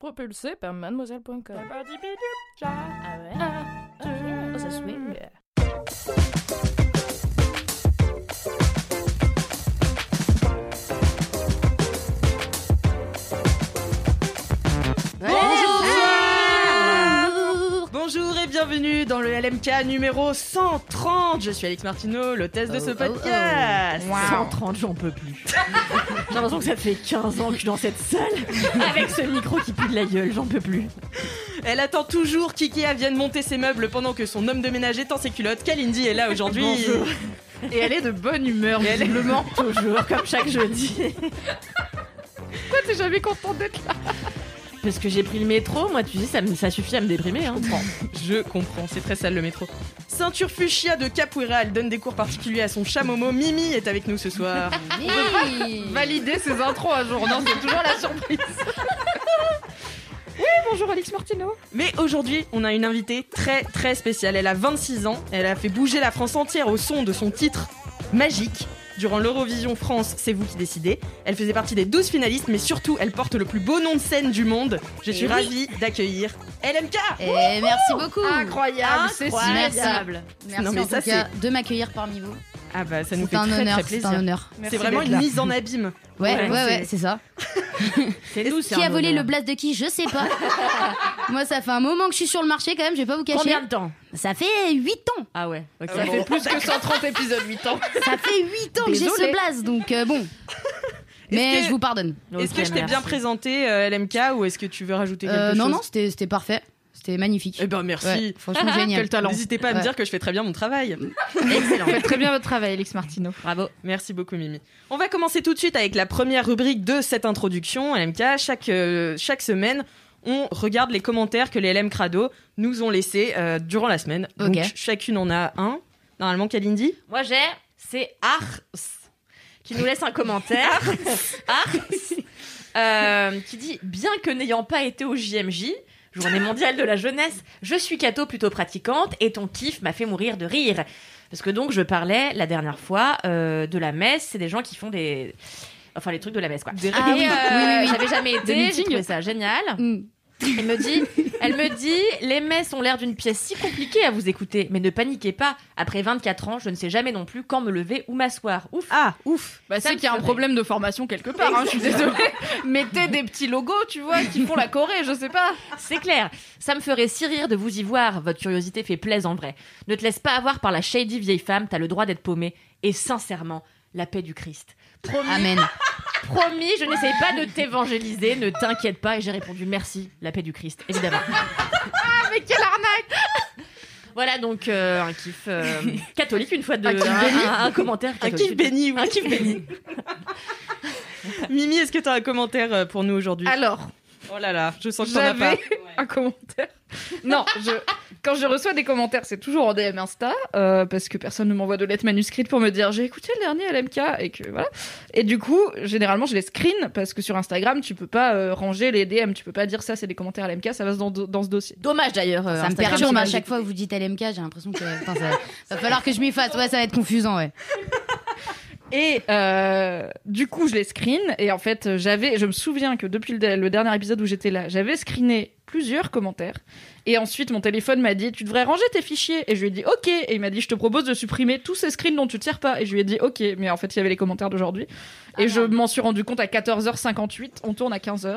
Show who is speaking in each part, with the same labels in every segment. Speaker 1: Propulsé par mademoiselle.com.
Speaker 2: Ah
Speaker 1: Ça swing.
Speaker 2: Bonjour et bienvenue dans le LMK numéro 130. Je suis Alex Martineau, l'hôtesse de ce podcast.
Speaker 3: 130, j'en peux plus. J'ai l'impression que ça fait 15 ans que je suis dans cette salle avec ce micro qui pue de la gueule, j'en peux plus.
Speaker 2: Elle attend toujours qu'Ikea vienne monter ses meubles pendant que son homme de ménage étend ses culottes. Kalindi est là aujourd'hui.
Speaker 3: Bonjour.
Speaker 1: Et elle est de bonne humeur,
Speaker 2: Et elle est-
Speaker 1: visiblement.
Speaker 3: Toujours, comme chaque jeudi.
Speaker 1: Pourquoi t'es jamais contente d'être là
Speaker 3: Parce que j'ai pris le métro, moi tu sais, ça, me- ça suffit à me déprimer. Hein.
Speaker 2: Je comprends, c'est très sale le métro. Ceinture fuchsia de capoeira, elle donne des cours particuliers à son chat Momo. Mimi est avec nous ce soir.
Speaker 1: Valider ses intros à jour. Non, c'est toujours la surprise.
Speaker 4: Bonjour Alex Martino.
Speaker 2: Mais aujourd'hui, on a une invitée très très spéciale. Elle a 26 ans, elle a fait bouger la France entière au son de son titre magique. Durant l'Eurovision France, c'est vous qui décidez. Elle faisait partie des 12 finalistes, mais surtout, elle porte le plus beau nom de scène du monde. Je suis
Speaker 4: Eh
Speaker 1: oui.
Speaker 2: ravie d'accueillir LMK
Speaker 4: Et Eh, merci beaucoup.
Speaker 1: Incroyable, c'est
Speaker 4: Merci.
Speaker 1: incroyable.
Speaker 4: Merci
Speaker 2: Non, mais
Speaker 4: en
Speaker 2: ça,
Speaker 4: tout cas de m'accueillir parmi vous.
Speaker 2: Ah bah, ça nous
Speaker 4: C'est
Speaker 2: fait
Speaker 4: un
Speaker 2: très
Speaker 4: honneur,
Speaker 2: très
Speaker 4: c'est
Speaker 2: plaisir.
Speaker 4: un honneur.
Speaker 2: C'est vraiment une mise en abîme.
Speaker 4: Ouais,
Speaker 2: Ouais,
Speaker 4: ouais,
Speaker 2: c'est-
Speaker 4: ouais, c'est ça.
Speaker 3: C'est nous, c'est
Speaker 4: Qui
Speaker 3: un
Speaker 4: a volé le
Speaker 3: honneur.
Speaker 4: blast de qui Je sais pas. Moi, ça fait un moment que je suis sur le marché quand même, je vais pas vous cacher.
Speaker 3: Combien de temps
Speaker 4: Ça fait 8 ans.
Speaker 3: Ah ouais, ok.
Speaker 2: Ça fait
Speaker 1: plus que 130 épisodes, 8 ans.
Speaker 4: Ça fait 8 ans que j'ai
Speaker 1: Désolée.
Speaker 4: ce blast, donc euh, bon. Mais
Speaker 2: que-
Speaker 4: je vous pardonne.
Speaker 2: Est-ce
Speaker 3: Ok,
Speaker 2: que je t'ai
Speaker 3: merci.
Speaker 2: bien présenté, euh, LMK, ou est-ce que tu veux rajouter quelque
Speaker 4: Euh,
Speaker 2: chose
Speaker 4: non, non, c'était c'était parfait. C'était magnifique.
Speaker 2: Eh ben merci.
Speaker 4: Ouais, franchement, génial.
Speaker 1: Quel talent.
Speaker 2: N'hésitez pas à me
Speaker 4: Ouais.
Speaker 2: dire que je fais très bien mon travail.
Speaker 3: Excellent.
Speaker 1: Faites très bien votre travail, Alex Martino.
Speaker 2: Bravo. Merci beaucoup, Mimi. On va commencer tout de suite avec la première rubrique de cette introduction, LMK. Chaque, euh, chaque semaine, on regarde les commentaires que les LM Crado nous ont laissés euh, durant la semaine. Donc,
Speaker 4: Ok.
Speaker 2: chacune en a un. Normalement, Kalindi
Speaker 5: Moi j'ai, c'est Ars qui nous laisse un commentaire. Ars euh, qui dit Bien que n'ayant pas été au JMJ, Journée mondiale de la jeunesse, je suis catho plutôt pratiquante et ton kiff m'a fait mourir de rire. Parce que donc je parlais la dernière fois euh, de la messe, c'est des gens qui font des. Enfin, les trucs de la messe, quoi.
Speaker 4: Ah
Speaker 5: Et,
Speaker 4: oui, oui,
Speaker 5: euh,
Speaker 4: oui, oui.
Speaker 5: J'avais jamais été, j'ai trouvé ça génial.
Speaker 4: Mm.
Speaker 5: Elle me dit, elle me dit, les messes ont l'air d'une pièce si compliquée à vous écouter, mais ne paniquez pas. Après 24 ans, je ne sais jamais non plus quand me lever ou m'asseoir. Ouf.
Speaker 2: Ah, ouf
Speaker 1: Bah,
Speaker 5: Ça
Speaker 1: c'est
Speaker 5: me
Speaker 1: qu'il y a un
Speaker 5: ferait.
Speaker 1: problème de formation quelque part, hein, je suis désolée. Mettez des petits logos, tu vois, qui font la Corée, je sais pas.
Speaker 5: C'est clair. Ça me ferait si rire de vous y voir. Votre curiosité fait plaise en vrai. Ne te laisse pas avoir par la shady vieille femme. T'as le droit d'être paumé. Et sincèrement, la paix du Christ. Promis,
Speaker 4: Amen.
Speaker 5: promis. Je n'essaye pas de t'évangéliser. Ne t'inquiète pas. Et j'ai répondu merci. La paix du Christ, évidemment.
Speaker 2: Ah,
Speaker 1: Mais quelle arnaque
Speaker 5: Voilà donc euh, un kiff euh, catholique une fois de
Speaker 1: Un kiff béni.
Speaker 5: un- un commentaire
Speaker 2: Un
Speaker 5: catholique.
Speaker 2: kiff béni, oui.
Speaker 5: Un kiff béni.
Speaker 2: Mimi, est-ce que tu as un commentaire euh, pour nous aujourd'hui
Speaker 1: Alors,
Speaker 2: Oh là là, je sens que t'en as pas.
Speaker 1: j'avais un commentaire. Non, je... quand je reçois des commentaires, c'est toujours en DM Insta, euh, parce que personne ne m'envoie de lettres manuscrites pour me dire j'ai écouté le dernier LMK et que voilà. Et du coup, généralement, je les screen parce que sur Instagram, tu peux pas euh, ranger les DM, tu peux pas dire ça, c'est des commentaires LMK, ça va dans, dans ce dossier.
Speaker 5: Dommage d'ailleurs. euh,
Speaker 4: Ça me
Speaker 5: Instagram,
Speaker 4: perturbe
Speaker 5: c'est
Speaker 4: à
Speaker 5: mal
Speaker 4: chaque fois que vous dites LMK, j'ai l'impression que putain, ça va falloir que je m'y fasse. Ouais, ça va être confusant, ouais.
Speaker 1: Et euh, du coup, je les screen. Et en fait, j'avais, je me souviens que depuis le, de- le dernier épisode où j'étais là, j'avais screené plusieurs commentaires. Et ensuite, mon téléphone m'a dit, tu devrais ranger tes fichiers. Et je lui ai dit, ok. Et il m'a dit, je te propose de supprimer tous ces screens dont tu ne sers pas. Et je lui ai dit, ok. Mais en fait, il y avait les commentaires d'aujourd'hui.
Speaker 4: Ah
Speaker 1: Et je m'en suis rendu compte à 14h58. On tourne à 15h.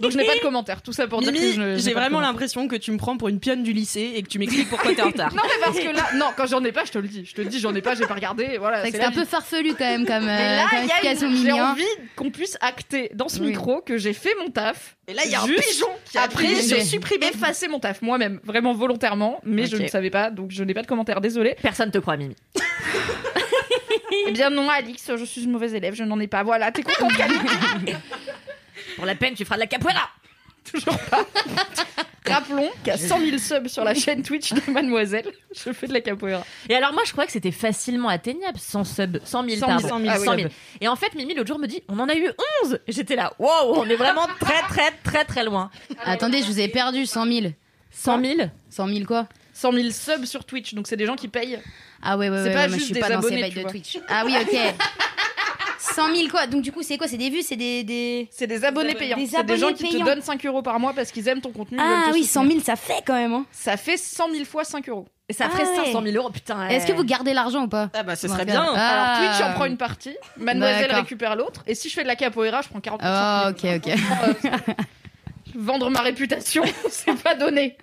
Speaker 1: Donc, je n'ai pas de commentaires. Tout ça pour dire que je n'ai
Speaker 2: Mimi, j'ai
Speaker 1: pas de
Speaker 2: vraiment
Speaker 1: commentaires.
Speaker 2: l'impression que tu me prends pour une pionne du lycée et que tu m'expliques pourquoi t'es en retard.
Speaker 1: Non, mais parce que là, non, quand j'en ai pas, je te le dis. Je te dis, j'en ai pas, j'ai pas regardé. et Voilà,
Speaker 4: C'est vrai que
Speaker 1: c'est
Speaker 4: c'est
Speaker 1: la
Speaker 4: un
Speaker 1: vie.
Speaker 4: peu farfelu quand même comme,
Speaker 1: Mais là,
Speaker 4: euh, comme
Speaker 1: il y a une-
Speaker 4: explication
Speaker 1: j'ai
Speaker 4: Mimi, hein.
Speaker 1: envie qu'on puisse acter dans ce
Speaker 4: Oui.
Speaker 1: micro que j'ai fait mon taf.
Speaker 2: Et là, il y a un
Speaker 1: Juste
Speaker 2: pigeon qui a
Speaker 1: Après,
Speaker 2: pris
Speaker 4: appris-
Speaker 1: j'ai
Speaker 4: mais-
Speaker 1: supprimé, effacé mon taf moi-même, vraiment volontairement, mais je
Speaker 2: Ok.
Speaker 1: ne savais pas, donc je n'ai pas de commentaire, désolé.
Speaker 5: Personne te croit, Mimi.
Speaker 1: eh bien non, Alix, je suis une mauvaise élève, je n'en ai pas. Voilà, t'es contente, Camille
Speaker 5: Pour la peine, tu feras de la capoeira.
Speaker 1: Rappelons qu'il y a 100 000 subs sur la chaîne Twitch de Mademoiselle. Je fais de la capoeira.
Speaker 5: Et alors, moi, je croyais que c'était facilement atteignable, 100 subs, 100 000,
Speaker 1: 100 000,
Speaker 5: pardon.
Speaker 1: 100 000, ah oui.
Speaker 5: 100 000. Et en fait, Mimi, l'autre jour, me dit, on en a eu 11 Et J'étais là, wow, on est vraiment très, très, très, très loin.
Speaker 4: Attendez, je vous ai perdu 100 000.
Speaker 5: 100 000
Speaker 4: 100 000 quoi
Speaker 1: 100 000 subs sur Twitch, donc c'est des gens qui payent.
Speaker 4: Ah ouais, ouais,
Speaker 1: C'est
Speaker 4: ouais,
Speaker 1: pas
Speaker 4: ouais, moi,
Speaker 1: juste
Speaker 4: je suis
Speaker 1: des
Speaker 4: pas dans
Speaker 1: abonnés,
Speaker 4: ces bails
Speaker 1: tu
Speaker 4: de
Speaker 1: vois.
Speaker 4: Twitch. Ah oui, ok. 100 000 quoi Donc du coup, c'est quoi C'est des vues C'est des... des...
Speaker 1: C'est des abonnés payants.
Speaker 4: Des
Speaker 1: C'est des gens
Speaker 4: abonnés
Speaker 1: qui
Speaker 4: payants.
Speaker 1: te donnent 5 euros par mois parce qu'ils aiment ton contenu. ils
Speaker 4: Ah
Speaker 1: veulent te
Speaker 4: oui,
Speaker 1: soutenir.
Speaker 4: 100 000, ça fait quand même. Hein.
Speaker 1: Ça fait 100 000 fois 5 euros.
Speaker 5: Et ça
Speaker 4: Ah
Speaker 5: ferait
Speaker 4: ouais.
Speaker 5: 500 000 euros, putain.
Speaker 4: Est-ce que
Speaker 5: ouais.
Speaker 4: vous gardez l'argent ou pas
Speaker 2: Ah bah ce
Speaker 4: Comment
Speaker 2: serait
Speaker 4: faire
Speaker 2: bien.
Speaker 4: Ah.
Speaker 1: Alors Twitch en prend une partie, Mademoiselle
Speaker 4: D'accord.
Speaker 1: récupère l'autre, et si je fais de la capoeira, je prends 40%.
Speaker 4: Ah, ok, ok.
Speaker 1: Vendre ma réputation, c'est pas donné.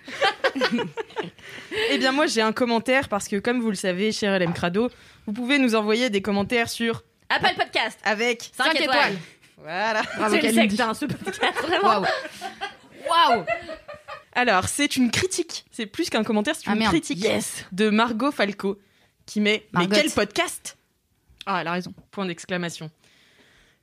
Speaker 2: Eh bien, moi, j'ai un commentaire parce que, comme vous le savez, cher LM Crado, vous pouvez nous envoyer des commentaires sur
Speaker 5: Apple Podcast
Speaker 2: avec
Speaker 5: Cinq
Speaker 2: cinq
Speaker 5: étoiles.
Speaker 2: Voilà.
Speaker 5: C'est une secte, hein, ce podcast, vraiment.
Speaker 4: Waouh. Waouh
Speaker 2: Alors, c'est une critique. C'est plus qu'un commentaire, c'est
Speaker 4: Ah,
Speaker 2: une
Speaker 4: merde.
Speaker 2: critique
Speaker 5: Yes
Speaker 2: de Margot Falco qui met
Speaker 4: Margot.
Speaker 2: Mais quel podcast
Speaker 1: Ah, elle a raison.
Speaker 2: Point d'exclamation.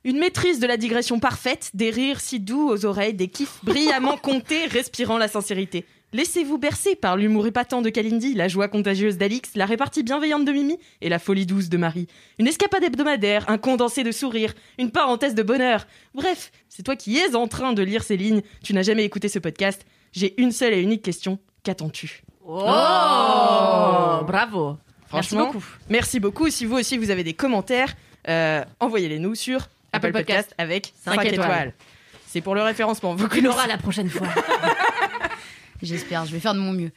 Speaker 2: Une maîtrise de la digression parfaite, des rires si doux aux oreilles, des kiffs brillamment comptés, respirant la sincérité. Laissez-vous bercer par l'humour épatant de Kalindi, la joie contagieuse d'Alix, la répartie bienveillante de Mimi et la folie douce de Marie. Une escapade hebdomadaire, un condensé de sourires, une parenthèse de bonheur. Bref, c'est toi qui es en train de lire ces lignes, tu n'as jamais écouté ce podcast. J'ai une seule et unique question, qu'attends-tu
Speaker 5: Oh Bravo Merci
Speaker 2: Franchement,
Speaker 5: beaucoup.
Speaker 2: Merci beaucoup. Si vous aussi vous avez des commentaires, euh, envoyez-les nous sur Apple,
Speaker 5: Apple
Speaker 2: Podcast,
Speaker 5: Podcast
Speaker 2: avec
Speaker 5: Cinq
Speaker 2: 5, étoiles.
Speaker 5: étoiles.
Speaker 2: C'est pour le référencement. Vous
Speaker 5: Tu l'auras
Speaker 2: connaissez.
Speaker 5: la prochaine fois.
Speaker 4: J'espère, je vais faire de mon mieux.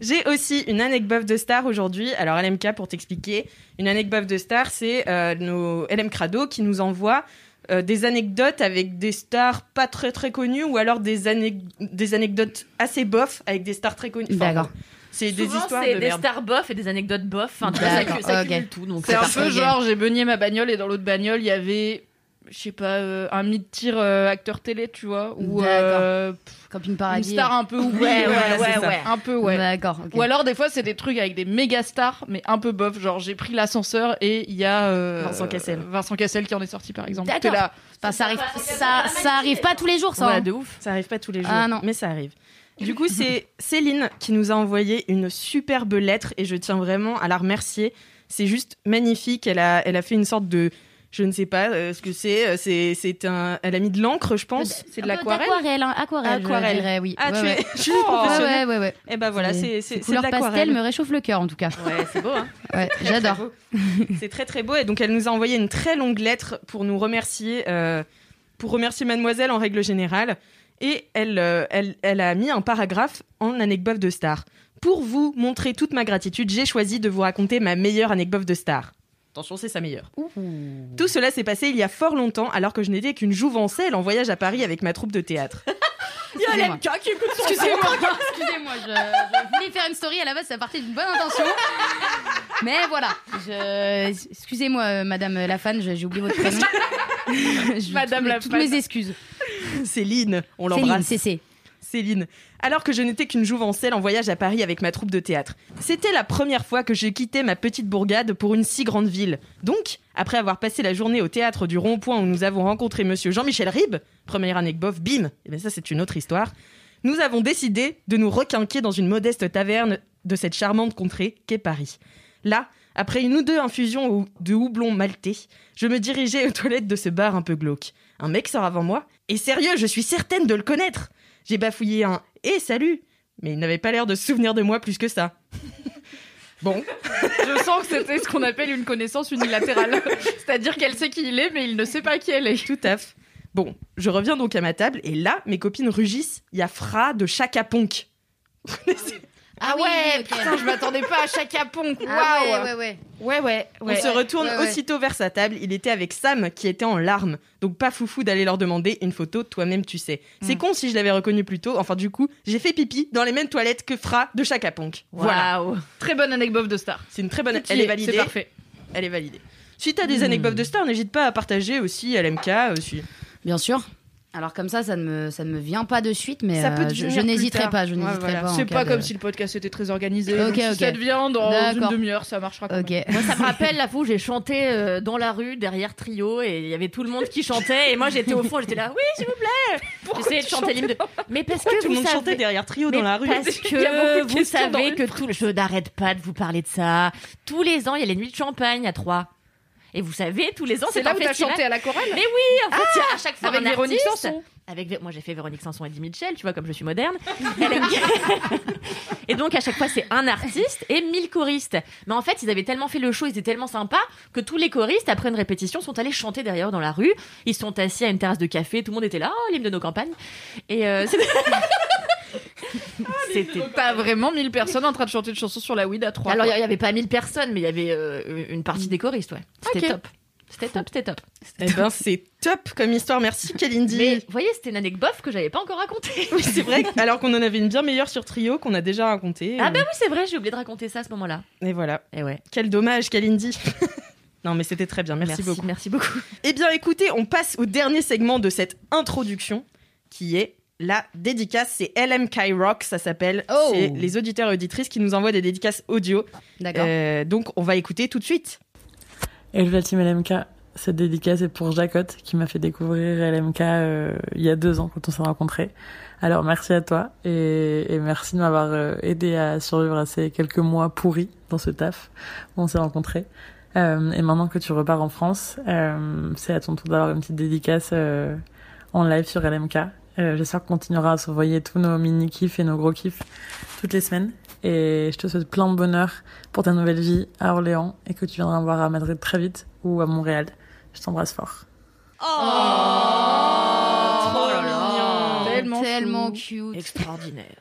Speaker 2: J'ai aussi une anecdote de star aujourd'hui. Alors LMK pour t'expliquer, une anecdote de star, c'est euh, nos LM Crado qui nous envoie euh, des anecdotes avec des stars pas très très connues ou alors des, anec- des anecdotes assez bof avec des stars très connues. Enfin,
Speaker 4: D'accord.
Speaker 2: C'est des
Speaker 5: Souvent,
Speaker 2: histoires
Speaker 5: c'est
Speaker 2: de
Speaker 5: des
Speaker 2: merde.
Speaker 5: stars bof et des anecdotes bof. Enfin, tu vois, ça
Speaker 4: D'accord,
Speaker 5: accu- ça
Speaker 4: ok.
Speaker 5: accumule tout. Donc
Speaker 1: C'est un
Speaker 4: parfait.
Speaker 1: peu genre, j'ai beugné ma bagnole et dans l'autre bagnole, il y avait, je sais pas, euh, un mid-tier euh, acteur télé, tu vois, ou euh,
Speaker 4: Camping
Speaker 1: une
Speaker 4: Paradis.
Speaker 1: star un peu oubliée.
Speaker 5: Ouais, ouais,
Speaker 2: c'est
Speaker 5: ouais,
Speaker 2: ça.
Speaker 5: ouais.
Speaker 1: Un peu, ouais.
Speaker 4: D'accord. ok.
Speaker 1: Ou alors des fois c'est des trucs avec des méga stars mais un peu bof genre j'ai pris l'ascenseur et il y a euh,
Speaker 2: Vincent Cassel.
Speaker 1: Vincent Cassel qui en est sorti par exemple.
Speaker 4: D'accord.
Speaker 1: T'es là,
Speaker 4: Enfin, ça arrive, ça, ça arrive pas tous les jours, ça.
Speaker 5: Ouais,
Speaker 4: hein.
Speaker 5: de ouf.
Speaker 2: Ça arrive pas tous les jours,
Speaker 4: Ah, non.
Speaker 2: mais ça arrive. Du coup, c'est Céline qui nous a envoyé une superbe lettre et je tiens vraiment à la remercier. C'est juste magnifique. Elle a, elle a fait une sorte de, je ne sais pas euh, ce que c'est. euh, C'est, c'est un, elle a mis de l'encre, je pense.
Speaker 1: c'est de
Speaker 4: Un peu
Speaker 1: l'aquarelle.
Speaker 4: d'aquarelle, hein, Aquarelle.
Speaker 2: Aquarelle.
Speaker 4: Aquarelle. Je dirais, oui.
Speaker 2: Ah,
Speaker 4: ouais,
Speaker 2: tu
Speaker 4: ouais.
Speaker 2: es, je suis
Speaker 1: Oh,
Speaker 4: Ouais,
Speaker 2: professionnelle.
Speaker 4: ouais, ouais, ouais.
Speaker 2: Eh ben voilà,
Speaker 4: C'est-
Speaker 2: c'est, c'est, c'est de
Speaker 4: Couleur pastel
Speaker 2: l'aquarelle.
Speaker 4: me réchauffe le cœur, en tout cas.
Speaker 5: Ouais, c'est beau, hein.
Speaker 4: Ouais, j'adore.
Speaker 2: C'est très très beau et donc elle nous a envoyé une très longue lettre pour nous remercier, euh, pour remercier Mademoiselle en règle générale. Et elle, euh, elle, elle a mis un paragraphe en anecdote de star. Pour vous montrer toute ma gratitude, j'ai choisi de vous raconter ma meilleure anecdote de star. Attention, c'est sa meilleure. Tout cela s'est passé il y a fort longtemps, alors que je n'étais qu'une jouvencelle en voyage à Paris avec ma troupe de théâtre.
Speaker 5: Il y a
Speaker 4: Excusez-moi.
Speaker 5: l'MK qui écoute son
Speaker 4: Excusez-moi, excusez-moi, je, je voulais faire une story à la base, ça partait d'une bonne intention. Mais voilà, je- excusez-moi, euh, madame la fan, je- j'ai oublié votre prénom. Je-
Speaker 1: Madame
Speaker 4: toutes
Speaker 1: la
Speaker 4: mes- toutes
Speaker 1: fan.
Speaker 4: mes excuses.
Speaker 2: Céline, on
Speaker 4: Céline,
Speaker 2: l'embrasse.
Speaker 4: c'est c'est.
Speaker 2: Céline. Alors que je n'étais qu'une jouvencelle en voyage à Paris avec ma troupe de théâtre. C'était la première fois que je quittais ma petite bourgade pour une si grande ville. Donc, après avoir passé la journée au théâtre du Rond-Point où nous avons rencontré monsieur Jean-Michel Ribes, première anecdote, bim Et bien ça, c'est une autre histoire. Nous avons décidé de nous requinquer dans une modeste taverne de cette charmante contrée qu'est Paris. Là, après une ou deux infusions au- de houblon maltais, je me dirigeais aux toilettes de ce bar un peu glauque. Un mec sort avant moi, et sérieux, je suis certaine de le connaître j'ai bafouillé un Eh, salut Mais il n'avait pas l'air de se souvenir de moi plus que ça. bon,
Speaker 1: Je sens que c'était ce qu'on appelle une connaissance unilatérale. C'est-à-dire qu'elle sait qui il est, mais il ne sait pas qui elle est.
Speaker 2: tout à fait. Bon, je reviens donc à ma table et là, mes copines rugissent. Il y a Fra de Chaka Ponk.
Speaker 4: Ah oui, oui, ok.
Speaker 1: putain, je m'attendais pas à Chaka Ponk.
Speaker 4: Ah ouais,
Speaker 1: Waouh.
Speaker 4: ouais, ouais.
Speaker 1: ouais, ouais, ouais.
Speaker 2: On se retourne
Speaker 4: ouais, ouais.
Speaker 2: aussitôt vers sa table. Il était avec Sam qui était en larmes. Donc pas foufou d'aller leur demander une photo, toi-même tu sais. C'est con si je l'avais reconnu plus tôt. Enfin, du coup, j'ai fait pipi dans les mêmes toilettes que Fra de Chaka Ponk. Voilà.
Speaker 5: Waouh.
Speaker 1: Très bonne anecdote de star.
Speaker 2: C'est une très bonne.
Speaker 1: Qui
Speaker 2: Elle
Speaker 1: est-
Speaker 2: est validée.
Speaker 1: C'est parfait.
Speaker 2: Elle est validée. euh, Si t'as des anecdotes de stars, n'hésite pas à partager aussi à l'MK. Aussi.
Speaker 4: Bien sûr. Alors comme ça, ça ne me, ça ne me vient pas de suite, mais
Speaker 2: Ça peut
Speaker 4: euh, je,
Speaker 2: devenir
Speaker 4: je
Speaker 2: plus
Speaker 4: n'hésiterai
Speaker 2: tard.
Speaker 4: pas. Je
Speaker 2: Ouais,
Speaker 4: n'hésiterai
Speaker 2: voilà.
Speaker 4: pas. en
Speaker 1: C'est
Speaker 4: cas
Speaker 1: pas
Speaker 4: de-
Speaker 1: comme si le podcast était très organisé.
Speaker 4: euh, Ok,
Speaker 1: donc Si
Speaker 4: ok.
Speaker 1: ça devient dans une
Speaker 4: D'accord.
Speaker 1: demi-heure, ça marchera quand
Speaker 4: Ok.
Speaker 1: même.
Speaker 3: Moi, ça me rappelle la fois où j'ai chanté euh, dans la rue derrière Trio et il y avait tout le monde qui chantait et moi j'étais au fond, j'étais là, oui, s'il vous plaît. J'essayais de chanter l'hymne de. Mais parce que
Speaker 2: tout le
Speaker 3: vous
Speaker 2: monde
Speaker 3: savez-
Speaker 2: chantait derrière Trio
Speaker 3: mais
Speaker 2: dans la rue.
Speaker 3: Parce
Speaker 1: Il y a
Speaker 3: que
Speaker 1: beaucoup de
Speaker 3: vous
Speaker 1: questions dans
Speaker 3: savez
Speaker 1: une
Speaker 3: que tout le... je n'arrête pas de vous parler de ça. Tous les ans, il y a les nuits de champagne à Troyes. Et vous savez, tous les ans,
Speaker 1: C'est
Speaker 3: c'est
Speaker 1: là
Speaker 3: un
Speaker 1: où t'as
Speaker 3: festival.
Speaker 1: chanté à la chorale
Speaker 3: Mais oui, en fait, il y a à chaque fois
Speaker 1: avec
Speaker 3: un
Speaker 1: Véronique
Speaker 3: artiste.
Speaker 1: Sanson.
Speaker 3: Avec Vé- moi j'ai fait Véronique Sanson et Eddie Mitchell, tu vois comme je suis moderne. Elle aime- et donc à chaque fois c'est un artiste et mille choristes. Mais en fait ils avaient tellement fait le show, ils étaient tellement sympas que tous les choristes après une répétition sont allés chanter derrière eux dans la rue. Ils sont assis à une terrasse de café, tout le monde était là, oh, l'hymne de nos campagnes. Et euh, c'était-
Speaker 1: Ah,
Speaker 3: c'était
Speaker 1: T'as vraiment 1000 personnes en train de chanter une chanson sur la weed à 3.
Speaker 3: alors il y avait pas mille personnes, mais il y avait euh, une partie des choristes, ouais. C'était
Speaker 1: Ok.
Speaker 3: top. C'était top, c'était top.
Speaker 2: Eh ben, c'est top comme histoire. Merci, Kalindi.
Speaker 3: Mais vous voyez, c'était une anecdote bof que j'avais pas encore racontée.
Speaker 2: Oui, c'est vrai. Alors qu'on en avait une bien meilleure sur Trio qu'on a déjà racontée.
Speaker 3: Ah
Speaker 2: Euh,
Speaker 3: ben oui, c'est vrai, j'ai oublié de raconter ça à ce moment-là.
Speaker 2: Et voilà.
Speaker 3: Et ouais.
Speaker 2: Quel dommage, Kalindi. non, mais c'était très bien. Merci, beaucoup.
Speaker 3: Merci beaucoup.
Speaker 2: Eh bien, écoutez, on passe au dernier segment de cette introduction qui est la dédicace. C'est LMK Rock, ça s'appelle.
Speaker 4: Oh.
Speaker 2: C'est les auditeurs et auditrices qui nous envoient des dédicaces audio.
Speaker 4: D'accord.
Speaker 2: Euh, donc, on va écouter tout de suite.
Speaker 6: Hello la team LMK, cette dédicace est pour Jacotte qui m'a fait découvrir LMK euh, il y a deux ans quand on s'est rencontrés. Alors merci à toi et, et merci de m'avoir euh, aidé à survivre à ces quelques mois pourris dans ce taf où on s'est rencontrés. Euh, et maintenant que tu repars en France, euh, c'est à ton tour d'avoir une petite dédicace euh, en live sur LMK. Euh, J'espère qu'on continuera à s'envoyer tous nos mini-kifs et nos gros kifs toutes les semaines. Et je te souhaite plein de bonheur pour ta nouvelle vie à Orléans et que tu viendras me voir à Madrid très vite ou à Montréal. Je t'embrasse fort.
Speaker 1: Oh.
Speaker 2: trop mignon.
Speaker 1: Tellement
Speaker 4: tellement cute.
Speaker 3: Extraordinaire.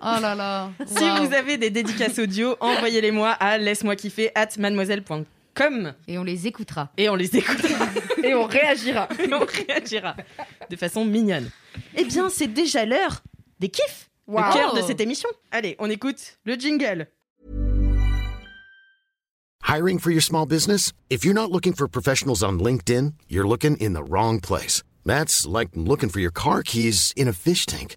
Speaker 4: Oh là là.
Speaker 2: Si
Speaker 4: Waouh.
Speaker 2: vous avez des dédicaces audio, envoyez-les-moi à laisse-moi kiffer at mademoiselle.com
Speaker 4: Et on les écoutera.
Speaker 2: et on les écoutera.
Speaker 1: Et on réagira.
Speaker 2: et on réagira de façon mignonne. Eh bien, c'est déjà l'heure des kiffs,
Speaker 1: Waouh.
Speaker 2: le cœur de cette émission. Allez, on écoute le jingle.
Speaker 7: Hiring for your small business? If you're not looking for professionals on LinkedIn, you're looking in the wrong place. That's like looking for your car keys in a fish tank.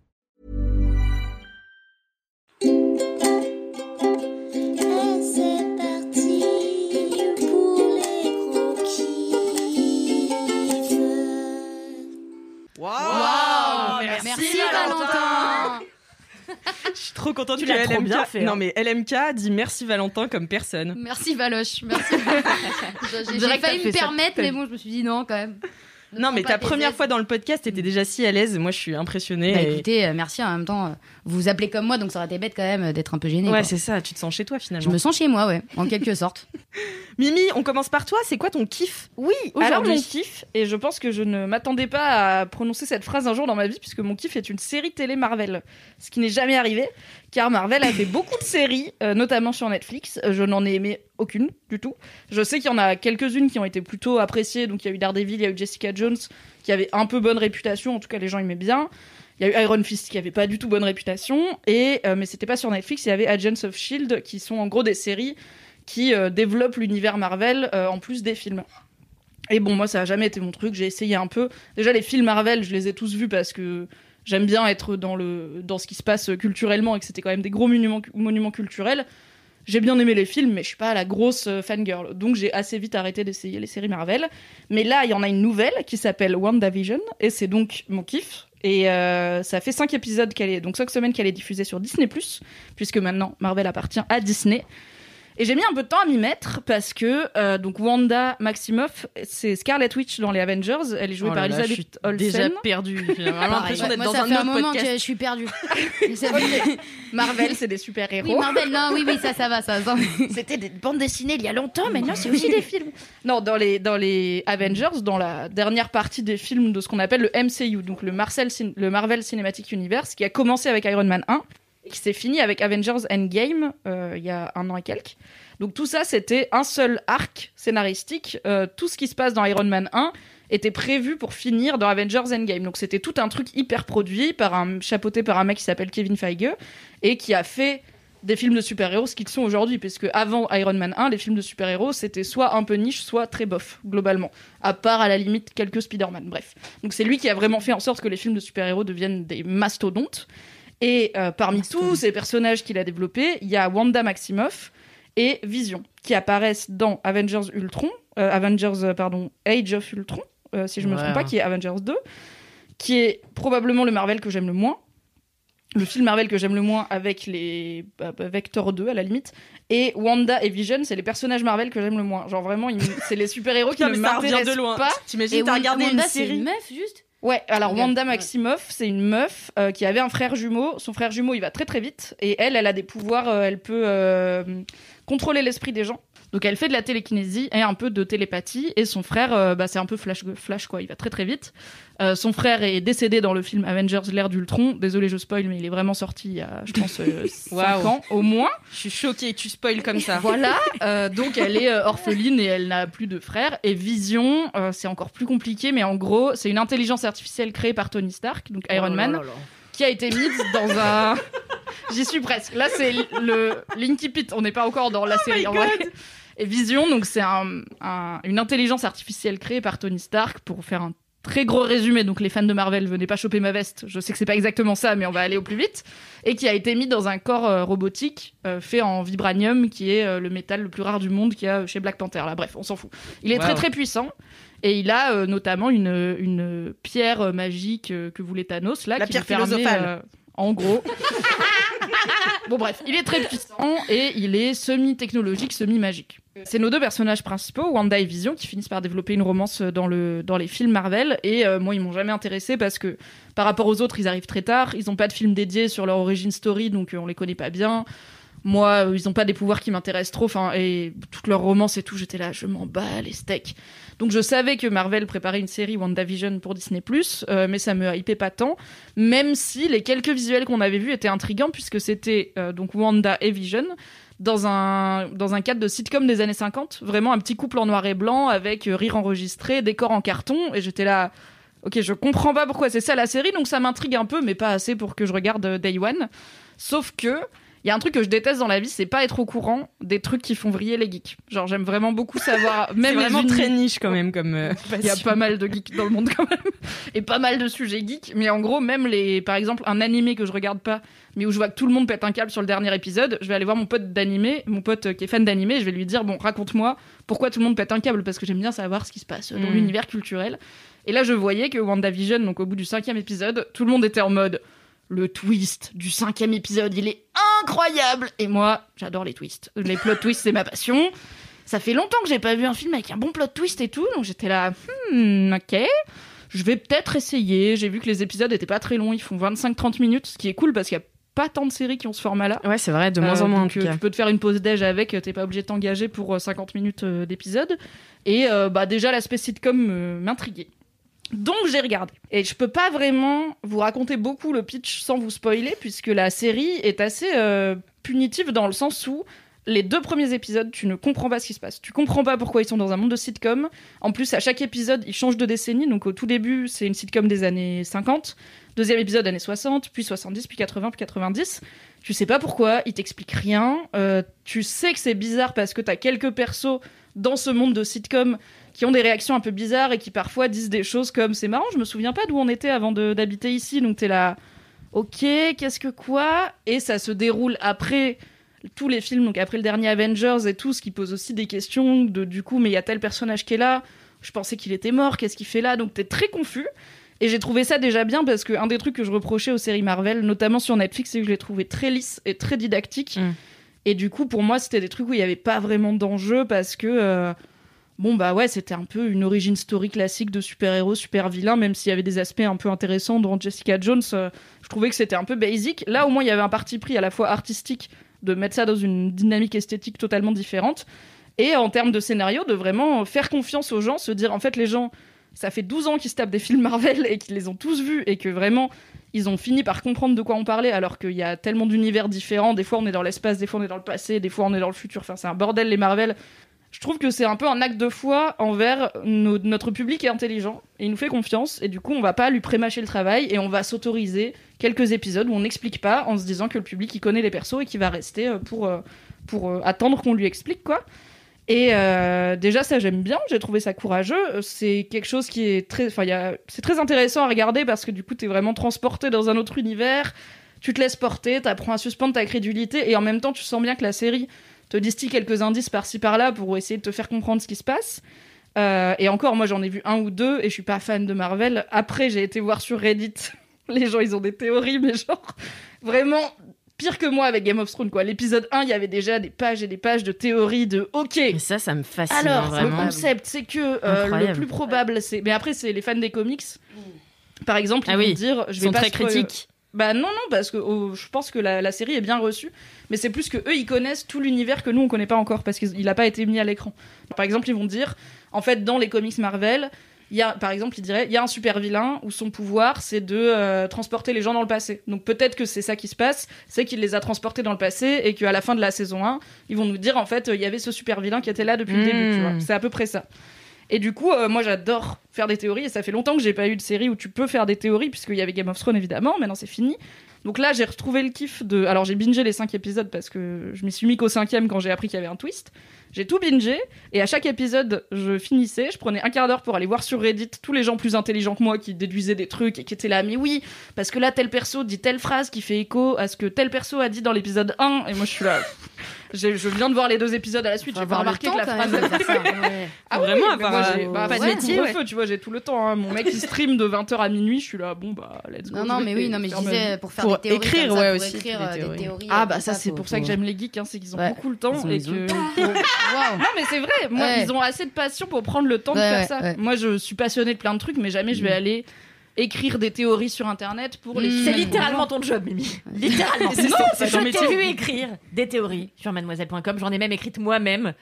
Speaker 8: Et c'est parti pour les gros kiffs.
Speaker 2: Waouh
Speaker 4: Merci, Valentin.
Speaker 2: Je suis trop contente
Speaker 3: Tu
Speaker 2: que
Speaker 3: l'as trop
Speaker 2: LMK...
Speaker 3: bien fait, hein.
Speaker 2: Non mais LMK dit merci Valentin comme personne.
Speaker 4: Merci Valoche, merci. Je-
Speaker 3: On
Speaker 4: J'ai
Speaker 3: dirait que
Speaker 4: j'ai
Speaker 3: t'as
Speaker 4: failli me
Speaker 3: fait ça
Speaker 4: permettre,
Speaker 3: toute ta
Speaker 4: mais
Speaker 3: vie.
Speaker 4: bon, je me suis dit non quand même. Ne
Speaker 2: Non
Speaker 4: prends
Speaker 2: mais
Speaker 4: pas
Speaker 2: ta
Speaker 4: tes
Speaker 2: première
Speaker 4: aides.
Speaker 2: fois dans le podcast, t'étais déjà si à l'aise. Moi, je suis impressionnée.
Speaker 4: Bah
Speaker 2: et-
Speaker 4: écoutez, euh, merci en même temps. euh, Vous vous appelez comme moi, donc ça aurait été bête quand même euh, d'être un peu gêné.
Speaker 2: ouais, c'est ça. Tu te sens chez toi
Speaker 4: je
Speaker 2: finalement.
Speaker 4: me sens chez moi, ouais, en quelque sorte.
Speaker 2: Mimi, on commence par toi. C'est quoi ton kiff
Speaker 1: Oui, alors
Speaker 2: aujourd'hui.
Speaker 1: mon kiff, et je pense que je ne m'attendais pas à prononcer cette phrase un jour dans ma vie, puisque mon kiff est une série télé Marvel, ce qui n'est jamais arrivé, car Marvel a fait beaucoup de séries, euh, notamment sur Netflix. Euh, Je n'en ai aimé aucune du tout. Je sais qu'il y en a quelques-unes qui ont été plutôt appréciées, donc il y a eu Daredevil, il y a eu Jessica Jones, qui avait un peu bonne réputation, en tout cas les gens aimaient bien. Il y a eu Iron Fist qui avait pas du tout bonne réputation, et euh, mais c'était pas sur Netflix, il y avait Agents of Shield, E qui sont en gros des séries qui euh, développent l'univers Marvel euh, en plus des films. Et bon, moi, ça a jamais été mon truc. J'ai essayé un peu. Déjà, les films Marvel, je les ai tous vus parce que j'aime bien être dans, le, dans ce qui se passe culturellement et que c'était quand même des gros monuments, monuments culturels. J'ai bien aimé les films, mais je suis pas la grosse euh, fangirl. Donc, j'ai assez vite arrêté d'essayer les séries Marvel. Mais là, il y en a une nouvelle qui s'appelle WandaVision et c'est donc mon kiff. Et euh, ça fait cinq épisodes qu'elle est. Donc, chaque semaine qu'elle est diffusée sur Disney, puisque maintenant Marvel appartient à Disney. Et j'ai mis un peu de temps à m'y mettre parce que euh, donc Wanda Maximoff, c'est Scarlet Witch dans les Avengers. Elle est jouée
Speaker 2: Oh
Speaker 1: par
Speaker 2: là là, je suis
Speaker 1: Elizabeth Olsen.
Speaker 2: Déjà perdu. J'ai vraiment
Speaker 4: Pareil.
Speaker 2: l'impression
Speaker 4: Ouais,
Speaker 2: d'être
Speaker 4: moi,
Speaker 2: dans
Speaker 4: ça
Speaker 2: un
Speaker 4: fait un
Speaker 2: autre
Speaker 4: moment
Speaker 2: podcast.
Speaker 4: que je suis perdue. Et ça fait-
Speaker 1: Marvel, c'est des super
Speaker 4: Oui,
Speaker 1: héros.
Speaker 4: Marvel, non, oui, oui, ça, ça va, ça. ça.
Speaker 1: C'était des bandes dessinées il y a longtemps, mais non, c'est aussi des films. Non, dans les, dans les Avengers, dans la dernière partie des films de ce qu'on appelle le MCU, donc le, Marcel Cin- le Marvel Cinematic Universe, qui a commencé avec Iron Man 1 et qui s'est fini avec Avengers Endgame euh, il y a un an et quelques. Donc tout ça, c'était un seul arc scénaristique. Euh, tout ce qui se passe dans Iron Man 1 était prévu pour finir dans Avengers Endgame. Donc c'était tout un truc hyper produit, par un, chapeauté par un mec qui s'appelle Kevin Feige, et qui a fait des films de super-héros ce qu'ils sont aujourd'hui. Parce que avant Iron Man 1, les films de super-héros, c'était soit un peu niche, soit très bof, globalement. À part, à la limite, quelques Spider-Man, bref. Donc c'est lui qui a vraiment fait en sorte que les films de super-héros deviennent des mastodontes. Et euh, parmi tous ces personnages qu'il a développés, il y a Wanda Maximoff et Vision, qui apparaissent dans Avengers Ultron, euh, Avengers, euh, pardon, Age of Ultron, euh, si je me
Speaker 9: Ouais.
Speaker 1: trompe pas, qui est Avengers 2, qui est probablement le Marvel que j'aime le moins. Le film Marvel que j'aime le moins avec les bah, bah, Vector 2 à la limite et Wanda et Vision c'est les personnages Marvel que j'aime le moins genre vraiment ils me- c'est les super héros qui
Speaker 2: Putain,
Speaker 1: ne
Speaker 2: mais ça revient de
Speaker 1: m'intéressent
Speaker 2: loin.
Speaker 1: pas
Speaker 2: T'imagines, t'as
Speaker 4: Wanda-
Speaker 2: regardé une
Speaker 4: Wanda, c'est
Speaker 2: série.
Speaker 4: une meuf, juste
Speaker 1: Ouais, alors
Speaker 4: Regarde,
Speaker 1: Wanda
Speaker 4: ouais.
Speaker 1: Maximoff, c'est une meuf euh, qui avait un frère jumeau. Son frère jumeau, il va très très vite. Et elle, elle a des pouvoirs, euh, elle peut euh, contrôler l'esprit des gens. Donc elle fait de la télékinésie et un peu de télépathie. Et son frère, euh, bah, c'est un peu flash, flash, quoi. Il va très très vite. Euh, son frère est décédé dans le film Avengers l'ère d'Ultron. Désolé, je spoil, mais il est vraiment sorti il y a, je pense, 5
Speaker 2: Waouh.
Speaker 1: ans au moins.
Speaker 2: Je suis choquée, tu spoil comme ça.
Speaker 1: Voilà, euh, donc elle est euh, orpheline et elle n'a plus de frère. Et Vision, euh, c'est encore plus compliqué, mais en gros, c'est une intelligence artificielle créée par Tony Stark, donc
Speaker 2: Oh
Speaker 1: Iron Man, qui a été mise dans un. J'y suis presque. Là, c'est le Linky Pit. On n'est pas encore dans la série en vrai. Et Vision, donc c'est un- un- une intelligence artificielle créée par Tony Stark pour faire un très gros résumé. Donc les fans de Marvel, venez pas choper ma veste. Je sais que c'est pas exactement ça, mais on va aller au plus vite. Et qui a été mis dans un corps euh, robotique euh, fait en vibranium, qui est euh, le métal le plus rare du monde qu'il y a euh, chez Black Panther. Là, bref, on s'en fout. Il est très
Speaker 9: Wow.
Speaker 1: très puissant. Et il a euh, notamment une, une pierre euh, magique euh, que voulait Thanos, là,
Speaker 2: La
Speaker 1: qui
Speaker 2: pierre
Speaker 1: lui permet,
Speaker 2: philosophale.
Speaker 1: euh, en gros. bon, bref, il est très puissant et il est semi-technologique, semi-magique. C'est nos deux personnages principaux, Wanda et Vision, qui finissent par développer une romance euh, dans, le, dans les films Marvel. Et euh, moi, ils m'ont jamais intéressé parce que par rapport aux autres, ils arrivent très tard. Ils n'ont pas de film dédié sur leur origin story, donc euh, on les connaît pas bien. Moi, euh, ils n'ont pas des pouvoirs qui m'intéressent trop. Enfin, et toute leur romance et tout, j'étais là, je m'en bats les steaks. Donc je savais que Marvel préparait une série WandaVision pour Disney+, euh, mais ça me hypait pas tant. Même si les quelques visuels qu'on avait vus étaient intrigants puisque c'était euh, donc Wanda et Vision dans un, dans un cadre de sitcom des années 50. Vraiment un petit couple en noir et blanc avec euh, rire enregistré, décor en carton. Et j'étais là, ok, je comprends pas pourquoi c'est ça la série, donc ça m'intrigue un peu, mais pas assez pour que je regarde euh, Day One. Sauf que. Il y a un truc que je déteste dans la vie, c'est pas être au courant des trucs qui font vriller les geeks. Genre, j'aime vraiment beaucoup savoir,
Speaker 2: C'est
Speaker 1: même les
Speaker 2: vraiment
Speaker 1: uni-
Speaker 2: très niche quand même comme. euh,
Speaker 1: il y a
Speaker 2: passion.
Speaker 1: pas mal de geeks dans le monde quand même. Et pas mal de sujets geeks. Mais en gros, même les, par exemple, un animé que je regarde pas, mais où je vois que tout le monde pète un câble sur le dernier épisode, je vais aller voir mon pote d'animé, mon pote euh, qui est fan d'animé, je vais lui dire, bon, raconte-moi pourquoi tout le monde pète un câble, parce que j'aime bien savoir ce qui se passe dans
Speaker 2: Mm.
Speaker 1: l'univers culturel. Et là, je voyais que WandaVision, donc au bout du cinquième épisode, tout le monde était en mode, le twist du cinquième épisode, il est incroyable. Et moi, j'adore les twists. Les plot twists, c'est ma passion. Ça fait longtemps que j'ai pas vu un film avec un bon plot twist et tout, donc j'étais là, hmm, ok. Je vais peut-être essayer. J'ai vu que les épisodes étaient pas très longs, ils font 25-30 minutes, ce qui est cool parce qu'il y a pas tant de séries qui ont ce format-là.
Speaker 2: Ouais, c'est vrai, de
Speaker 1: Euh,
Speaker 2: moins en moins en
Speaker 1: donc,
Speaker 2: tout
Speaker 1: euh,
Speaker 2: cas.
Speaker 1: Tu peux te faire une pause déj avec, euh, t'es pas obligé de t'engager pour euh, 50 minutes euh, d'épisode. Et euh, bah déjà l'aspect sitcom euh, m'intriguait. Donc j'ai regardé. Et je peux pas vraiment vous raconter beaucoup le pitch sans vous spoiler, puisque la série est assez euh, punitive dans le sens où les deux premiers épisodes, tu ne comprends pas ce qui se passe. Tu comprends pas pourquoi ils sont dans un monde de sitcom. En plus, à chaque épisode, ils changent de décennie. Donc au tout début, c'est une sitcom des années 50. Deuxième épisode, années 60, puis 70, puis 80, puis 90. Tu sais pas pourquoi, il t'explique rien. Euh, tu sais que c'est bizarre parce que t'as quelques persos dans ce monde de sitcom qui ont des réactions un peu bizarres et qui parfois disent des choses comme c'est marrant, je me souviens pas d'où on était avant de- d'habiter ici, donc t'es là. Ok, qu'est-ce que quoi Et ça se déroule après tous les films, donc après le dernier Avengers et tout, ce qui pose aussi des questions de du coup, mais il y a tel personnage qui est là, je pensais qu'il était mort, qu'est-ce qu'il fait là Donc t'es très confus. Et j'ai trouvé ça déjà bien parce que un des trucs que je reprochais aux séries Marvel, notamment sur Netflix, c'est que je les trouvais très lisses et très didactiques.
Speaker 2: Mm.
Speaker 1: Et du coup, pour moi, c'était des trucs où il n'y avait pas vraiment d'enjeu parce que. euh, Bon bah ouais, c'était un peu une origine story classique de super-héros, super-vilains, même s'il y avait des aspects un peu intéressants dans Jessica Jones, euh, je trouvais que c'était un peu basic. Là au moins il y avait un parti pris à la fois artistique de mettre ça dans une dynamique esthétique totalement différente et en termes de scénario de vraiment faire confiance aux gens, se dire en fait les gens ça fait 12 ans qu'ils se tapent des films Marvel et qu'ils les ont tous vus et que vraiment Ils ont fini par comprendre de quoi on parlait, alors qu'il y a tellement d'univers différents. Des fois, on est dans l'espace, des fois, on est dans le passé, des fois, on est dans le futur. Enfin, c'est un bordel, les Marvel. Je trouve que c'est un peu un acte de foi envers nos- notre public est intelligent et il nous fait confiance et du coup on va pas lui prémâcher le travail et on va s'autoriser quelques épisodes où on n'explique pas en se disant que le public il connaît les persos et qu'il va rester euh, pour, euh, pour euh, attendre qu'on lui explique quoi. Et euh, déjà ça j'aime bien, j'ai trouvé ça courageux, Euh, c'est quelque chose qui est très enfin il y a- c'est très intéressant à regarder parce que du coup tu es vraiment transporté dans un autre univers, tu te laisses porter, tu apprends à suspendre ta crédulité et en même temps tu sens bien que la série te distille quelques indices par-ci par-là pour essayer de te faire comprendre ce qui se passe. Euh, et encore, moi j'en ai vu un ou deux et je suis pas fan de Marvel. Après, j'ai été voir sur Reddit. Les gens ils ont des théories, mais genre vraiment pire que moi avec Game of Thrones quoi. L'épisode 1, il y avait déjà des pages et des pages de théories de OK.
Speaker 5: Mais ça, ça me
Speaker 2: Ah,
Speaker 5: fascine
Speaker 1: Alors, le
Speaker 5: vraiment.
Speaker 1: concept, c'est que euh, le
Speaker 5: Incroyable.
Speaker 1: plus probable, c'est. Mais après, c'est les fans des comics. Par exemple, ils
Speaker 5: Ah oui,
Speaker 1: vont dire, je
Speaker 5: Ils
Speaker 1: vais
Speaker 5: sont
Speaker 1: pas
Speaker 5: très
Speaker 1: spoil-
Speaker 5: critiques.
Speaker 1: Bah non, non, parce que oh, je pense que la, la série est bien reçue, mais c'est plus que eux, ils connaissent tout l'univers que nous, on connaît pas encore, parce qu'il n'a pas été mis à l'écran. Par exemple, ils vont dire, en fait, dans les comics Marvel, il y a, par exemple, ils diraient, il y a un super vilain où son pouvoir, c'est de euh, transporter les gens dans le passé. Donc peut-être que c'est ça qui se passe, c'est qu'il les a transportés dans le passé et qu'à la fin de la saison 1, ils vont nous dire, en fait, euh, il y avait ce super vilain qui était là depuis le début,
Speaker 5: Mm.
Speaker 1: tu vois. C'est à peu près ça. Et du coup, euh, moi j'adore faire des théories, et ça fait longtemps que j'ai pas eu de série où tu peux faire des théories, puisqu'il y avait Game of Thrones évidemment, maintenant c'est fini. Donc là, j'ai retrouvé le kiff de. Alors j'ai bingé les 5 épisodes parce que je m'y suis mis qu'au cinquième quand j'ai appris qu'il y avait un twist. J'ai tout bingé, et à chaque épisode, je finissais, je prenais un quart d'heure pour aller voir sur Reddit tous les gens plus intelligents que moi qui déduisaient des trucs et qui étaient là, mais oui, parce que là, tel perso dit telle phrase qui fait écho à ce que tel perso a dit dans l'épisode 1, et moi je suis là. j'ai- Je viens de voir les deux épisodes à la suite, j'ai pas remarqué que la phrase. Ah oui,
Speaker 2: Vraiment
Speaker 1: oui,
Speaker 2: avoir,
Speaker 1: mais moi, j'ai-
Speaker 2: euh,
Speaker 1: bah,
Speaker 4: pas de
Speaker 1: ouais,
Speaker 4: métier,
Speaker 1: couvre-feu, tu vois, j'ai tout le temps. hein. Mon mec, il stream de 20h à minuit, je suis là, bon, bah, let's go.
Speaker 4: Non, non,
Speaker 1: je
Speaker 4: mais
Speaker 1: vais
Speaker 4: oui, non, mais je
Speaker 1: faire ma vie.
Speaker 4: disais euh, pour faire
Speaker 2: Pour
Speaker 4: des théories.
Speaker 2: écrire,
Speaker 4: comme ça,
Speaker 2: ouais,
Speaker 4: pour
Speaker 2: aussi,
Speaker 4: écrire,
Speaker 2: des
Speaker 4: euh, des
Speaker 2: théories.
Speaker 4: théories.
Speaker 1: Ah,
Speaker 4: euh,
Speaker 1: bah,
Speaker 4: comme
Speaker 1: ça, c'est
Speaker 4: faut-
Speaker 1: pour ça que j'aime les geeks, hein, c'est qu'ils ont
Speaker 4: Ouais.
Speaker 1: beaucoup le temps.
Speaker 5: Ils ont-
Speaker 1: et
Speaker 5: ils ont-
Speaker 1: que...
Speaker 4: Waouh.
Speaker 1: Non, mais c'est vrai, moi,
Speaker 4: Ouais.
Speaker 1: ils ont assez de passion pour prendre le temps de
Speaker 4: Ouais,
Speaker 1: faire
Speaker 4: ouais,
Speaker 1: ça.
Speaker 4: ouais.
Speaker 1: Moi, je suis passionnée de plein de trucs, mais jamais
Speaker 3: Mm.
Speaker 1: je vais aller écrire des théories sur internet pour les.
Speaker 4: Mm.
Speaker 3: C'est
Speaker 1: soumettre aux
Speaker 3: littéralement ton job, Mimi. Littéralement.
Speaker 1: Hmm. C'est ça, c'est
Speaker 3: je
Speaker 1: ton
Speaker 3: t'ai
Speaker 1: métier.
Speaker 3: vu écrire des théories sur mademoiselle.com. J'en ai même écrites moi-même.
Speaker 1: gens.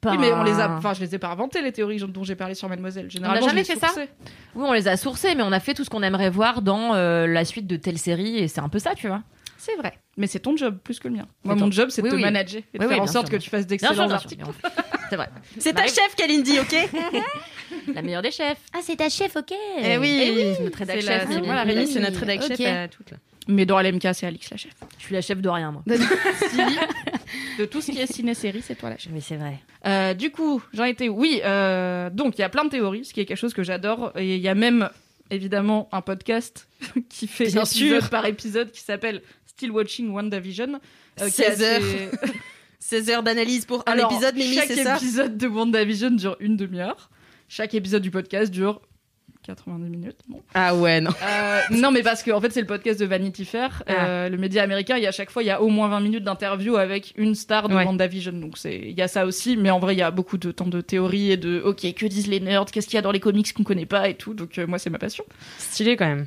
Speaker 3: Par...
Speaker 1: Oui, mais on les a. Enfin, je les ai pas inventées, les théories dont j'ai parlé sur Mademoiselle. Généralement,
Speaker 3: jamais
Speaker 1: je les
Speaker 3: fait ça
Speaker 1: sourçais.
Speaker 3: Oui, on les a sourcées, mais on a fait tout ce qu'on aimerait voir dans euh, la suite de telle série, et c'est un peu ça, tu vois.
Speaker 1: C'est vrai. Mais c'est ton job plus que le mien. Moi,
Speaker 3: Mais ton-
Speaker 1: mon job, c'est de
Speaker 3: Oui,
Speaker 1: te
Speaker 3: oui.
Speaker 1: manager et de
Speaker 3: Oui, oui,
Speaker 1: faire en
Speaker 3: bien
Speaker 1: sorte
Speaker 3: sûr,
Speaker 1: que
Speaker 3: bien
Speaker 1: tu fasses
Speaker 3: Bien sûr, bien
Speaker 1: d'excellents
Speaker 3: sûr,
Speaker 1: articles.
Speaker 3: bien sûr. C'est vrai.
Speaker 2: C'est ta
Speaker 3: Bah oui.
Speaker 2: chef, Kalindi, ok
Speaker 3: La meilleure des chefs.
Speaker 8: Ah, c'est ta chef, ok.
Speaker 2: oui,
Speaker 3: Eh C'est notre rédac
Speaker 1: c'est la-
Speaker 3: chef.
Speaker 1: c'est
Speaker 3: Mimi.
Speaker 1: moi la
Speaker 2: Rémi,
Speaker 1: rédac-
Speaker 2: c'est notre rédac chef
Speaker 4: Ok.
Speaker 2: à toutes. là.
Speaker 1: Mais dans LMK, c'est Alix la chef.
Speaker 3: Je suis la chef de rien, moi.
Speaker 1: de tout ce qui est ciné-série, c'est toi la chef.
Speaker 3: Mais c'est vrai.
Speaker 1: Euh, du coup, j'en étais. Oui, euh, donc il y a plein de théories, ce qui est quelque chose que j'adore. Et il y a même, évidemment, un podcast qui fait
Speaker 2: Bien
Speaker 1: épisode
Speaker 2: sûr.
Speaker 1: par épisode qui s'appelle Still Watching WandaVision. euh, qui
Speaker 2: 16
Speaker 1: a
Speaker 2: heures.
Speaker 1: ses-
Speaker 2: 16 heures d'analyse pour un
Speaker 1: Alors,
Speaker 2: épisode, Mimi,
Speaker 1: chaque
Speaker 2: c'est ça
Speaker 1: épisode de WandaVision dure une demi-heure. Chaque épisode du podcast dure 90 minutes. Bon.
Speaker 2: Ah ouais, non.
Speaker 1: Euh, non, mais parce que en fait, c'est le podcast de Vanity Fair, euh, le média américain. Il y a à chaque fois, il y a au moins 20 minutes d'interview avec une star de
Speaker 2: Ouais.
Speaker 1: WandaVision. Donc c'est, il y a ça aussi. Mais en vrai, il y a beaucoup de temps de théorie et de ok, que disent les nerds, qu'est-ce qu'il y a dans les comics qu'on connaît pas et tout. Donc euh, moi, c'est ma passion.
Speaker 2: Stylé quand même.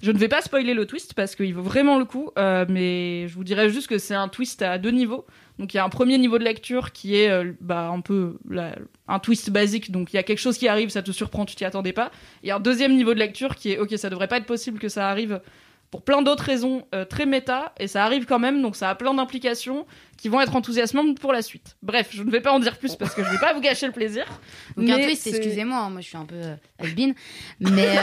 Speaker 1: Je ne vais pas spoiler le twist parce qu'il vaut vraiment le coup, euh, mais je vous dirais juste que c'est un twist à deux niveaux. Donc il y a un premier niveau de lecture qui est euh, bah, un peu la- un twist basique, donc il y a quelque chose qui arrive, ça te surprend, tu t'y attendais pas. Il y a un deuxième niveau de lecture qui est ok, ça devrait pas être possible que ça arrive pour plein d'autres raisons euh, très méta, et ça arrive quand même, donc ça a plein d'implications qui vont être enthousiasmantes pour la suite. Bref, je ne vais pas en dire plus parce que je ne vais pas vous gâcher le plaisir.
Speaker 4: Donc un
Speaker 1: Mais
Speaker 4: twist,
Speaker 1: c'est-
Speaker 4: excusez-moi, hein, moi je suis un peu euh, has-been, mais euh,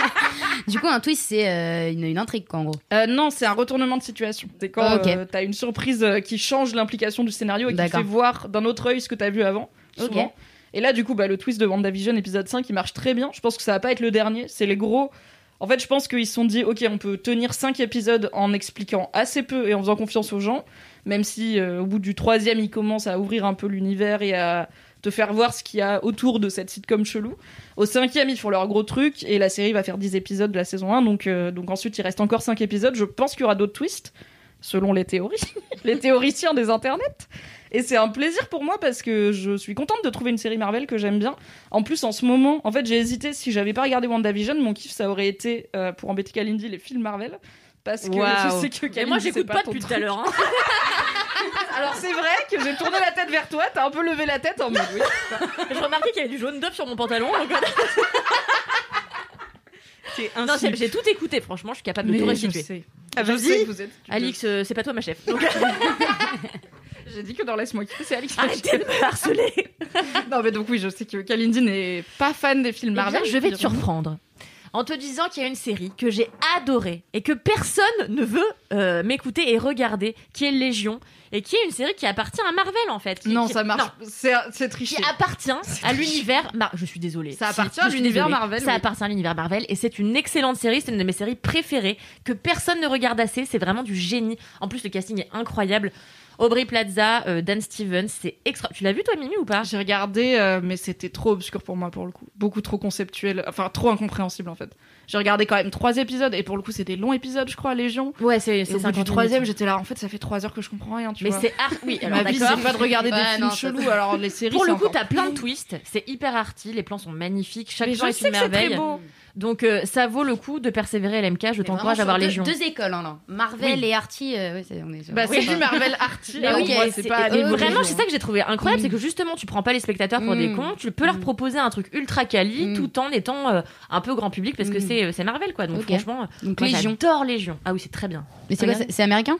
Speaker 4: du coup un twist c'est euh, une, une intrigue quoi en gros.
Speaker 1: Euh, non, c'est un retournement de situation. C'est quand
Speaker 4: Ah, ok.
Speaker 1: euh, t'as une surprise euh, qui change l'implication du scénario et qui te
Speaker 4: D'accord.
Speaker 1: fait voir d'un autre œil ce que t'as vu avant.
Speaker 4: Ok.
Speaker 1: souvent. Et là, du coup, bah, le twist de WandaVision épisode 5, il marche très bien. Je pense que ça va pas être le dernier. C'est les gros. En fait, je pense qu'ils se sont dit, ok, on peut tenir 5 épisodes en expliquant assez peu et en faisant confiance aux gens. Même si euh, au bout du troisième, ils commencent à ouvrir un peu l'univers et à te faire voir ce qu'il y a autour de cette sitcom chelou. Au cinquième, ils font leur gros truc et la série va faire 10 épisodes de la saison 1. Donc, euh, donc ensuite, il reste encore 5 épisodes. Je pense qu'il y aura d'autres twists, selon les théories, les théoriciens des internets. Et c'est un plaisir pour moi parce que je suis contente de trouver une série Marvel que j'aime bien. En plus, en ce moment, en fait, j'ai hésité. Si j'avais pas regardé WandaVision, mon kiff, ça aurait été, euh, pour embêter Kalindi, les films Marvel. Parce que je
Speaker 2: Waouh.
Speaker 1: sais que
Speaker 3: Et
Speaker 1: Kalindi,
Speaker 3: moi,
Speaker 1: c'est
Speaker 3: j'écoute
Speaker 1: pas,
Speaker 3: pas
Speaker 1: ton
Speaker 3: depuis tout à
Speaker 1: truc.
Speaker 3: l'heure. hein.
Speaker 1: Alors c'est vrai que j'ai tourné la tête vers toi, t'as un peu levé la tête en mode oui.
Speaker 3: Je remarquais qu'il y avait du jaune d'œuf sur mon pantalon. donc-
Speaker 2: C'est
Speaker 3: euh, Non, j'ai
Speaker 2: insultant.
Speaker 3: j'ai tout écouté, franchement, Ah, je suis capable de
Speaker 1: Mais
Speaker 3: tout
Speaker 1: je
Speaker 3: restituer.
Speaker 1: sais.
Speaker 2: Ah,
Speaker 1: Je sais
Speaker 2: Vas-y.
Speaker 1: que vous êtes. stupides.
Speaker 3: Alix, euh, c'est pas toi ma chef. Donc
Speaker 1: J'ai dit que dans Laisse-moi kiffer, c'est Alix.
Speaker 3: arrêtez de me harceler.
Speaker 1: Non, mais donc oui, je sais que Kalindi n'est pas fan des films Marvel.
Speaker 3: Marvel, Eh je vais te surprendre. En te disant qu'il y a une série que j'ai adorée et que personne ne veut euh, m'écouter et regarder, qui est Légion, et qui est une série qui appartient à Marvel en fait. qui-
Speaker 1: Non,
Speaker 3: qui-
Speaker 1: ça marche.
Speaker 3: non,
Speaker 1: C'est c'est triché.
Speaker 3: qui appartient à l'univers. Mar- je suis désolée.
Speaker 1: Ça
Speaker 3: Si,
Speaker 1: appartient
Speaker 3: je
Speaker 1: à
Speaker 3: suis
Speaker 1: l'univers
Speaker 3: désolée.
Speaker 1: Marvel,
Speaker 3: Ça
Speaker 1: oui.
Speaker 3: appartient à l'univers Marvel et c'est une excellente série. C'est une de mes séries préférées que personne ne regarde assez. C'est vraiment du génie. En plus, le casting est incroyable. Aubrey Plaza, euh, Dan Stevens, c'est extra. Tu l'as vu toi, Mimi, ou pas
Speaker 1: J'ai regardé, euh, mais c'était trop obscur pour moi pour le coup. Beaucoup trop conceptuel, enfin trop incompréhensible en fait. J'ai regardé quand même trois épisodes et pour le coup c'était long épisode je crois, Légion.
Speaker 3: Ouais, c'est
Speaker 1: Et au bout du troisième j'étais là, en fait ça fait trois heures que je comprends rien, tu
Speaker 3: Mais
Speaker 1: vois.
Speaker 3: c'est art. Oui, alors
Speaker 1: Ma vie c'est
Speaker 3: d'accord.
Speaker 1: pas de regarder des
Speaker 4: Ouais,
Speaker 1: films
Speaker 4: non, ça,
Speaker 1: chelous, alors les séries
Speaker 3: Pour le
Speaker 1: c'est
Speaker 3: coup,
Speaker 1: encore
Speaker 3: t'as plein de
Speaker 1: plus.
Speaker 3: twists. C'est hyper arty. Les plans sont magnifiques. Chaque
Speaker 1: Mais
Speaker 3: plan
Speaker 1: je
Speaker 3: est
Speaker 1: sais
Speaker 3: une
Speaker 1: que c'est très
Speaker 3: merveille.
Speaker 1: beau.
Speaker 3: Donc euh, ça vaut le coup de persévérer LMK. Je
Speaker 4: Mais
Speaker 3: t'encourage à
Speaker 4: vraiment
Speaker 3: voir
Speaker 4: sur
Speaker 3: Légion.
Speaker 4: deux- Deux écoles, hein, là. Marvel et Arty. euh, oui, c'est- on est sur-
Speaker 1: Bah,
Speaker 4: on
Speaker 1: c'est
Speaker 4: est
Speaker 1: du
Speaker 4: pas-
Speaker 1: Marvel arty.
Speaker 4: Mais
Speaker 1: alors
Speaker 4: oui,
Speaker 1: pour
Speaker 4: et
Speaker 1: moi, c'est
Speaker 4: c'est-
Speaker 1: pas
Speaker 4: et
Speaker 1: les
Speaker 4: eux,
Speaker 1: beaux
Speaker 3: Ah, Vraiment,
Speaker 1: Légions.
Speaker 3: c'est ça que j'ai trouvé incroyable,
Speaker 4: Mm.
Speaker 3: c'est que justement, tu prends pas les spectateurs pour des
Speaker 4: Mm.
Speaker 3: cons, tu peux leur proposer un truc ultra quali
Speaker 4: Mm.
Speaker 3: tout en étant euh, un peu grand public parce que
Speaker 4: Mm.
Speaker 3: c'est euh, c'est Marvel quoi. Donc
Speaker 4: Ok.
Speaker 3: franchement, euh,
Speaker 4: Donc
Speaker 3: moi,
Speaker 4: Légion.
Speaker 3: j'adore Légion. Ah oui, c'est très bien.
Speaker 4: Mais c'est quoi
Speaker 3: Regarde.
Speaker 4: C'est c'est américain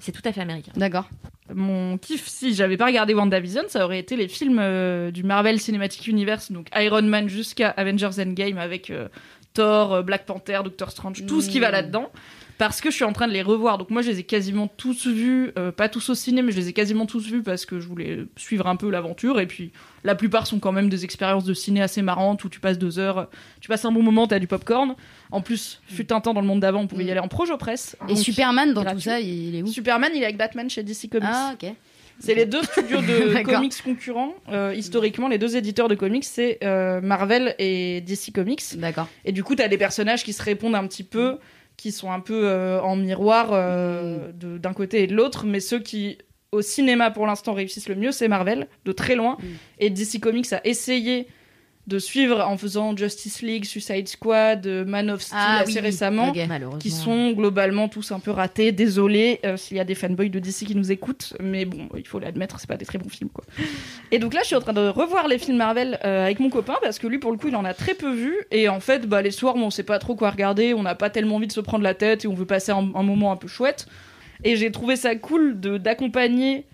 Speaker 3: C'est tout à fait américain.
Speaker 4: D'accord.
Speaker 1: Mon kiff, si j'avais pas regardé WandaVision, ça aurait été les films euh, du Marvel Cinematic Universe, donc Iron Man jusqu'à Avengers Endgame avec euh, Thor, euh, Black Panther, Doctor Strange, tout ce qui va
Speaker 4: Mm.
Speaker 1: là-dedans. Parce que je suis en train de les revoir. Donc moi, je les ai quasiment tous vus, euh, pas tous au ciné, mais je les ai quasiment tous vus parce que je voulais suivre un peu l'aventure. Et puis, la plupart sont quand même des expériences de ciné assez marrantes où tu passes deux heures, tu passes un bon moment, t'as du popcorn. En plus, fut un temps dans le monde d'avant, on pouvait y
Speaker 4: Mm.
Speaker 1: aller en projo presse.
Speaker 4: Et Superman dans tout
Speaker 1: gratuit.
Speaker 4: ça, il est où
Speaker 1: Superman, il est avec Batman chez DC Comics.
Speaker 4: Ah, ok.
Speaker 1: C'est les deux studios de
Speaker 4: D'accord.
Speaker 1: comics concurrents. Euh, historiquement, les deux éditeurs de comics, c'est euh, Marvel et DC Comics.
Speaker 4: D'accord.
Speaker 1: Et du coup, t'as des personnages qui se répondent un petit peu, qui sont un peu euh, en miroir euh,
Speaker 4: Mm.
Speaker 1: de- d'un côté et de l'autre, mais ceux qui, au cinéma pour l'instant, réussissent le mieux, c'est Marvel, de très loin.
Speaker 4: Mm.
Speaker 1: Et DC Comics a essayé de suivre en faisant Justice League, Suicide Squad, euh, Man of Steel
Speaker 4: Ah,
Speaker 1: assez
Speaker 4: oui,
Speaker 1: récemment
Speaker 4: ok.
Speaker 3: Malheureusement.
Speaker 1: qui sont globalement tous un peu ratés. Désolé euh, s'il y a des fanboys de DC qui nous écoutent, mais bon, il faut l'admettre, c'est pas des très bons films quoi. Et donc là, je suis en train de revoir les films Marvel euh, avec mon copain parce que lui, pour le coup, il en a très peu vu. Et en fait, bah, les soirs, où on sait pas trop quoi regarder, on n'a pas tellement envie de se prendre la tête et on veut passer un, un moment un peu chouette. Et j'ai trouvé ça cool de d'accompagner.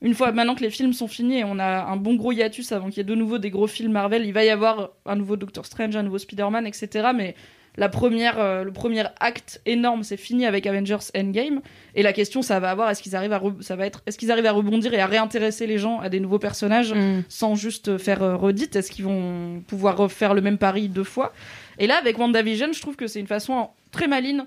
Speaker 1: Une fois maintenant que les films sont finis et on a un bon gros hiatus avant qu'il y ait de nouveau des gros films Marvel, il va y avoir un nouveau Doctor Strange, un nouveau Spider-Man, etc. Mais la première, euh, le premier acte énorme, c'est fini avec Avengers Endgame. Et la question, ça va avoir, est-ce qu'ils arrivent à, re- ça va être, est-ce qu'ils arrivent à rebondir et à réintéresser les gens à des nouveaux
Speaker 2: Mm.
Speaker 1: personnages sans juste euh, faire euh, redite Est-ce qu'ils vont pouvoir refaire le même pari deux fois Et là, avec WandaVision, je trouve que c'est une façon très maligne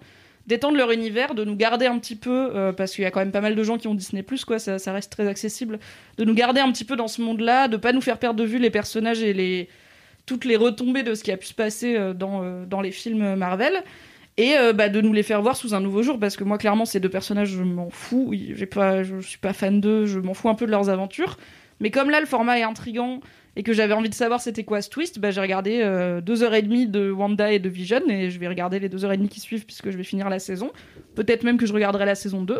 Speaker 1: d'étendre leur univers, de nous garder un petit peu, euh, parce qu'il y a quand même pas mal de gens qui ont Disney+, quoi, ça, ça reste très accessible, de nous garder un petit peu dans ce monde-là, de pas nous faire perdre de vue les personnages et les toutes les retombées de ce qui a pu se passer euh, dans, euh, dans les films Marvel, et euh, bah, de nous les faire voir sous un nouveau jour, parce que moi, clairement, ces deux personnages, je m'en fous, j'ai pas, je suis pas fan d'eux, je m'en fous un peu de leurs aventures, mais comme là, le format est intrigant et que j'avais envie de savoir c'était quoi ce twist, bah, j'ai regardé euh, deux heures et demie de Wanda et de Vision et je vais regarder les deux heures et demie qui suivent puisque je vais finir la saison. Peut-être même que je regarderai la saison 2.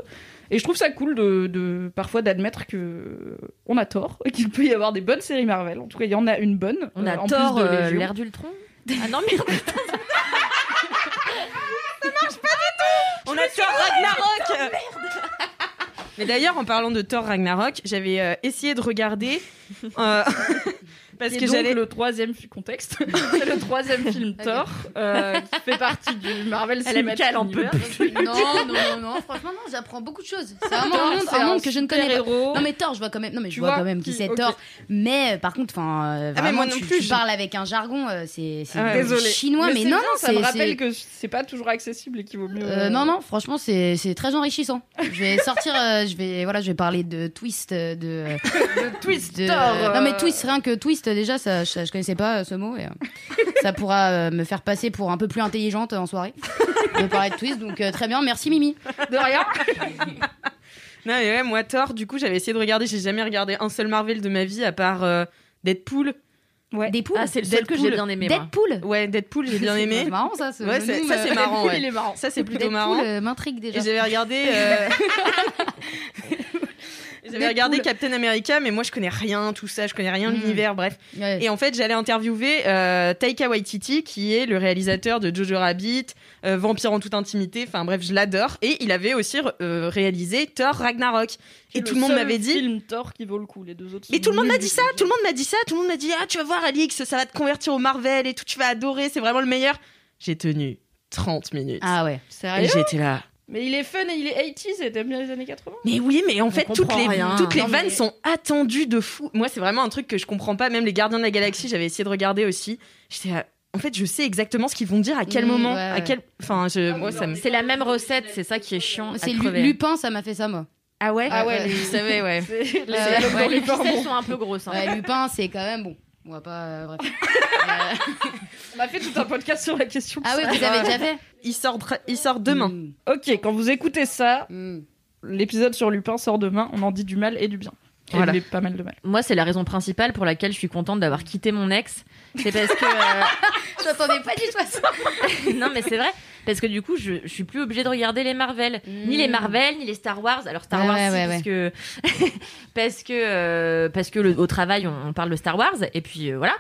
Speaker 1: Et je trouve ça cool de, de- parfois d'admettre que euh, on a tort, et qu'il peut y avoir des bonnes séries Marvel. En tout cas, il y en a une bonne.
Speaker 3: On
Speaker 1: euh,
Speaker 3: a
Speaker 1: en
Speaker 3: tort
Speaker 1: plus de
Speaker 3: euh,
Speaker 1: Légion.
Speaker 3: l'air d'Ultron. Ah non mais
Speaker 2: On a Thor Ragnarok Mais d'ailleurs, en parlant de Thor Ragnarok, j'avais euh, essayé de regarder. euh, parce
Speaker 1: Qui est
Speaker 2: que
Speaker 1: donc
Speaker 2: j'allais.
Speaker 1: le troisième fi- contexte, c'est le troisième film Thor euh, qui fait partie du Marvel Cinematic
Speaker 3: elle en peut
Speaker 1: Universe.
Speaker 4: Non, non, non, non. Franchement, non, j'apprends beaucoup de choses. C'est vraiment un monde,
Speaker 1: C'est
Speaker 4: un monde que je ne connais pas.
Speaker 1: super-héros.
Speaker 4: Non mais Thor, je vois quand même. Non mais je
Speaker 1: Tu
Speaker 4: vois,
Speaker 1: vois
Speaker 4: quand même qui
Speaker 1: qui-
Speaker 4: c'est
Speaker 1: ok.
Speaker 4: Thor. Mais euh, par contre, enfin, euh,
Speaker 2: Ah, mais
Speaker 4: vraiment,
Speaker 2: moi non
Speaker 4: tu,
Speaker 2: plus,
Speaker 4: tu
Speaker 2: je-
Speaker 4: parles avec un jargon, euh, c'est c'est
Speaker 2: Ah,
Speaker 4: du
Speaker 1: désolé.
Speaker 4: chinois. Mais,
Speaker 1: c'est
Speaker 4: non,
Speaker 1: bien,
Speaker 4: non,
Speaker 1: ça me
Speaker 4: c'est-
Speaker 1: rappelle
Speaker 4: c'est.
Speaker 1: que c'est pas toujours accessible et qu'il vaut mieux.
Speaker 4: euh, non non, franchement, c'est c'est très enrichissant. Je vais sortir, euh, je vais voilà, je vais parler de twist, euh, de.
Speaker 1: Le twist
Speaker 4: de-
Speaker 1: Thor. euh,
Speaker 4: Non mais twist, rien que twist déjà, ça, je, je connaissais pas euh, ce mot et euh, ça pourra euh, me faire passer pour un peu plus intelligente en soirée. de parler de twist, donc euh, très bien, merci Mimi.
Speaker 1: De rien.
Speaker 2: Non, mais ouais, moi, Thor, du coup, j'avais essayé de regarder. J'ai jamais regardé un seul Marvel de ma vie à part euh, Deadpool.
Speaker 1: Ouais.
Speaker 4: Des poules.
Speaker 3: ah, c'est le seul que j'ai bien aimé moi.
Speaker 4: Deadpool.
Speaker 2: Ouais, Deadpool, j'ai bien
Speaker 4: C'est
Speaker 2: aimé.
Speaker 4: marrant ça. Ce euh,
Speaker 2: Ouais, c'est-
Speaker 4: nom
Speaker 2: ça,
Speaker 4: me-
Speaker 2: c'est marrant.
Speaker 1: Il
Speaker 2: Ouais.
Speaker 1: est marrant.
Speaker 4: euh,
Speaker 2: Ça, c'est plutôt
Speaker 4: Deadpool
Speaker 2: marrant.
Speaker 4: euh, m'intrigue déjà.
Speaker 2: Et j'avais regardé. euh, J'avais regardé Captain America, mais moi je connais rien, tout ça, je connais rien de
Speaker 4: Mm.
Speaker 2: l'univers, bref.
Speaker 4: Ouais.
Speaker 2: Et en fait, j'allais interviewer euh, Taika Waititi, qui est le réalisateur de Jojo Rabbit, euh, Vampire en toute intimité, enfin bref, je l'adore. Et il avait aussi euh, réalisé Thor Ragnarok. Et tout le monde
Speaker 1: seul
Speaker 2: m'avait dit.
Speaker 1: film Thor qui vaut le coup, les deux autres.
Speaker 2: Mais
Speaker 1: sont
Speaker 2: tout le monde m'a
Speaker 1: nuls.
Speaker 2: dit ça, tout le monde m'a dit ça, tout le monde m'a dit Ah, tu vas voir, Alix, ça va te convertir au Marvel et tout, tu vas adorer, c'est vraiment le meilleur. J'ai tenu 30 minutes.
Speaker 4: Ah ouais.
Speaker 2: et
Speaker 1: Sérieux
Speaker 2: j'étais là.
Speaker 1: Mais il est fun et il est 80s et t'aimes bien les années 80
Speaker 2: Mais oui, mais en
Speaker 3: On
Speaker 2: fait, toutes
Speaker 3: comprend
Speaker 2: les,
Speaker 3: rien.
Speaker 2: toutes les
Speaker 1: Non, mais-
Speaker 2: vannes sont attendues de fou. Moi, c'est vraiment un truc que je comprends pas. Même les Gardiens de la Galaxie, j'avais essayé de regarder aussi. J'étais là, En fait, je sais exactement ce qu'ils vont dire, à quel
Speaker 4: Mm,
Speaker 2: moment,
Speaker 4: ouais,
Speaker 2: à
Speaker 4: ouais.
Speaker 2: quel. Enfin, je...
Speaker 3: Ah,
Speaker 2: moi, ça me.
Speaker 3: C'est la même recette, c'est ça qui est chiant. à
Speaker 4: C'est Lu-
Speaker 3: crever.
Speaker 4: Lupin, ça m'a fait ça, moi.
Speaker 2: Ah ouais
Speaker 4: Ah ouais,
Speaker 2: je savais, ouais.
Speaker 1: C'est les
Speaker 4: ouais,
Speaker 1: années
Speaker 3: Ouais, les
Speaker 1: 80.
Speaker 3: ficelles sont un peu grosses. hein.
Speaker 4: Ouais, Lupin, c'est quand même bon. On va pas. euh, bref. Euh,
Speaker 1: On a fait tout un podcast sur la question.
Speaker 4: Ah ouais, vous avez déjà fait
Speaker 2: Il sort, dra- il sort demain.
Speaker 4: Mm,
Speaker 1: Ok, quand vous écoutez ça,
Speaker 4: mm.
Speaker 1: l'épisode sur Lupin sort demain. On en dit du mal et du bien. Et
Speaker 3: Voilà.
Speaker 1: il est pas mal de mal.
Speaker 3: Moi, c'est la raison principale pour laquelle je suis contente d'avoir quitté mon ex. C'est parce que. euh,
Speaker 4: Je m'attendais pas du tout à ça.
Speaker 3: non, mais c'est vrai. Parce que du coup, je, je suis plus obligée de regarder les Marvel. Hmm. Ni les
Speaker 4: Mm.
Speaker 3: Marvel, ni les Star Wars. Alors, Star
Speaker 4: Ouais,
Speaker 3: Wars,
Speaker 4: ouais,
Speaker 3: si,
Speaker 4: ouais,
Speaker 3: parce, Que... parce que. euh, Parce que le- au travail, on, on parle de Star Wars. Et puis, euh, voilà.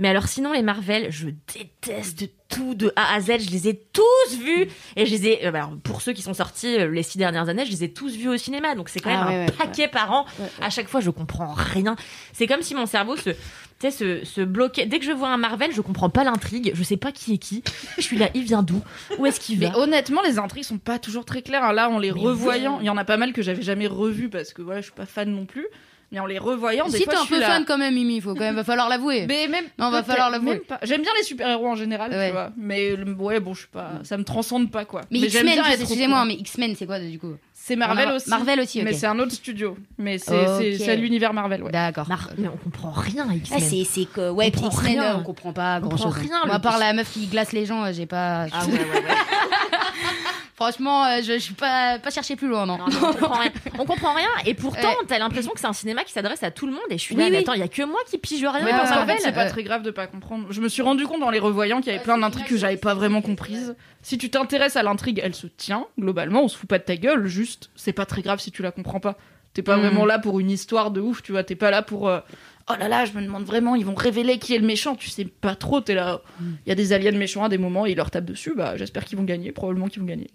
Speaker 3: Mais alors, sinon, les Marvel, je déteste tout de A à Z. Je les ai tous vus. Et je les ai. euh, alors, pour ceux qui sont sortis euh, les six dernières années, je les ai tous vus au cinéma. Donc, c'est quand même
Speaker 4: Ah,
Speaker 3: un
Speaker 4: ouais, ouais,
Speaker 3: paquet par an.
Speaker 4: Ouais, ouais.
Speaker 3: À chaque fois, je comprends rien. C'est comme si mon cerveau se. Tu sais, se, se bloquait. Dès que je vois un Marvel, je comprends pas l'intrigue. Je sais pas qui est qui. Je suis là, il vient d'où Où est-ce qu'il va
Speaker 1: Mais honnêtement, les intrigues sont pas toujours très claires. hein. Là, en les
Speaker 3: Mais
Speaker 1: revoyant, il y en a pas mal que j'avais jamais revu parce que voilà, je suis pas fan non plus. Mais en les revoyant, des
Speaker 4: Si
Speaker 1: fois,
Speaker 4: t'es
Speaker 1: je
Speaker 4: un
Speaker 1: suis
Speaker 4: peu
Speaker 1: là.
Speaker 4: fan quand même, Mimi, faut quand même va falloir l'avouer.
Speaker 1: Mais même.
Speaker 4: Non, va
Speaker 1: peut-être
Speaker 4: falloir l'avouer.
Speaker 1: même pas. J'aime bien les super-héros en général,
Speaker 4: Ouais. Mm.
Speaker 1: tu vois. Mais le- ouais, bon, je suis pas. Ça me transcende pas, quoi.
Speaker 4: Mais
Speaker 1: j'aime
Speaker 4: X-Men,
Speaker 1: bien être au
Speaker 4: excusez-moi,
Speaker 1: courant.
Speaker 4: mais X-Men, c'est quoi du coup
Speaker 1: C'est Marvel
Speaker 4: On a-
Speaker 1: aussi.
Speaker 4: Marvel aussi, ok.
Speaker 1: Mais c'est un autre studio. Mais c'est c'est-
Speaker 4: Ok.
Speaker 1: c'est à l'univers Marvel, ouais.
Speaker 4: D'accord.
Speaker 3: Mar- Mais on comprend rien, X-Men.
Speaker 4: Ah, c'est c'est que ouais,
Speaker 3: comprend
Speaker 4: X-Men,
Speaker 3: rien.
Speaker 4: euh, on comprend pas
Speaker 3: On
Speaker 4: grand chose.
Speaker 3: comprend rien,
Speaker 4: à
Speaker 3: le-
Speaker 4: part la meuf qui glace les gens, euh, j'ai pas.
Speaker 3: Ah ouais, ouais, ouais.
Speaker 4: Franchement, euh, je je suis pas pas cherché plus loin, non.
Speaker 3: Non, non, on, comprend rien. on comprend rien. Et pourtant,
Speaker 4: Ouais.
Speaker 3: t'as l'impression que c'est un cinéma qui s'adresse à tout le monde. Et je suis
Speaker 4: Oui,
Speaker 3: là, mais
Speaker 4: oui.
Speaker 3: attends, il y a que moi qui pige rien. Euh,
Speaker 4: Mais
Speaker 1: Mais
Speaker 3: dans
Speaker 1: parce qu'en
Speaker 4: ouais,
Speaker 1: fait,
Speaker 3: Marvel.
Speaker 1: c'est pas
Speaker 4: ouais.
Speaker 1: très grave de pas comprendre. Je me suis rendu compte en les revoyant qu'il y avait plein d'intrigues que j'avais pas vraiment comprises. Si tu t'intéresses à l'intrigue, elle se tient. Globalement, on se fout pas de ta gueule. Juste, c'est pas très grave si tu la comprends pas. T'es pas
Speaker 3: Mm.
Speaker 1: vraiment là pour une histoire de ouf, tu vois. T'es pas là pour. euh, Oh là là, je me demande vraiment, ils vont révéler qui est le méchant. Tu sais pas trop, t'es là. Il y a des aliens méchants à des moments et ils leur tapent dessus. Bah, j'espère qu'ils vont gagner. Probablement qu'ils vont gagner.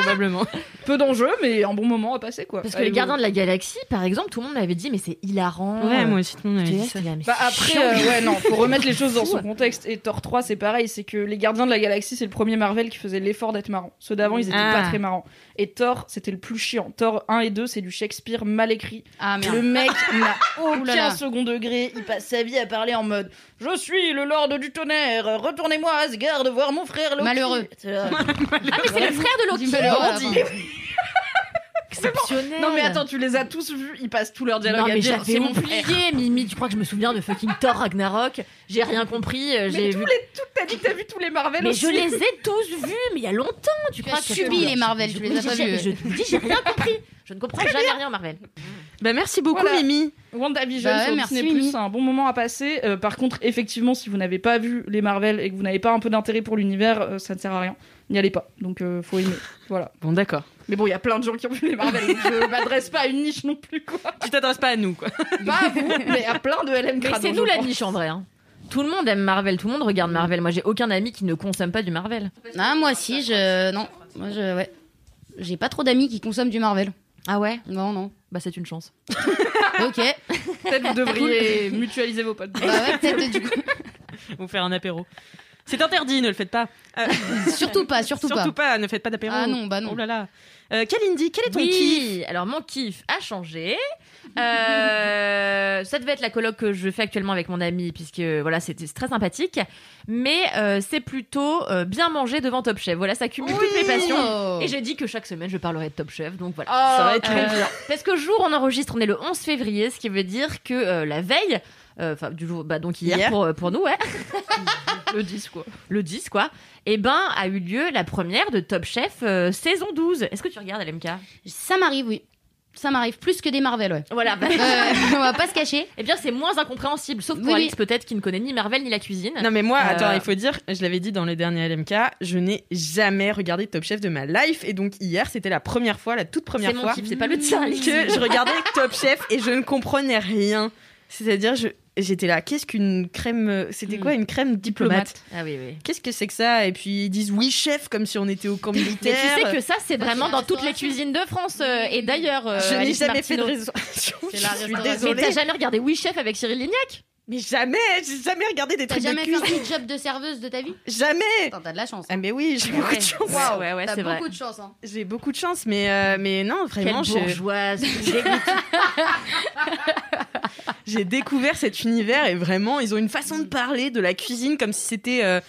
Speaker 2: Probablement.
Speaker 1: Peu d'enjeux, mais un bon moment à passer, quoi.
Speaker 3: Parce que les gardiens de la galaxie, par exemple, tout le monde m'avait dit, mais c'est hilarant.
Speaker 2: aussi, tout le monde
Speaker 3: J'étais là, j'étais là, mais
Speaker 1: Bah
Speaker 3: c'est
Speaker 1: après,
Speaker 3: chiant.
Speaker 1: euh, ouais, non, faut remettre les choses dans son contexte. Et Thor 3, c'est pareil, c'est que les Gardiens de la Galaxie, c'est le premier Marvel qui faisait l'effort d'être marrant. Ceux d'avant, ils étaient
Speaker 2: Ah.
Speaker 1: pas très marrants. Et Thor, c'était le plus chiant. Thor 1 et 2, c'est du Shakespeare mal écrit.
Speaker 4: Ah
Speaker 1: Le
Speaker 4: merde.
Speaker 1: mec n'a
Speaker 4: Ouh là
Speaker 1: aucun
Speaker 4: là.
Speaker 1: second degré. Il passe sa vie à parler en mode Je suis le Lord du Tonnerre, retournez-moi à Asgard voir mon frère Loki.
Speaker 4: Malheureux.
Speaker 1: C'est là.
Speaker 3: Ah, mais c'est le frère de
Speaker 4: Du
Speaker 3: Loki.
Speaker 4: malheur à la
Speaker 3: Bandi.
Speaker 4: fin.
Speaker 3: Exceptionnel.
Speaker 1: Non, mais attends, tu les as tous vus, ils passent tout leur dialogue
Speaker 3: Non,
Speaker 1: à
Speaker 3: mais
Speaker 1: dire
Speaker 3: j'avais
Speaker 1: C'est mon frère.
Speaker 3: oublié, Mimi. Tu crois que je me souviens de fucking Thor Ragnarok J'ai rien compris. euh, J'ai
Speaker 1: tous
Speaker 3: vu.
Speaker 1: T'as dit que t'as vu tous les Marvel
Speaker 3: Mais
Speaker 1: aussi.
Speaker 3: je les ai tous vus, mais il y a longtemps. Tu,
Speaker 4: Tu
Speaker 3: crois
Speaker 4: as
Speaker 3: que-
Speaker 4: subi les Marvel,
Speaker 3: Je-
Speaker 4: tu les as
Speaker 3: j'ai-
Speaker 4: pas
Speaker 3: j'ai-
Speaker 4: vus.
Speaker 3: Je te dis, j'ai rien compris. Je ne comprends jamais rien, Marvel.
Speaker 2: Bah, merci beaucoup,
Speaker 1: Voilà.
Speaker 2: Mimi.
Speaker 1: WandaVision
Speaker 4: Bah ouais,
Speaker 1: sur
Speaker 4: merci,
Speaker 1: Disney+,
Speaker 4: Mimi.
Speaker 1: c'est un bon moment à passer. Euh, par contre, effectivement, si vous n'avez pas vu les Marvel et que vous n'avez pas un peu d'intérêt pour l'univers, euh, ça ne sert à rien. N'y allez pas. Donc, euh, faut aimer. Voilà.
Speaker 2: Bon, d'accord.
Speaker 1: Mais bon, il y a plein de gens qui ont vu les Marvel. donc je m'adresse pas à une niche non plus, quoi.
Speaker 2: Tu t'adresses pas à nous, quoi.
Speaker 1: Pas à vous, mais à plein de LM
Speaker 3: Mais c'est nous la niche en vrai. hein. Tout le monde aime Marvel, tout le monde regarde Marvel. Moi, j'ai aucun ami qui ne consomme pas du Marvel.
Speaker 4: Ah moi si, je non, moi je ouais. J'ai pas trop d'amis qui consomment du Marvel.
Speaker 3: Ah ouais
Speaker 4: Non non.
Speaker 3: Bah, c'est une chance.
Speaker 4: Ok.
Speaker 1: Peut-être vous devriez mutualiser vos potes.
Speaker 3: oh,
Speaker 4: Bah ouais, peut-être du coup.
Speaker 2: On faire un apéro. C'est interdit, ne le faites pas. Euh,
Speaker 4: Surtout pas, surtout,
Speaker 2: surtout pas. ne faites pas d'apéro.
Speaker 4: Ah non, bah non.
Speaker 2: Oh là là. Euh, Kalindi, quel est ton
Speaker 3: oui.
Speaker 2: kiff
Speaker 3: Alors, mon kiff a changé. Euh, ça devait être la coloc que je fais actuellement avec mon ami, puisque voilà, c'était c'est très sympathique. Mais euh, c'est plutôt euh, bien manger devant Top Chef. Voilà, ça cumule toutes mes passions.
Speaker 4: Oh.
Speaker 3: Et j'ai dit que chaque semaine, je parlerai de Top Chef, donc voilà.
Speaker 2: Ça va être
Speaker 3: Euh, parce que jour on enregistre, on est le 11 février, ce qui veut dire que euh, la veille, euh, enfin du jour, bah donc hier,
Speaker 2: Hier.
Speaker 3: Pour, euh, pour nous, ouais,
Speaker 1: Le 10, quoi.
Speaker 3: le 10 quoi, et ben a eu lieu la première de Top Chef euh, saison 12. Est-ce que tu regardes LMK
Speaker 4: Ça m'arrive oui. ça m'arrive plus que des Marvel, ouais.
Speaker 3: Voilà. bah,
Speaker 4: Euh, on va pas se cacher.
Speaker 3: eh bien, c'est moins incompréhensible, sauf pour
Speaker 4: Oui, oui.
Speaker 3: Alix peut-être qui ne connaît ni Marvel ni la cuisine.
Speaker 2: Non mais moi,
Speaker 3: Euh,
Speaker 2: attends, il faut dire, je l'avais dit dans le dernier LMK, je n'ai jamais regardé Top Chef de ma life et donc hier c'était la première fois, la toute première
Speaker 3: c'est mon
Speaker 2: fois
Speaker 3: type, c'est pas le tien, Alix.
Speaker 2: que je regardais Top Chef et je ne comprenais rien. C'est-à-dire, je- j'étais là, qu'est-ce qu'une crème, c'était
Speaker 3: Hmm.
Speaker 2: quoi une crème diplomate
Speaker 3: Ah oui, oui.
Speaker 2: Qu'est-ce que c'est que ça Et puis ils disent oui chef comme si on était au camp
Speaker 3: Mais
Speaker 2: militaire. Euh,
Speaker 3: tu sais que ça, c'est vraiment dans toutes les
Speaker 4: restauration.
Speaker 3: cuisines de France. euh, et d'ailleurs, euh,
Speaker 2: je n'ai
Speaker 3: Alice
Speaker 2: jamais fait de
Speaker 3: Martineau.
Speaker 2: restauration.
Speaker 4: C'est la
Speaker 2: Je suis
Speaker 4: restauration.
Speaker 3: Ah, Mais t'as
Speaker 2: désolée.
Speaker 3: jamais regardé Oui Chef avec Cyril Lignac
Speaker 2: Mais jamais, j'ai jamais regardé des
Speaker 4: T'as
Speaker 2: trucs
Speaker 4: jamais
Speaker 2: de
Speaker 4: fait
Speaker 2: cuisine.
Speaker 4: un job de serveuse de ta vie
Speaker 2: Jamais.
Speaker 4: Attends, t'as de la chance. hein.
Speaker 2: Ah mais oui, j'ai beaucoup de chance.
Speaker 3: Ouais, ouais, ouais,
Speaker 4: T'as
Speaker 3: c'est vrai.
Speaker 4: beaucoup de chance. Hein.
Speaker 2: J'ai beaucoup de chance, mais euh, mais non,
Speaker 3: Quelle
Speaker 2: vraiment, je-
Speaker 3: bourgeoise.
Speaker 2: j'ai découvert cet univers et vraiment, ils ont une façon de parler de la cuisine comme si c'était euh,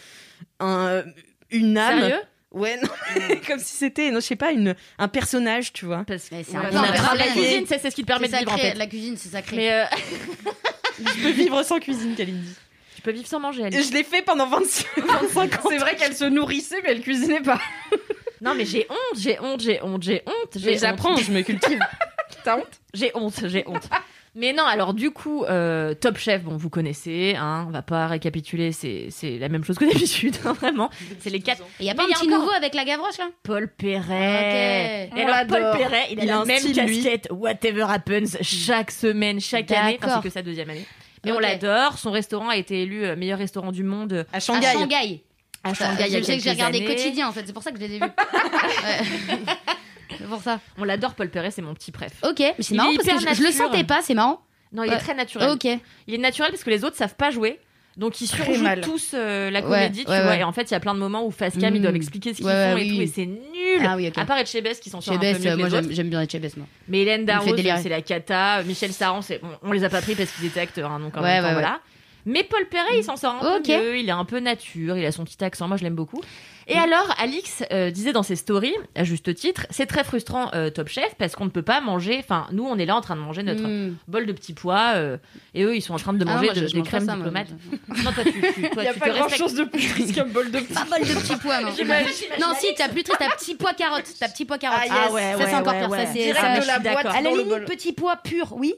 Speaker 2: un- une âme.
Speaker 3: Sérieux
Speaker 2: Ouais, non, mais comme si c'était, non, je sais pas, une, un personnage, tu vois.
Speaker 3: Parce que c'est
Speaker 4: un
Speaker 3: un
Speaker 4: peu
Speaker 3: la
Speaker 4: normal.
Speaker 3: cuisine, c'est c'est ce qui te permet
Speaker 4: C'est
Speaker 3: de vivre en
Speaker 4: sacré,
Speaker 3: fait.
Speaker 4: La cuisine, c'est sacré.
Speaker 3: Mais euh,
Speaker 2: Je peux vivre sans cuisine, Kalindi.
Speaker 3: tu peux vivre sans manger, Alice.
Speaker 2: Je l'ai fait pendant 25, 25 ans.
Speaker 1: C'est vrai qu'elle se nourrissait, mais elle cuisinait pas.
Speaker 3: Non, mais j'ai honte, j'ai honte, j'ai honte, j'ai honte. j'ai
Speaker 2: Mais
Speaker 3: honte.
Speaker 2: J'apprends, je me cultive.
Speaker 3: J'ai honte, j'ai honte. Mais non, alors du coup, euh, Top Chef, bon, vous connaissez, hein, on va pas récapituler, c'est c'est la même chose que d'habitude, hein, vraiment. C'est les quatre.
Speaker 4: Et y a pas
Speaker 3: Mais
Speaker 4: un
Speaker 3: y a
Speaker 4: petit
Speaker 3: encore-
Speaker 4: nouveau avec la Gavroche là
Speaker 3: Paul Perret.
Speaker 4: Ok.
Speaker 3: Et
Speaker 1: On
Speaker 3: alors, Paul
Speaker 1: l'adore.
Speaker 3: Perret, il a
Speaker 2: Il a
Speaker 3: la
Speaker 2: un
Speaker 3: même
Speaker 2: style, lui.
Speaker 3: casquette, whatever happens, chaque semaine, chaque année. Enfin,
Speaker 4: Mm. D'accord.
Speaker 3: c'est que sa deuxième année. Mais on
Speaker 4: Ok.
Speaker 3: l'adore, son restaurant a été élu euh, meilleur restaurant du monde
Speaker 2: À
Speaker 4: À
Speaker 2: Shanghai.
Speaker 4: Shanghai.
Speaker 3: à
Speaker 4: Ça,
Speaker 3: Shanghai il y a
Speaker 4: Ah, Je sais que j'ai
Speaker 3: quelques
Speaker 4: regardé
Speaker 3: années.
Speaker 4: quotidien en fait, c'est pour ça que je l'ai vu. Ouais. C'est pour ça.
Speaker 3: On l'adore, Paul Perret, c'est mon petit préf.
Speaker 4: Ok, mais c'est
Speaker 3: Il
Speaker 4: marrant
Speaker 3: est
Speaker 4: parce
Speaker 3: hyper
Speaker 4: que je- je, le
Speaker 3: nature.
Speaker 4: sentais pas, c'est marrant.
Speaker 3: Non, il
Speaker 4: Ouais.
Speaker 3: est très naturel.
Speaker 4: Ok.
Speaker 3: Il est naturel parce que les autres savent pas jouer. Donc ils
Speaker 1: Très
Speaker 3: surjouent
Speaker 1: mal.
Speaker 3: tous euh, la
Speaker 4: Ouais,
Speaker 3: comédie, tu
Speaker 4: ouais,
Speaker 3: vois.
Speaker 4: ouais.
Speaker 3: Et en fait, il y a plein de moments où Facecam, ils
Speaker 4: Mmh.
Speaker 3: doivent expliquer ce qu'ils
Speaker 4: Ouais,
Speaker 3: font
Speaker 4: ouais,
Speaker 3: et
Speaker 4: oui,
Speaker 3: tout,
Speaker 4: oui.
Speaker 3: et c'est nul.
Speaker 4: Ah oui, ok.
Speaker 3: À part Etchebest qui s'en sort
Speaker 4: Chez
Speaker 3: un peu
Speaker 4: Bess,
Speaker 3: mieux que
Speaker 4: euh, moi
Speaker 3: les autres.
Speaker 4: j'aime j'aime bien les Chez Bess, moi.
Speaker 3: Mais Hélène Darroze,
Speaker 4: délirer.
Speaker 3: c'est la cata. Michel Saran, c'est bon, on les a pas pris parce qu'ils étaient acteurs, hein, donc en
Speaker 4: Ouais,
Speaker 3: même temps,
Speaker 4: ouais, ouais.
Speaker 3: voilà. Mais Paul Perret, il s'en sort un
Speaker 4: Ok.
Speaker 3: peu mieux. Il est un peu nature, il a son petit accent. Moi, je l'aime beaucoup. Et alors, Alix euh, disait dans ses stories, à juste titre, c'est très frustrant euh, Top Chef parce qu'on ne peut pas manger. Enfin, nous, on est là en train de manger notre
Speaker 4: Hmm.
Speaker 3: bol de petits pois euh, et eux, ils sont en train de
Speaker 4: Ah non,
Speaker 3: manger
Speaker 4: moi,
Speaker 3: de-
Speaker 4: je- je
Speaker 3: des
Speaker 4: mange pas
Speaker 3: crèmes
Speaker 4: ça, moi.
Speaker 3: diplomates. Non, toi, tu, tu- toi,
Speaker 1: Il y a
Speaker 3: tu
Speaker 1: pas
Speaker 3: te
Speaker 1: grand
Speaker 3: respectes.
Speaker 1: chose de plus triste qu'un bol de
Speaker 4: Pas bol de petits pois, non. Non, si, t'as plus triste, t'as petit pois carotte. T'as petit pois carotte.
Speaker 1: Ah, yes.
Speaker 3: Ah ouais,
Speaker 4: ça,
Speaker 3: ouais,
Speaker 4: c'est encore
Speaker 3: ouais,
Speaker 4: pire.
Speaker 3: ouais.
Speaker 4: Ça, c'est.
Speaker 1: Direct
Speaker 4: ça,
Speaker 3: je
Speaker 1: de
Speaker 3: suis
Speaker 1: la boîte
Speaker 3: d'accord.
Speaker 4: À la
Speaker 1: dans le
Speaker 4: limite,
Speaker 1: bol.
Speaker 4: petit pois pur, oui.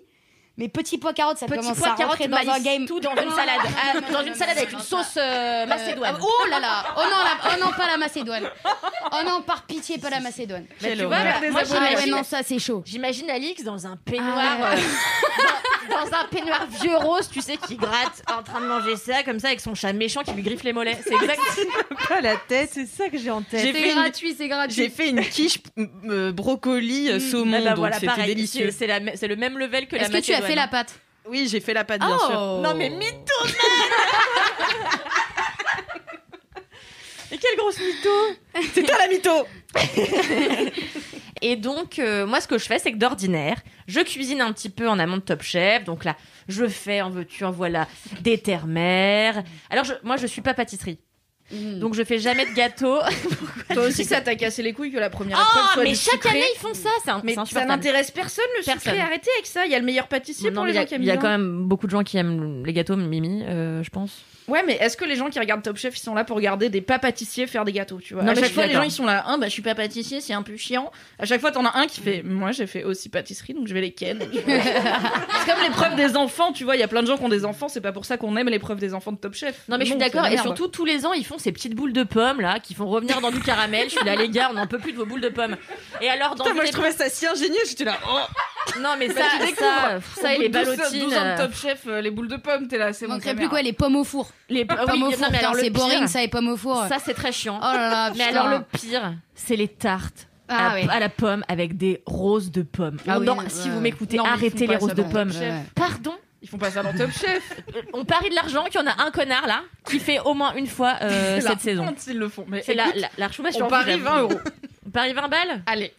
Speaker 4: Mais petit pois carotte, ça
Speaker 3: Petit
Speaker 4: commence
Speaker 3: pois
Speaker 4: à
Speaker 3: carotte
Speaker 4: rentrer dans un
Speaker 3: maïs,
Speaker 4: game.
Speaker 3: tout dans une salade,
Speaker 4: Ah,
Speaker 3: Ah,
Speaker 4: non,
Speaker 3: dans
Speaker 4: non,
Speaker 3: une
Speaker 4: non,
Speaker 3: salade
Speaker 4: non,
Speaker 3: avec
Speaker 4: non,
Speaker 3: une
Speaker 4: non,
Speaker 3: sauce euh, macédoine.
Speaker 4: Euh, oh là là Oh non, la- oh non, pas la Macédoine. Oh non, par pitié, pas la Macédoine.
Speaker 3: Bah, tu
Speaker 2: Quelle
Speaker 3: vois,
Speaker 1: horreur.
Speaker 3: bah, moi
Speaker 4: Ah ouais,
Speaker 3: j'imagine,
Speaker 4: non, ça c'est chaud.
Speaker 3: j'imagine Alix dans un peignoir,
Speaker 4: Ah ouais.
Speaker 3: euh, dans, dans un peignoir vieux rose, tu sais, qui gratte, en train de manger ça comme ça avec son chat méchant qui lui griffe les mollets. C'est exact.
Speaker 2: Pas la tête, c'est ça que j'ai en tête. J'ai
Speaker 4: C'est
Speaker 2: fait, une,
Speaker 4: gratuit, c'est
Speaker 2: j'ai
Speaker 4: gratuit.
Speaker 2: fait une quiche m- euh, brocoli euh, saumon,
Speaker 3: Ah bah
Speaker 2: donc
Speaker 3: voilà,
Speaker 2: c'était
Speaker 3: pareil,
Speaker 2: délicieux.
Speaker 3: c'est- C'est la me- c'est le même level que la
Speaker 4: Est-ce que tu as
Speaker 3: Macédoine.
Speaker 4: fait la pâte
Speaker 2: Oui, j'ai fait la pâte, bien sûr.
Speaker 3: Non mais mytho
Speaker 2: Mais quelle grosse mytho C'est toi la mytho
Speaker 3: Et donc, euh, moi, ce que je fais, c'est que d'ordinaire, je cuisine un petit peu en amont de Top Chef. Donc là, je fais, en veux-tu, en voilà, des terre-mères. Alors, je- moi, je suis pas pâtisserie.
Speaker 4: Mm.
Speaker 3: Donc, je fais jamais de gâteau.
Speaker 1: Toi aussi, ça t'a cassé les couilles que la
Speaker 2: Oh,
Speaker 1: première épreuve
Speaker 3: Ah,
Speaker 1: soit
Speaker 3: mais
Speaker 1: du
Speaker 3: chaque
Speaker 1: sucré.
Speaker 3: année, ils font ça. C'est un-
Speaker 1: Mais
Speaker 3: c'est
Speaker 1: ça
Speaker 3: insupportable.
Speaker 1: n'intéresse personne le
Speaker 3: Personne.
Speaker 1: sucré. Arrêtez avec ça. Il y a le meilleur pâtissier
Speaker 3: Non,
Speaker 1: pour
Speaker 3: mais
Speaker 1: les
Speaker 3: il y a-
Speaker 1: gens qui aiment
Speaker 3: Il y a
Speaker 1: bien.
Speaker 3: quand même beaucoup de gens qui aiment les gâteaux, Mimi, euh, je pense.
Speaker 1: Ouais, mais est-ce que les gens qui regardent Top Chef, ils sont là pour regarder des pas pâtissiers faire des gâteaux, tu vois
Speaker 3: Non,
Speaker 1: À
Speaker 3: mais je
Speaker 1: chaque
Speaker 3: suis
Speaker 1: fois, les gens,
Speaker 3: d'accord.
Speaker 1: ils sont là. Un, bah, je suis pas pâtissier, c'est un peu chiant. À chaque fois, t'en as un qui fait. Moi, j'ai fait aussi pâtisserie, donc je vais les ken. c'est comme l'épreuve des enfants, tu vois. Il y a plein de gens qui ont des enfants. C'est pas pour ça qu'on aime l'épreuve des enfants de Top Chef.
Speaker 3: Non, mais je suis
Speaker 1: c'est
Speaker 3: d'accord.
Speaker 1: la
Speaker 3: Et
Speaker 1: merde.
Speaker 3: surtout, tous les ans, ils font ces petites boules de pommes, là, qui font revenir dans du caramel. Je suis là, les gars, on n'en peut plus de vos boules de pommes. Et alors, dans
Speaker 2: Putain,
Speaker 3: une
Speaker 2: moi je
Speaker 3: épreuve-
Speaker 2: trouvais ça si ingénieux, j'étais là, oh
Speaker 3: Non, mais ça,
Speaker 1: Bah, tu découvres.
Speaker 3: ça, ça et
Speaker 1: Au
Speaker 3: les
Speaker 1: bout de 12
Speaker 3: ballotines.
Speaker 1: 12 ans de
Speaker 3: euh,
Speaker 1: Top Chef, euh, les boules de pommes, t'es là. C'est
Speaker 4: Il
Speaker 1: bon.
Speaker 4: manquerait plus quoi Les pommes au four.
Speaker 3: Les
Speaker 4: Pommes
Speaker 3: Ah oui,
Speaker 4: au
Speaker 3: non,
Speaker 4: four,
Speaker 3: mais
Speaker 4: putain,
Speaker 3: alors
Speaker 4: c'est
Speaker 3: le pire,
Speaker 4: boring ça, les pommes au four.
Speaker 3: Ça c'est très chiant.
Speaker 4: Oh là là,
Speaker 3: mais
Speaker 4: putain.
Speaker 3: alors le pire, c'est les tartes.
Speaker 4: Ah
Speaker 3: à,
Speaker 4: ouais.
Speaker 3: à la pomme avec des roses de pommes.
Speaker 4: Ah
Speaker 3: Non,
Speaker 4: oui,
Speaker 3: non,
Speaker 4: ouais,
Speaker 3: si
Speaker 4: ouais.
Speaker 3: vous m'écoutez,
Speaker 1: Non, mais ils
Speaker 3: arrêtez
Speaker 1: font
Speaker 3: les
Speaker 1: pas
Speaker 3: roses
Speaker 1: ça
Speaker 3: de
Speaker 1: dans
Speaker 3: pommes.
Speaker 1: Top Chef.
Speaker 3: Pardon, euh,
Speaker 1: Ils font pas ça dans Top Chef.
Speaker 3: on parie de l'argent qu'il y en a un connard là qui fait au moins une fois euh,
Speaker 1: C'est la
Speaker 3: cette saison.
Speaker 1: honte s'ils le font. Mais
Speaker 3: C'est la, la, la chômage,
Speaker 1: on
Speaker 3: j'en
Speaker 1: parie
Speaker 3: fous,
Speaker 1: 20 euros.
Speaker 3: On parie 20 balles
Speaker 1: Allez.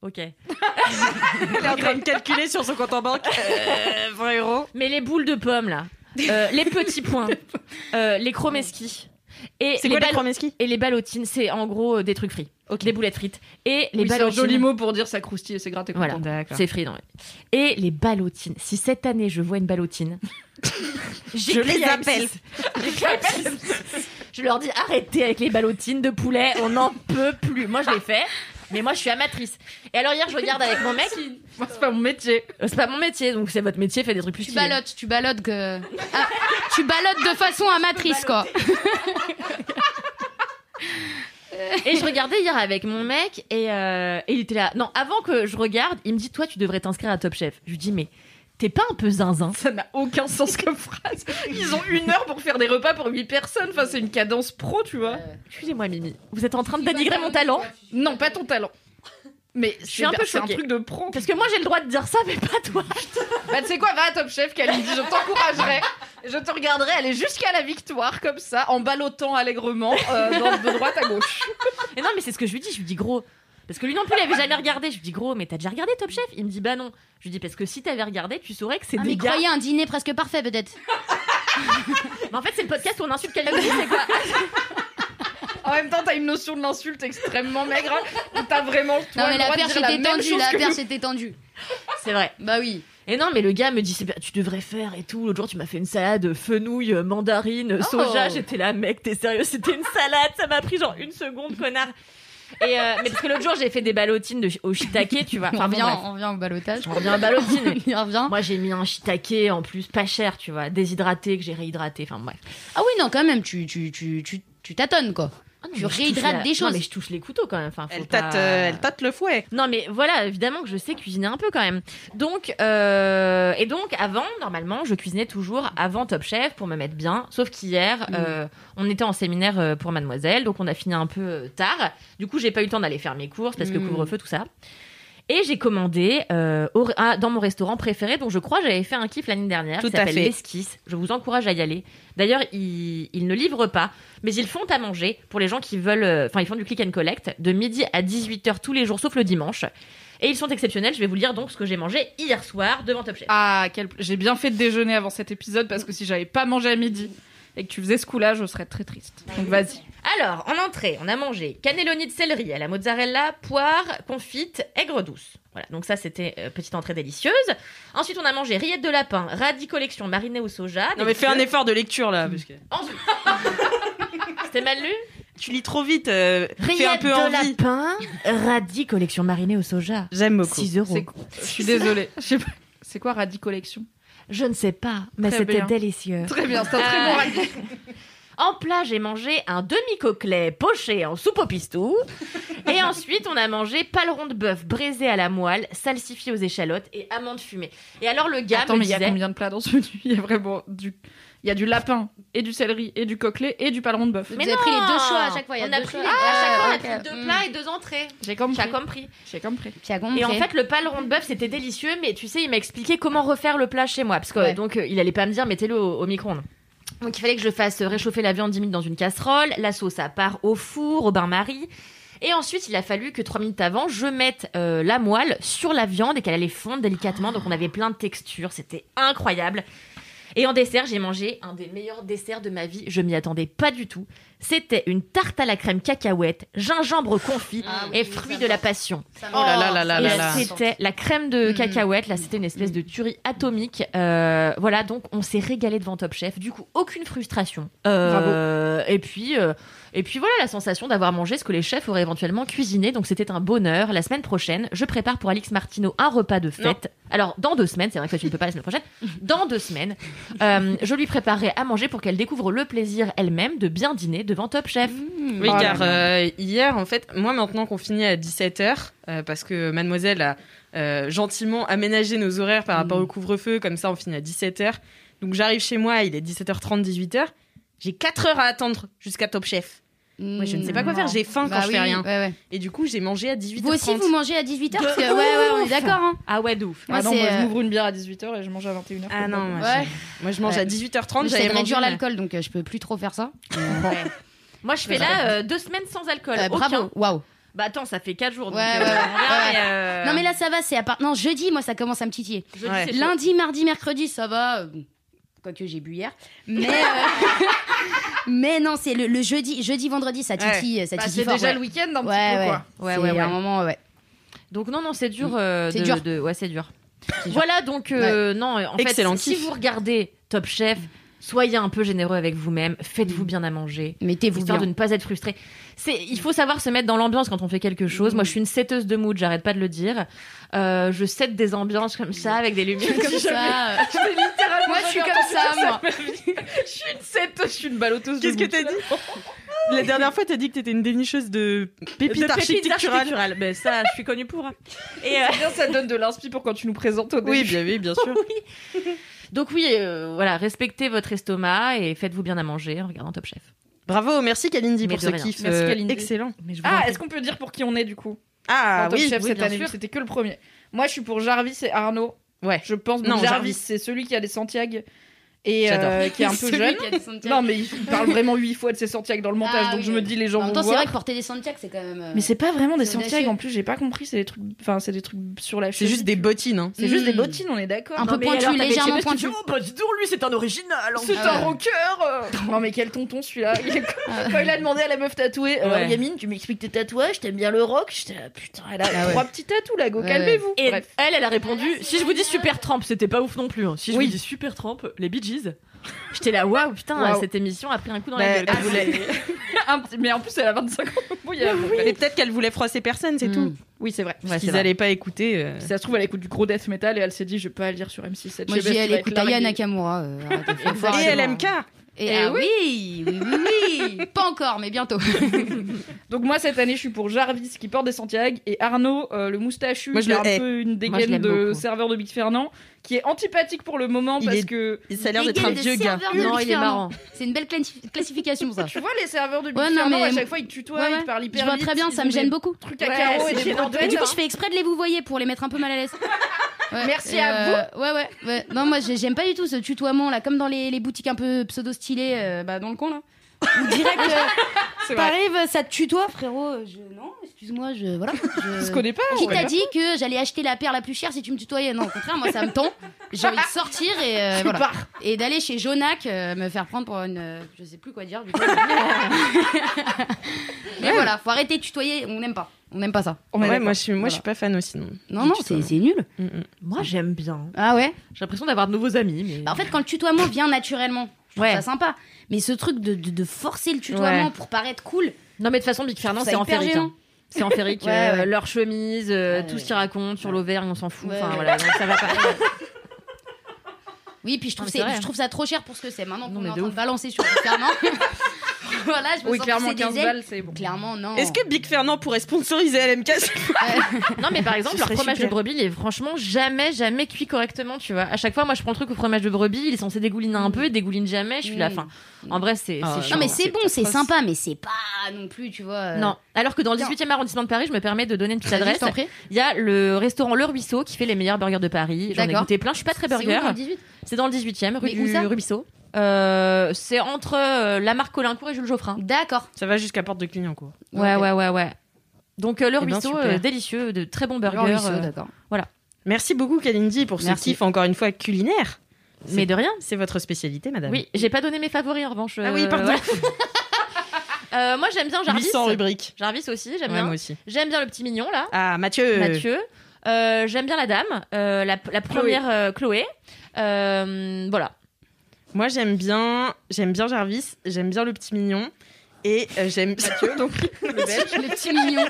Speaker 3: Ok.
Speaker 2: Elle est en train de calculer sur son compte en banque. Euh, 20 euros.
Speaker 3: Mais les boules de pommes là, euh, les petits points, euh, les chromeski et les, ball-
Speaker 2: chromeski
Speaker 3: et les ballotines, c'est en gros euh, des trucs frits. Des boulettes frites et les
Speaker 1: Oui, c'est un
Speaker 3: ballotines.
Speaker 1: joli mot pour dire ça croustille et c'est gratté.
Speaker 3: Voilà.
Speaker 1: D'accord.
Speaker 3: C'est free, non. mais- Et les ballotines. Si cette année je vois une ballotine, je
Speaker 2: les appelle.
Speaker 3: Je leur dis arrêtez avec les ballotines de poulet, on n'en peut plus. Moi je l'ai fait. Mais moi, je suis amatrice. Et alors, hier, je regarde avec mon mec.
Speaker 1: Moi, c'est pas mon métier.
Speaker 3: Euh, C'est pas mon métier, donc c'est votre métier, fait des trucs plus
Speaker 4: Tu
Speaker 3: stylés.
Speaker 4: balottes, tu balottes que. Ah, tu balottes de façon amatrice, quoi.
Speaker 3: Et je regardais hier avec mon mec et, euh, et il était là. Non, avant que je regarde, il me dit Toi, tu devrais t'inscrire à Top Chef. Je lui dis Mais t'es pas un peu zinzin
Speaker 1: Ça n'a aucun sens comme phrase. Ils ont une heure pour faire des repas pour 8 personnes. Enfin, c'est une cadence pro, tu vois.
Speaker 3: Excusez-moi, Mimi, vous êtes en train de dénigrer mon talent
Speaker 1: Non, pas ton talent. Mais je
Speaker 3: suis un peu
Speaker 1: C'est un
Speaker 3: choquée.
Speaker 1: truc de pro.
Speaker 3: Parce que moi, j'ai le droit de dire ça, mais pas toi.
Speaker 1: Bah, tu sais quoi, va à Top Chef, Kalindi, je t'encouragerai. Je te regarderai aller jusqu'à la victoire, comme ça, en ballottant allègrement euh, dans- de droite à gauche.
Speaker 3: Et non, mais c'est ce que je lui dis. Je lui dis Gros. Parce que lui non plus, il avait jamais regardé. Je lui dis Gros, mais t'as déjà regardé Top Chef Il me dit Bah non. Je lui dis Parce que si t'avais regardé, tu saurais que c'est
Speaker 4: Ah,
Speaker 3: des
Speaker 4: mais
Speaker 3: gars.
Speaker 4: croyez un dîner presque parfait, peut-être.
Speaker 3: Mais en fait, c'est le podcast où on insulte quelqu'un. c'est quoi
Speaker 1: En même temps, t'as une notion de l'insulte extrêmement maigre. hein, où T'as vraiment. Toi,
Speaker 4: Non, mais
Speaker 1: le
Speaker 4: la
Speaker 1: droit de
Speaker 4: perche
Speaker 1: dire la
Speaker 4: était
Speaker 1: même
Speaker 4: tendue,
Speaker 1: chose
Speaker 4: la
Speaker 1: que
Speaker 4: perche était tendue.
Speaker 3: C'est vrai.
Speaker 4: Bah oui.
Speaker 3: Et non, mais le gars me dit, c'est bien, tu devrais faire et tout. L'autre jour, tu m'as fait une salade fenouil, euh, mandarine, euh, soja. J'étais là, mec, t'es sérieux, c'était une salade. Ça m'a pris genre une seconde, connard. Et euh, mais parce que l'autre jour, j'ai fait des ballotines de, au shiitake, tu vois.
Speaker 4: On
Speaker 3: Enfin, bon,
Speaker 4: revient,
Speaker 3: bref.
Speaker 4: on revient au balotage.
Speaker 3: On revient à ballotine.
Speaker 4: On y revient.
Speaker 3: Moi, j'ai mis un shiitake en plus, pas cher, tu vois, déshydraté, que j'ai réhydraté. Enfin, bref.
Speaker 4: Ah oui, non, quand même, tu, tu, tu, tu, tu tâtonnes, quoi.
Speaker 3: Ah non,
Speaker 4: Tu
Speaker 3: mais je touche
Speaker 4: réhydrates
Speaker 3: la-
Speaker 4: des
Speaker 3: non,
Speaker 4: choses.
Speaker 3: mais je touche les couteaux quand même. Enfin, faut
Speaker 2: Elle
Speaker 3: pas-
Speaker 2: tâte, euh, elle tâte le fouet.
Speaker 3: Non mais voilà, évidemment que je sais cuisiner un peu quand même. Donc euh, et donc avant normalement je cuisinais toujours avant Top Chef pour me mettre bien. Sauf qu'hier
Speaker 2: Mm.
Speaker 3: euh, on était en séminaire euh, pour Mademoiselle, donc on a fini un peu euh, tard. Du coup j'ai pas eu le temps d'aller faire mes courses parce que
Speaker 4: Mm.
Speaker 3: couvre-feu tout ça. Et j'ai commandé euh, au- à- dans mon restaurant préféré dont je crois j'avais fait un kiff l'année dernière.
Speaker 2: Tout
Speaker 3: qui
Speaker 2: à
Speaker 3: s'appelle
Speaker 2: fait.
Speaker 3: L'Esquisse. Je vous encourage à y aller. D'ailleurs ils, ils ne livrent pas, mais ils font à manger pour les gens qui veulent. euh, Enfin ils font du click and collect de midi à 18h tous les jours sauf le dimanche. Et ils sont exceptionnels. Je vais vous lire donc ce que j'ai mangé hier soir devant Top Chef.
Speaker 1: Ah, quel... j'ai bien fait de déjeuner avant cet épisode parce que si j'avais pas mangé à midi et que tu faisais ce coup-là, je serais très triste. Donc vas-y.
Speaker 3: Alors, en entrée, on a mangé cannelloni de céleri à la mozzarella, poire, confite, aigre douce. Voilà, donc ça c'était euh, petite entrée délicieuse. Ensuite, on a mangé rillettes de lapin, radis collection marinée au soja.
Speaker 2: Non mais fais un
Speaker 3: délicieux.
Speaker 2: effort de lecture là, parce que
Speaker 3: Ah, C'était mal lu
Speaker 2: tu lis trop vite. euh, fais un
Speaker 3: Rillettes
Speaker 2: peu
Speaker 3: de
Speaker 2: envie.
Speaker 3: lapin, radis collection marinée au soja.
Speaker 2: J'aime beaucoup.
Speaker 3: 6 euros.
Speaker 1: C'est quoi Je suis désolée. Je sais pas. C'est quoi Radis Collection
Speaker 3: Je ne sais pas, mais
Speaker 1: Très
Speaker 3: c'était
Speaker 1: bien.
Speaker 3: délicieux.
Speaker 1: Très bien, c'est un très bon radis.
Speaker 3: Euh, En plat, j'ai mangé un demi-coquelet poché en soupe au pistou. Et ensuite, on a mangé paleron de bœuf braisé à la moelle, salsifié aux échalotes et amandes fumées. Et alors, le gars
Speaker 1: Attends,
Speaker 3: me
Speaker 1: mais il y a
Speaker 3: disait...
Speaker 1: combien de plats dans ce menu Il y a vraiment du. Il y a du lapin, et du céleri, et du coquelet, et du paleron de bœuf.
Speaker 4: Vous avez pris les deux choix à chaque fois, il y a
Speaker 3: on a
Speaker 4: deux
Speaker 3: pris
Speaker 4: choix.
Speaker 3: les- à chaque fois, on a
Speaker 4: Ah,
Speaker 3: pris
Speaker 4: ok.
Speaker 3: deux
Speaker 4: Mm.
Speaker 3: plats et deux entrées.
Speaker 1: J'ai compris.
Speaker 3: J'ai compris.
Speaker 1: J'ai compris.
Speaker 4: Puis à
Speaker 3: Et en fait, le paleron de bœuf, c'était délicieux, mais tu sais, il m'a expliqué comment refaire le plat chez moi. Parce que
Speaker 4: Ouais.
Speaker 3: donc, euh, il allait pas me dire, mettez-le au, au micro-ondes. Donc, il fallait que je fasse réchauffer la viande 10 minutes dans une casserole, la sauce à part au four, au bain-marie. Et ensuite, il a fallu que 3 minutes avant, je mette euh, la moelle sur la viande et qu'elle allait fondre délicatement. Donc, on avait plein de textures. C'était incroyable. Et en dessert, j'ai mangé un des meilleurs desserts de ma vie. Je m'y attendais pas du tout. C'était une tarte à la crème cacahuète, gingembre confit
Speaker 4: Ah oui,
Speaker 3: et
Speaker 4: oui,
Speaker 3: fruits
Speaker 4: ça
Speaker 3: de la
Speaker 4: va.
Speaker 3: passion.
Speaker 2: Oh là là là là là
Speaker 3: Et
Speaker 2: Mm. là.
Speaker 3: c'était la crème de
Speaker 4: Mm.
Speaker 3: cacahuète, là c'était une espèce de tuerie atomique. Euh, voilà, donc on s'est régalé devant Top Chef. Du coup, aucune frustration. Euh, Et puis, euh, et puis voilà la sensation d'avoir mangé ce que les chefs auraient éventuellement cuisiné. Donc c'était un bonheur. La semaine prochaine, je prépare pour Alix Martino un repas de fête. Alors dans deux semaines, c'est vrai que tu ne peux pas la semaine prochaine. Dans deux semaines, euh, je lui préparerai à manger pour qu'elle découvre le plaisir elle-même de bien dîner devant Top Chef.
Speaker 2: Mm.
Speaker 4: Hmm.
Speaker 2: Oui,
Speaker 1: Oh là
Speaker 2: car euh, hier, en fait, moi maintenant qu'on finit à 17h, parce que mademoiselle a euh, gentiment aménagé nos horaires par rapport au couvre-feu, comme ça on finit à 17h. Donc j'arrive chez moi, il est 17h30, 18h. J'ai 4 heures à attendre jusqu'à Top Chef. Moi, je ne sais pas quoi faire, j'ai faim quand
Speaker 4: Bah
Speaker 2: je
Speaker 4: oui,
Speaker 2: fais rien.
Speaker 4: ouais, ouais.
Speaker 2: Et du coup, j'ai mangé à 18h30.
Speaker 4: Vous aussi, vous mangez à 18h parce que...
Speaker 3: De
Speaker 4: Ouais, ouais, on est
Speaker 3: ouf.
Speaker 4: d'accord. Hein.
Speaker 3: Ah ouais, de ouf.
Speaker 4: Moi,
Speaker 1: ah non,
Speaker 4: c'est,
Speaker 1: moi
Speaker 4: euh,
Speaker 1: je m'ouvre une bière à 18h et je mange à 21h.
Speaker 2: Ah non, moi,
Speaker 4: Ouais.
Speaker 2: je- moi, je mange à
Speaker 4: Ouais.
Speaker 2: 18h30,
Speaker 4: J'essaie
Speaker 2: j'avais
Speaker 4: de
Speaker 2: mangé
Speaker 4: réduire
Speaker 2: ma-
Speaker 4: l'alcool, donc euh, je peux plus trop faire ça.
Speaker 3: Moi, je fais là euh, deux semaines sans alcool.
Speaker 4: Euh,
Speaker 3: Aucun.
Speaker 4: bravo, waouh.
Speaker 3: Bah attends, ça fait 4 jours. donc,
Speaker 4: Ouais,
Speaker 3: euh,
Speaker 4: ouais, ouais.
Speaker 3: on verra,
Speaker 4: Ouais.
Speaker 3: mais, euh,
Speaker 4: Non mais là ça va, c'est à part... Non, jeudi, moi ça commence à me titiller.
Speaker 3: je dis,
Speaker 2: Ouais.
Speaker 3: c'est chaud.
Speaker 4: Lundi, mardi, mercredi, ça va. euh, bon, Quoique j'ai bu hier. Mais, euh, mais non, c'est le, le jeudi, jeudi, vendredi, ça
Speaker 2: Ouais.
Speaker 4: titille, ça
Speaker 1: Bah,
Speaker 4: titille
Speaker 1: c'est
Speaker 4: fort.
Speaker 1: déjà
Speaker 4: ouais.
Speaker 1: le week-end
Speaker 4: Ouais,
Speaker 1: un petit peu
Speaker 4: ouais.
Speaker 1: quoi.
Speaker 3: Ouais,
Speaker 4: C'est
Speaker 3: ouais, ouais.
Speaker 4: un moment, ouais.
Speaker 3: Donc non, non, c'est dur. euh,
Speaker 4: C'est
Speaker 3: de-
Speaker 4: dur.
Speaker 3: de- Ouais, c'est dur.
Speaker 4: dur.
Speaker 3: Voilà, donc euh, non, en
Speaker 2: Excellent
Speaker 3: fait, si
Speaker 2: kiff.
Speaker 3: vous regardez Top Chef, Soyez un peu généreux avec vous-même, faites-vous bien à manger.
Speaker 4: Mettez-vous
Speaker 3: histoire
Speaker 4: bien.
Speaker 3: de ne pas être frustré. C'est, il faut savoir se mettre dans l'ambiance quand on fait quelque chose. Moi, je suis une setteuse de mood, j'arrête pas de le dire. Euh, je sette des ambiances comme ça, avec des lumières comme
Speaker 4: Comme
Speaker 3: ça.
Speaker 4: ça. euh, Moi, je suis comme ça, moi.
Speaker 1: Je suis une sette, je suis une balotteuse.
Speaker 2: Qu'est-ce que t'as dit La dernière fois, t'as dit que t'étais une dénicheuse de pépites
Speaker 3: De pépites
Speaker 2: architecturales.
Speaker 3: Ben ça, je suis connue pour. Et euh,
Speaker 1: Bien, ça donne de l'inspi pour quand tu nous présentes au début.
Speaker 2: Oui, bien, oui, bien sûr.
Speaker 3: donc oui, euh, voilà, respectez votre estomac et faites-vous bien à manger en regardant Top Chef.
Speaker 2: Bravo, merci Kalindi
Speaker 3: Mais
Speaker 2: pour
Speaker 3: de
Speaker 2: ce
Speaker 3: rien.
Speaker 2: kiff.
Speaker 1: Merci,
Speaker 2: euh,
Speaker 1: Kalindi.
Speaker 2: excellent.
Speaker 3: Mais je vous en
Speaker 1: Ah,
Speaker 3: prie.
Speaker 1: est-ce qu'on peut dire pour qui on est du coup
Speaker 2: Ah
Speaker 1: dans Top
Speaker 2: oui,
Speaker 1: Chef
Speaker 3: oui,
Speaker 1: cette
Speaker 3: bien
Speaker 1: année
Speaker 3: sûr.
Speaker 1: parce que C'était que le premier. Moi, je suis pour Jarvis et Arnaud.
Speaker 2: Ouais.
Speaker 1: Je pense que
Speaker 2: Non,
Speaker 1: Jarvis,
Speaker 2: Jarvis.
Speaker 1: c'est celui qui a des Santiago et
Speaker 2: J'adore.
Speaker 1: euh, qui est un peu
Speaker 4: Celui
Speaker 1: jeune.
Speaker 4: qui a des Santiago.
Speaker 1: Non, mais il parle vraiment huit fois de ses Santiago dans le montage,
Speaker 4: Ah
Speaker 1: donc
Speaker 4: oui,
Speaker 1: je me
Speaker 4: oui.
Speaker 1: dis les gens
Speaker 4: En même
Speaker 1: vont
Speaker 4: temps, c'est
Speaker 1: voir.
Speaker 4: vrai que porter des Santiago, c'est quand même. euh,
Speaker 1: Mais c'est pas vraiment des
Speaker 4: C'est audacieux.
Speaker 1: Santiago en plus, j'ai pas compris, c'est des trucs enfin c'est des trucs sur la
Speaker 2: C'est
Speaker 1: cheville.
Speaker 2: juste des bottines. hein.
Speaker 1: C'est juste des
Speaker 4: Mm.
Speaker 1: bottines, on est d'accord. Hein.
Speaker 4: Un peu pointu, légèrement pointu.
Speaker 3: bah dis donc, lui, c'est un original.
Speaker 1: C'est
Speaker 4: Ah
Speaker 1: un
Speaker 4: ouais. Ah.
Speaker 1: rocker euh. Non mais quel tonton celui-là Il est- Quand il a demandé à la meuf tatouée euh,
Speaker 3: Ouais.
Speaker 1: Yamine, tu m'expliques tes tatouages, t'aimes bien le rock J'étais là, putain, elle a trois petits tatous là, go,
Speaker 4: Ah Ouais.
Speaker 1: calmez-vous
Speaker 3: Et
Speaker 1: Bref.
Speaker 3: elle, elle a répondu Si je vous dis Super Tramp, c'était pas ouf non plus. hein. Si je vous dis Super Tramp, les Bee Gees. J'étais là, waouh, putain,
Speaker 1: Waouh.
Speaker 3: cette émission a pris un coup dans
Speaker 2: Bah,
Speaker 3: la
Speaker 2: elle
Speaker 3: gueule.
Speaker 2: voulait-
Speaker 1: Un petit- Mais en plus, elle a 25 ans. Bon, il y a-
Speaker 3: hein.
Speaker 2: Et peut-être qu'elle voulait froisser personne, c'est
Speaker 4: Mm.
Speaker 2: tout.
Speaker 1: Oui, c'est vrai.
Speaker 3: Ouais,
Speaker 2: Parce
Speaker 3: c'est
Speaker 2: qu'ils
Speaker 3: vrai.
Speaker 2: allaient pas écouter. euh,
Speaker 1: Si ça se trouve, elle écoute du gros death metal et elle s'est dit, je vais pas lire sur M6.
Speaker 4: Moi, j'ai elle écoute Aya Nakamura. euh, arrêtez, faut- faut arrêter,
Speaker 2: Et
Speaker 4: hein.
Speaker 2: LMK
Speaker 4: Et
Speaker 3: Eh
Speaker 4: ah oui, oui, oui, oui. Pas encore, mais bientôt.
Speaker 1: Donc, moi, cette année, je suis pour Jarvis qui porte des Santiago et Arnaud, euh, le moustachu,
Speaker 2: Moi, je
Speaker 1: qui a
Speaker 2: le
Speaker 1: un
Speaker 2: hais.
Speaker 1: peu une
Speaker 3: Moi, je
Speaker 1: dégaine
Speaker 3: l'aime
Speaker 1: de
Speaker 3: beaucoup.
Speaker 1: serveur de Big Fernand, qui est antipathique pour le moment
Speaker 2: Il
Speaker 1: parce
Speaker 2: est-
Speaker 1: que.
Speaker 2: Ça a l'air d'être un vieux gars.
Speaker 3: Non, il est marrant.
Speaker 4: hein. C'est une belle classi- classification, ça.
Speaker 1: Tu vois, les serveurs de Big
Speaker 4: Ouais, non,
Speaker 1: Fernand,
Speaker 4: mais-
Speaker 1: à chaque fois, ils te tutoient,
Speaker 4: Ouais, ouais.
Speaker 1: ils te parlent
Speaker 4: Je
Speaker 1: hyper
Speaker 4: vois
Speaker 1: vite,
Speaker 4: très bien,
Speaker 1: ils
Speaker 4: ça
Speaker 1: ont
Speaker 4: me gêne
Speaker 1: des
Speaker 4: beaucoup.
Speaker 1: Trucs à carreaux
Speaker 3: c'est
Speaker 1: et des hein.
Speaker 3: gênant.
Speaker 1: bretelles.
Speaker 4: Et du coup, je fais exprès de les vous voyer pour les mettre un peu mal à l'aise. Ouais.
Speaker 1: Merci
Speaker 4: Et,
Speaker 1: à
Speaker 4: euh, Ouais, ouais, ouais. Non, moi, j'ai- j'aime pas du tout ce tutoiement là, comme dans les, les boutiques un peu pseudo-stylées, euh, bah, dans le con là. Où direct, euh,
Speaker 1: C'est vrai.
Speaker 4: t'arrives, ça te tutoie, frérot. euh, Je... Non, excuse-moi, je. Voilà.
Speaker 1: Je se
Speaker 4: Je...
Speaker 1: connais pas.
Speaker 4: Qui
Speaker 1: ouais.
Speaker 4: t'a dit que j'allais acheter la paire la plus chère si tu me tutoyais Non, au contraire, moi ça me tend. J'ai envie de sortir et euh, voilà. Et d'aller chez Jonac euh, me faire prendre pour une. euh, je sais plus quoi dire du coup. Mais voilà, faut arrêter de tutoyer, on n'aime pas. On n'aime pas ça.
Speaker 1: On est
Speaker 2: Ouais,
Speaker 1: d'accord.
Speaker 2: moi je suis, moi,
Speaker 4: Voilà.
Speaker 2: je suis pas fan aussi. Non.
Speaker 4: Non,
Speaker 2: Du
Speaker 4: non,
Speaker 2: tutoiement.
Speaker 4: c'est c'est nul.
Speaker 2: Mm, mm.
Speaker 3: Moi, j'aime bien.
Speaker 4: Ah ouais
Speaker 3: J'ai l'impression d'avoir de nouveaux amis. Mais...
Speaker 4: Bah, En fait, quand le tutoiement vient naturellement, je trouve
Speaker 3: Ouais.
Speaker 4: ça sympa. Mais ce truc de, de, de forcer le tutoiement pour paraître cool,
Speaker 3: Non, mais de toute façon, Big Fernand,
Speaker 4: Ça
Speaker 3: c'est en
Speaker 4: hyper
Speaker 3: ferrique.
Speaker 4: gênant.
Speaker 3: hein. C'est en ferrique.
Speaker 4: Ouais,
Speaker 3: euh,
Speaker 4: ouais.
Speaker 3: Leur chemise, euh,
Speaker 4: Ouais,
Speaker 3: tout
Speaker 4: ouais.
Speaker 3: ce qu'ils racontent sur l'Auvergne, on s'en fout.
Speaker 4: Ouais,
Speaker 3: Enfin,
Speaker 4: ouais.
Speaker 3: voilà, donc ça va pas.
Speaker 4: oui, puis je trouve,
Speaker 3: Non, mais
Speaker 4: c'est-
Speaker 3: c'est vrai.
Speaker 4: je trouve ça trop cher pour ce que c'est. Maintenant
Speaker 3: Non,
Speaker 4: qu'on
Speaker 3: mais
Speaker 4: est en
Speaker 3: de
Speaker 4: train
Speaker 3: ouf.
Speaker 4: de balancer sur le Fernand. voilà, je me
Speaker 1: Oui,
Speaker 4: sens
Speaker 1: clairement,
Speaker 4: pousser des
Speaker 1: 15
Speaker 4: ailes.
Speaker 1: balles, c'est bon.
Speaker 4: Clairement, non. Euh,
Speaker 2: Est-ce que Big Fernand pourrait sponsoriser LMK
Speaker 3: Non, mais par exemple,
Speaker 2: Ce
Speaker 3: leur
Speaker 2: serait
Speaker 3: fromage
Speaker 2: super.
Speaker 3: de brebis, il est franchement jamais, jamais cuit correctement, tu vois. À chaque fois, moi, je prends le truc au fromage de brebis, il est censé dégouliner un peu, il dégouline jamais, je suis là,
Speaker 4: Mm.
Speaker 3: fin. En vrai, c'est
Speaker 2: Ah
Speaker 3: c'est
Speaker 2: ouais.
Speaker 3: chiant.
Speaker 4: Non, mais c'est bon, c'est
Speaker 2: atroce.
Speaker 4: sympa, mais c'est pas non plus, tu vois. euh,
Speaker 3: Non, alors que dans le 18e arrondissement de Paris, je me permets de donner une petite
Speaker 4: vas-y,
Speaker 3: adresse.
Speaker 4: je t'en prie.
Speaker 3: Il y a le restaurant Le Ruisseau qui fait les meilleurs burgers de Paris. J'en ai
Speaker 4: D'accord.
Speaker 3: goûté plein. Je suis pas très
Speaker 4: C'est où,
Speaker 3: burger.
Speaker 4: dans le 18?
Speaker 3: C'est dans le 18e, rue
Speaker 4: Mais où
Speaker 3: du
Speaker 4: ça
Speaker 3: Ruisseau. Euh, c'est entre euh, la marque Colincourt et Jules Geoffrin.
Speaker 4: D'accord.
Speaker 2: Ça va jusqu'à Porte de Clignancourt.
Speaker 3: Ouais,
Speaker 4: Ok.
Speaker 3: ouais, ouais, ouais. Donc euh, le
Speaker 2: Eh ben,
Speaker 3: Ruisseau,
Speaker 2: super.
Speaker 3: euh, délicieux, de très bons
Speaker 4: Dans le
Speaker 3: burgers.
Speaker 4: ruisseau,
Speaker 3: euh,
Speaker 4: d'accord.
Speaker 2: Merci beaucoup Kalindi pour ce
Speaker 4: Merci.
Speaker 2: kiff encore une fois culinaire.
Speaker 3: mais de rien.
Speaker 2: C'est votre spécialité, madame.
Speaker 3: Oui, j'ai pas donné mes favoris en revanche.
Speaker 2: Ah oui,
Speaker 3: euh,
Speaker 2: pardon.
Speaker 3: voilà. Euh, moi j'aime bien Jarvis.
Speaker 2: 800 rubriques.
Speaker 3: Jarvis aussi, j'aime
Speaker 2: Ouais,
Speaker 3: bien.
Speaker 2: moi aussi.
Speaker 3: J'aime bien le petit mignon là,
Speaker 2: Ah, Mathieu.
Speaker 3: Mathieu. Euh, j'aime bien la dame, euh, la, la première euh, Chloé. Euh, voilà.
Speaker 2: Moi, j'aime bien, j'aime bien Jarvis, j'aime bien le petit mignon. Et euh, j'aime Mathieu, donc
Speaker 4: Le petit mignon.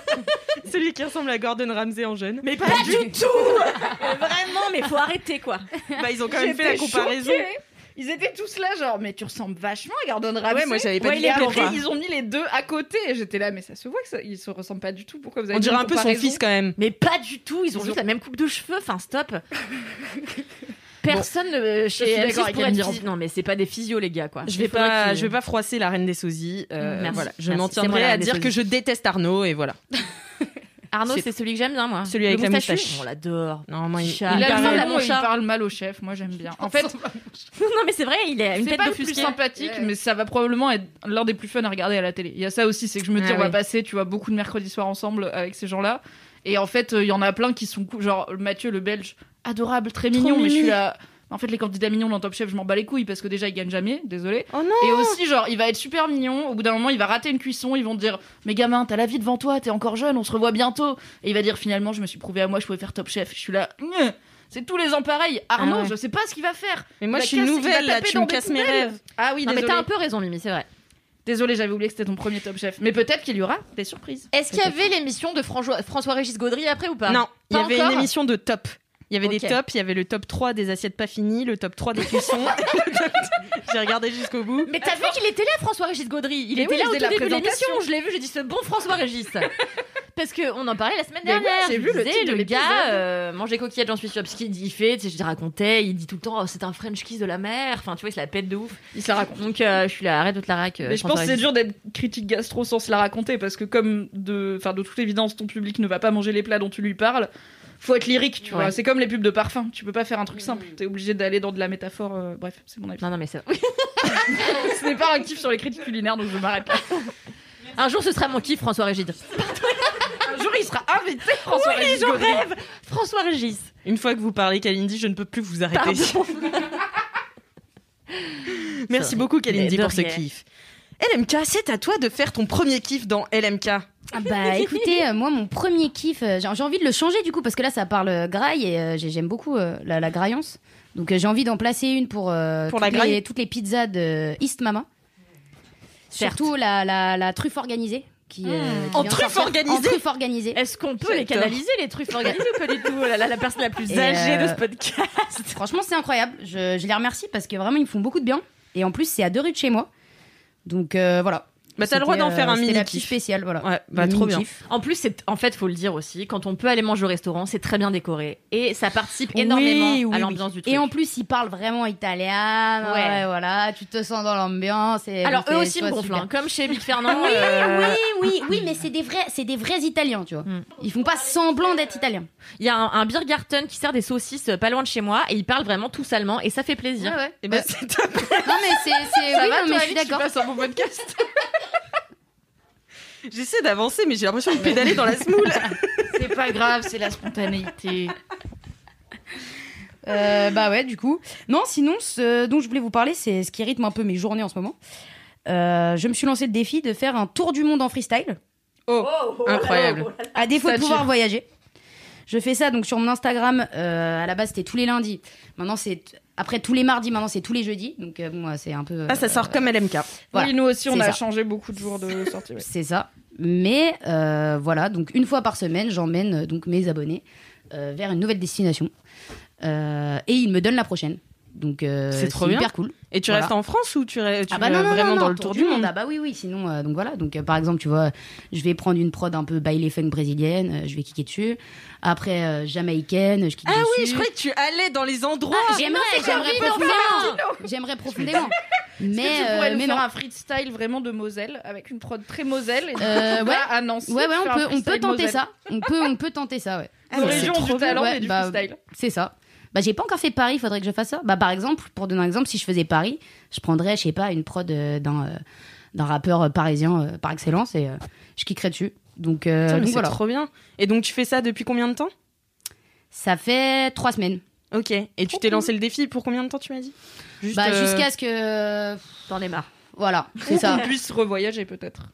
Speaker 2: celui qui ressemble à Gordon Ramsay en jeune. Mais
Speaker 3: Pas du tout Vraiment, mais faut arrêter quoi.
Speaker 2: bah, ils ont quand même fait la
Speaker 1: J'étais
Speaker 2: comparaison.
Speaker 1: choquée. Ils étaient tous là, genre, mais tu ressembles vachement à Gordon Ramsay.
Speaker 2: Ouais, moi, j'avais pas
Speaker 1: Ah Ouais,
Speaker 2: dit
Speaker 1: et
Speaker 2: ça,
Speaker 1: après,
Speaker 2: enfin.
Speaker 1: ils ont mis les deux à côté. Et j'étais là, mais ça se voit que ça, ils se ressemblent pas du tout. Pourquoi vous avez
Speaker 2: On
Speaker 1: mis
Speaker 2: dirait
Speaker 1: une
Speaker 2: un peu son
Speaker 1: comparaison
Speaker 2: fils quand même.
Speaker 3: Mais pas du tout, ils ont
Speaker 1: Ils
Speaker 3: juste
Speaker 1: ont-
Speaker 3: la même coupe de cheveux, enfin stop. Personne ne-
Speaker 1: suis
Speaker 3: chez
Speaker 1: d'accord
Speaker 3: M6
Speaker 1: avec
Speaker 3: pourrait
Speaker 1: Anne
Speaker 3: être
Speaker 1: Durand.
Speaker 3: physio- Non mais Ah, c'est pas des physios les gars quoi.
Speaker 2: Je vais
Speaker 3: Il faudrait
Speaker 2: pas,
Speaker 3: qu'ils-
Speaker 2: je vais pas froisser la reine des sosies. euh,
Speaker 3: Merci,
Speaker 2: voilà, je
Speaker 3: merci.
Speaker 2: m'en
Speaker 3: C'est moi
Speaker 2: tiendrai
Speaker 3: la
Speaker 2: à
Speaker 3: reine des
Speaker 2: dire que
Speaker 3: sosies.
Speaker 2: je déteste Arnaud et voilà.
Speaker 3: Arnaud
Speaker 2: C'est-
Speaker 3: c'est celui que j'aime bien moi.
Speaker 2: Celui
Speaker 3: Le
Speaker 2: avec la
Speaker 3: moustachu,
Speaker 2: moustache.
Speaker 3: On l'adore.
Speaker 2: Non, moi, il-
Speaker 3: Chat.
Speaker 1: Il
Speaker 3: Il
Speaker 1: a le
Speaker 3: ressemble à
Speaker 1: même
Speaker 3: mon
Speaker 1: nom et il
Speaker 3: chat.
Speaker 1: parle mal au chef. Moi, j'aime bien. En fait,
Speaker 3: non mais c'est vrai, il a une
Speaker 1: c'est
Speaker 3: tête
Speaker 1: pas le plus
Speaker 3: d'offusqué.
Speaker 1: sympathique, mais ça va probablement être l'un des plus fun à regarder à la télé. Il y a ça aussi, c'est que je me dis,
Speaker 3: Ah
Speaker 1: on va
Speaker 3: ouais.
Speaker 1: passer, tu vois, beaucoup de mercredis soirs ensemble avec ces gens-là. Et en fait, euh, il y en a plein qui sont cou- genre Mathieu le Belge, adorable, très mignon, mais je suis là. En fait, les candidats mignons dans Top Chef, je m'en bats les couilles parce que déjà, ils gagnent jamais, désolé.
Speaker 2: Oh non.
Speaker 1: Et aussi, genre, il va être super mignon. Au bout d'un moment, il va rater une cuisson. Ils vont dire Mais gamin, t'as la vie devant toi, t'es encore jeune, on se revoit bientôt. Et il va dire Finalement, je me suis prouvé à moi, je pouvais faire top chef. Je suis là. Gneu. C'est tous les ans pareil. Arnaud,
Speaker 2: Ah ouais.
Speaker 1: je sais pas ce qu'il va faire.
Speaker 2: Mais moi,
Speaker 1: La
Speaker 2: je suis
Speaker 1: casse- il va
Speaker 2: nouvelle là,
Speaker 1: taper
Speaker 2: tu
Speaker 1: dans
Speaker 2: me
Speaker 1: des
Speaker 2: casses mes
Speaker 1: poubelles.
Speaker 2: rêves.
Speaker 1: Ah oui,
Speaker 3: Non, mais
Speaker 1: désolé.
Speaker 3: t'as un peu raison, Mimi, c'est vrai.
Speaker 1: Désolé, j'avais oublié que c'était ton premier top chef. Mais peut-être qu'il y aura des surprises.
Speaker 5: Est-ce qu'il y avait l'émission de Franjo- François-Régis Gaudry après ou pas
Speaker 2: Eh, Non, il y
Speaker 5: Pas
Speaker 2: avait
Speaker 5: encore
Speaker 2: une émission de top. Il y avait des
Speaker 5: Ok.
Speaker 2: tops, il y avait le top 3 des assiettes pas finies, le top 3 des cuissons. Le top- J'ai regardé jusqu'au bout.
Speaker 5: Mais t'as vu qu'il était là, François-Régis Gaudry Il
Speaker 1: Ah, Mais
Speaker 5: était
Speaker 1: oui,
Speaker 5: là
Speaker 1: il
Speaker 5: au
Speaker 1: faisait
Speaker 5: tout
Speaker 1: la
Speaker 5: début de
Speaker 1: présentation.
Speaker 5: l'émission. Je l'ai vu, j'ai dit ce bon François-Régis. Parce qu'on en parlait la semaine
Speaker 1: Mais oui,
Speaker 5: dernière.
Speaker 1: j'ai
Speaker 5: je
Speaker 1: vu le
Speaker 5: disais,
Speaker 1: titre de
Speaker 5: le
Speaker 1: l'épisode.
Speaker 5: gars euh, mange des coquillettes, j'en suis sûre. Parce qu'il dit- il fait, tu sais, je racontais, il dit tout le temps, oh, c'est un French kiss de la mer. Enfin, tu vois, il se la pète de ouf.
Speaker 1: Il se la raconte.
Speaker 5: Donc, euh, je suis là, arrête de te la rac. euh,
Speaker 1: Mais je pense que c'est
Speaker 5: François-Régis.
Speaker 1: dur d'être critique gastro sans se la raconter parce que comme de, enfin de toute évidence ton public ne va pas manger les plats dont tu lui parles, faut être lyrique, tu vois.
Speaker 5: Ouais.
Speaker 1: C'est comme les pubs de parfum, tu peux pas faire un
Speaker 4: Mm.
Speaker 1: truc simple. T'es obligé d'aller dans de la métaphore. euh, Bref, c'est mon avis.
Speaker 5: Non, non, mais ça.
Speaker 1: Ce n'est pas un kiff sur les critiques culinaires donc je m'arrête là.
Speaker 5: Un jour, ce sera mon kiff, François-Régis.
Speaker 1: Un jour il sera invité François Régis
Speaker 5: J'en
Speaker 1: Gaudry.
Speaker 5: rêve François-Régis.
Speaker 2: Une fois que vous parlez, Kalindi, je ne peux plus vous arrêter.
Speaker 5: Pardon.
Speaker 2: Merci
Speaker 5: Sorry.
Speaker 2: beaucoup,
Speaker 5: Mais
Speaker 2: Kalindi,
Speaker 5: de
Speaker 2: pour ce
Speaker 5: rien.
Speaker 2: kiff. LMK, c'est à toi de faire ton premier kiff dans LMK.
Speaker 4: Ah bah écoutez, euh, moi mon premier kiff, euh, j'ai j'ai envie de le changer du coup parce que là ça parle euh, graille et euh, j'ai- j'aime beaucoup euh, la, la graillance. Donc euh, j'ai envie d'en placer une pour, euh,
Speaker 2: Pour la
Speaker 4: toutes,
Speaker 2: graille.
Speaker 4: les, toutes les pizzas de East Mama.
Speaker 5: Certes.
Speaker 4: Surtout la, la, la truffe organisée. Qui, euh, qui
Speaker 2: En
Speaker 4: vient de
Speaker 2: truffe
Speaker 4: sortir.
Speaker 2: organisée
Speaker 4: En truffe organisée.
Speaker 5: Est-ce qu'on peut
Speaker 2: J'ai
Speaker 5: les
Speaker 2: tort.
Speaker 5: canaliser, les truffes organisées ou pas du tout Oh là là, la personne la plus
Speaker 4: Et
Speaker 5: âgée
Speaker 4: euh,
Speaker 5: de ce podcast.
Speaker 4: Franchement c'est incroyable, je, je les remercie parce que vraiment ils me font beaucoup de bien. Et en plus c'est à deux rues de chez moi. Donc euh, voilà.
Speaker 2: Bah, t'as le droit
Speaker 4: C'était,
Speaker 2: d'en faire
Speaker 4: euh,
Speaker 2: un
Speaker 4: c'était
Speaker 2: mini
Speaker 4: la petite
Speaker 2: kiff.
Speaker 4: spéciale, voilà.
Speaker 2: Ouais, bah,
Speaker 4: Le
Speaker 2: trop
Speaker 4: mini
Speaker 2: bien.
Speaker 4: kiff.
Speaker 5: En plus, c'est en fait, faut le dire aussi, quand on peut aller manger au restaurant, c'est très bien décoré et ça participe énormément
Speaker 2: Oui, oui,
Speaker 5: à l'ambiance du truc.
Speaker 4: Et en plus, ils parlent vraiment italien.
Speaker 5: Ouais.
Speaker 4: Ouais. voilà, tu te sens dans l'ambiance. et-
Speaker 5: Alors
Speaker 4: c'est-
Speaker 5: eux aussi
Speaker 4: c'est
Speaker 5: me
Speaker 4: super.
Speaker 5: gonflent, hein, comme chez Big Fernand.
Speaker 4: Oui,
Speaker 5: euh,
Speaker 4: oui, oui, oui, mais c'est des vrais, c'est des vrais Italiens, tu vois.
Speaker 5: Hmm.
Speaker 4: Ils font pas semblant d'être Italiens.
Speaker 5: Il y a un, un Biergarten qui sert des saucisses euh, pas loin de chez moi et ils parlent vraiment tous allemand et ça fait plaisir.
Speaker 2: Et bah, c'est top.
Speaker 4: Non mais c'est, c'est, Eh oui, non, mais je suis d'accord.
Speaker 1: passes un bon podcast.
Speaker 2: J'essaie d'avancer, mais j'ai l'impression de pédaler dans la smoule.
Speaker 1: C'est pas grave, c'est la spontanéité.
Speaker 4: Euh, bah ouais, du coup. Non, sinon, ce dont je voulais vous parler, c'est ce qui rythme un peu mes journées en ce moment. Euh, je me suis lancé le défi de faire un tour du monde en freestyle.
Speaker 2: Incroyable.
Speaker 4: À défaut de
Speaker 1: Ça
Speaker 4: pouvoir voyager. Je fais ça donc sur mon Instagram. euh, à la base, c'était tous les lundis. Maintenant, c'est après tous les mardis. Maintenant, c'est tous les jeudis. Donc euh, bon, c'est un peu.
Speaker 2: Ah, ça
Speaker 4: euh,
Speaker 2: sort comme LMK.
Speaker 4: Voilà,
Speaker 1: Oui, nous aussi on
Speaker 4: c'est
Speaker 1: a
Speaker 4: ça.
Speaker 1: changé beaucoup de jours de sortie. ouais.
Speaker 4: C'est ça. Mais euh, voilà, donc une fois par semaine, j'emmène euh, donc mes abonnés euh, vers une nouvelle destination. Euh, et ils me donnent la prochaine. Donc euh,
Speaker 2: C'est trop bien.
Speaker 4: hyper cool.
Speaker 2: Et tu
Speaker 4: Voilà.
Speaker 2: restes en France ou tu, re- tu
Speaker 4: Ah bah
Speaker 2: vas
Speaker 4: non, non,
Speaker 2: vraiment
Speaker 4: non, non,
Speaker 2: dans le tour du monde
Speaker 4: Ah bah oui, oui, sinon, euh, donc voilà. Donc euh, par exemple, tu vois, je vais prendre une prod un peu baile funk brésilienne, euh, je vais kicker dessus. Après, euh, jamaïcaine, je kick
Speaker 2: Ah
Speaker 4: dessus.
Speaker 2: oui, je croyais que tu allais dans les endroits.
Speaker 4: Ah, J'aimerais, j'aimerais profondément.
Speaker 5: d'enfant
Speaker 4: J'aimerais profondément.
Speaker 1: Est-ce
Speaker 4: Mais,
Speaker 1: que tu pourrais
Speaker 4: euh,
Speaker 1: nous
Speaker 4: mais
Speaker 1: faire
Speaker 4: non.
Speaker 1: un freestyle vraiment de Moselle avec une prod très Moselle et
Speaker 4: Euh,
Speaker 1: on va
Speaker 4: ouais.
Speaker 1: à Nancy.
Speaker 4: Ouais, ouais,
Speaker 1: faire
Speaker 4: on
Speaker 1: un
Speaker 4: peut, on peut
Speaker 1: freestyle
Speaker 4: tenter
Speaker 1: Moselle.
Speaker 4: ça. On peut, on peut tenter ça, ouais.
Speaker 2: Ah,
Speaker 1: Nos
Speaker 2: mais c'est
Speaker 1: régions ont
Speaker 2: trop
Speaker 1: du
Speaker 2: bien.
Speaker 1: talent
Speaker 4: Ouais,
Speaker 1: et du
Speaker 4: bah,
Speaker 1: freestyle.
Speaker 4: C'est ça. Bah, j'ai pas encore fait Paris, faudrait que je fasse ça. Bah, par exemple, pour donner un exemple, si je faisais Paris, je prendrais, je sais pas, une prod euh, d'un, euh, d'un rappeur euh, parisien euh, par excellence et euh, je kickerais dessus. Donc, euh,
Speaker 2: Putain, mais
Speaker 4: donc
Speaker 2: c'est
Speaker 4: voilà.
Speaker 2: trop bien. Et donc, tu fais ça depuis combien de temps
Speaker 4: Ça fait trois semaines.
Speaker 2: Ok. Et tu t'es lancé le défi pour combien de temps, tu m'as dit Juste,
Speaker 4: bah,
Speaker 2: euh,
Speaker 4: jusqu'à ce que. euh,
Speaker 5: T'en es marre.
Speaker 4: Voilà, c'est ça.
Speaker 1: Qu'on puisse revoyager peut-être.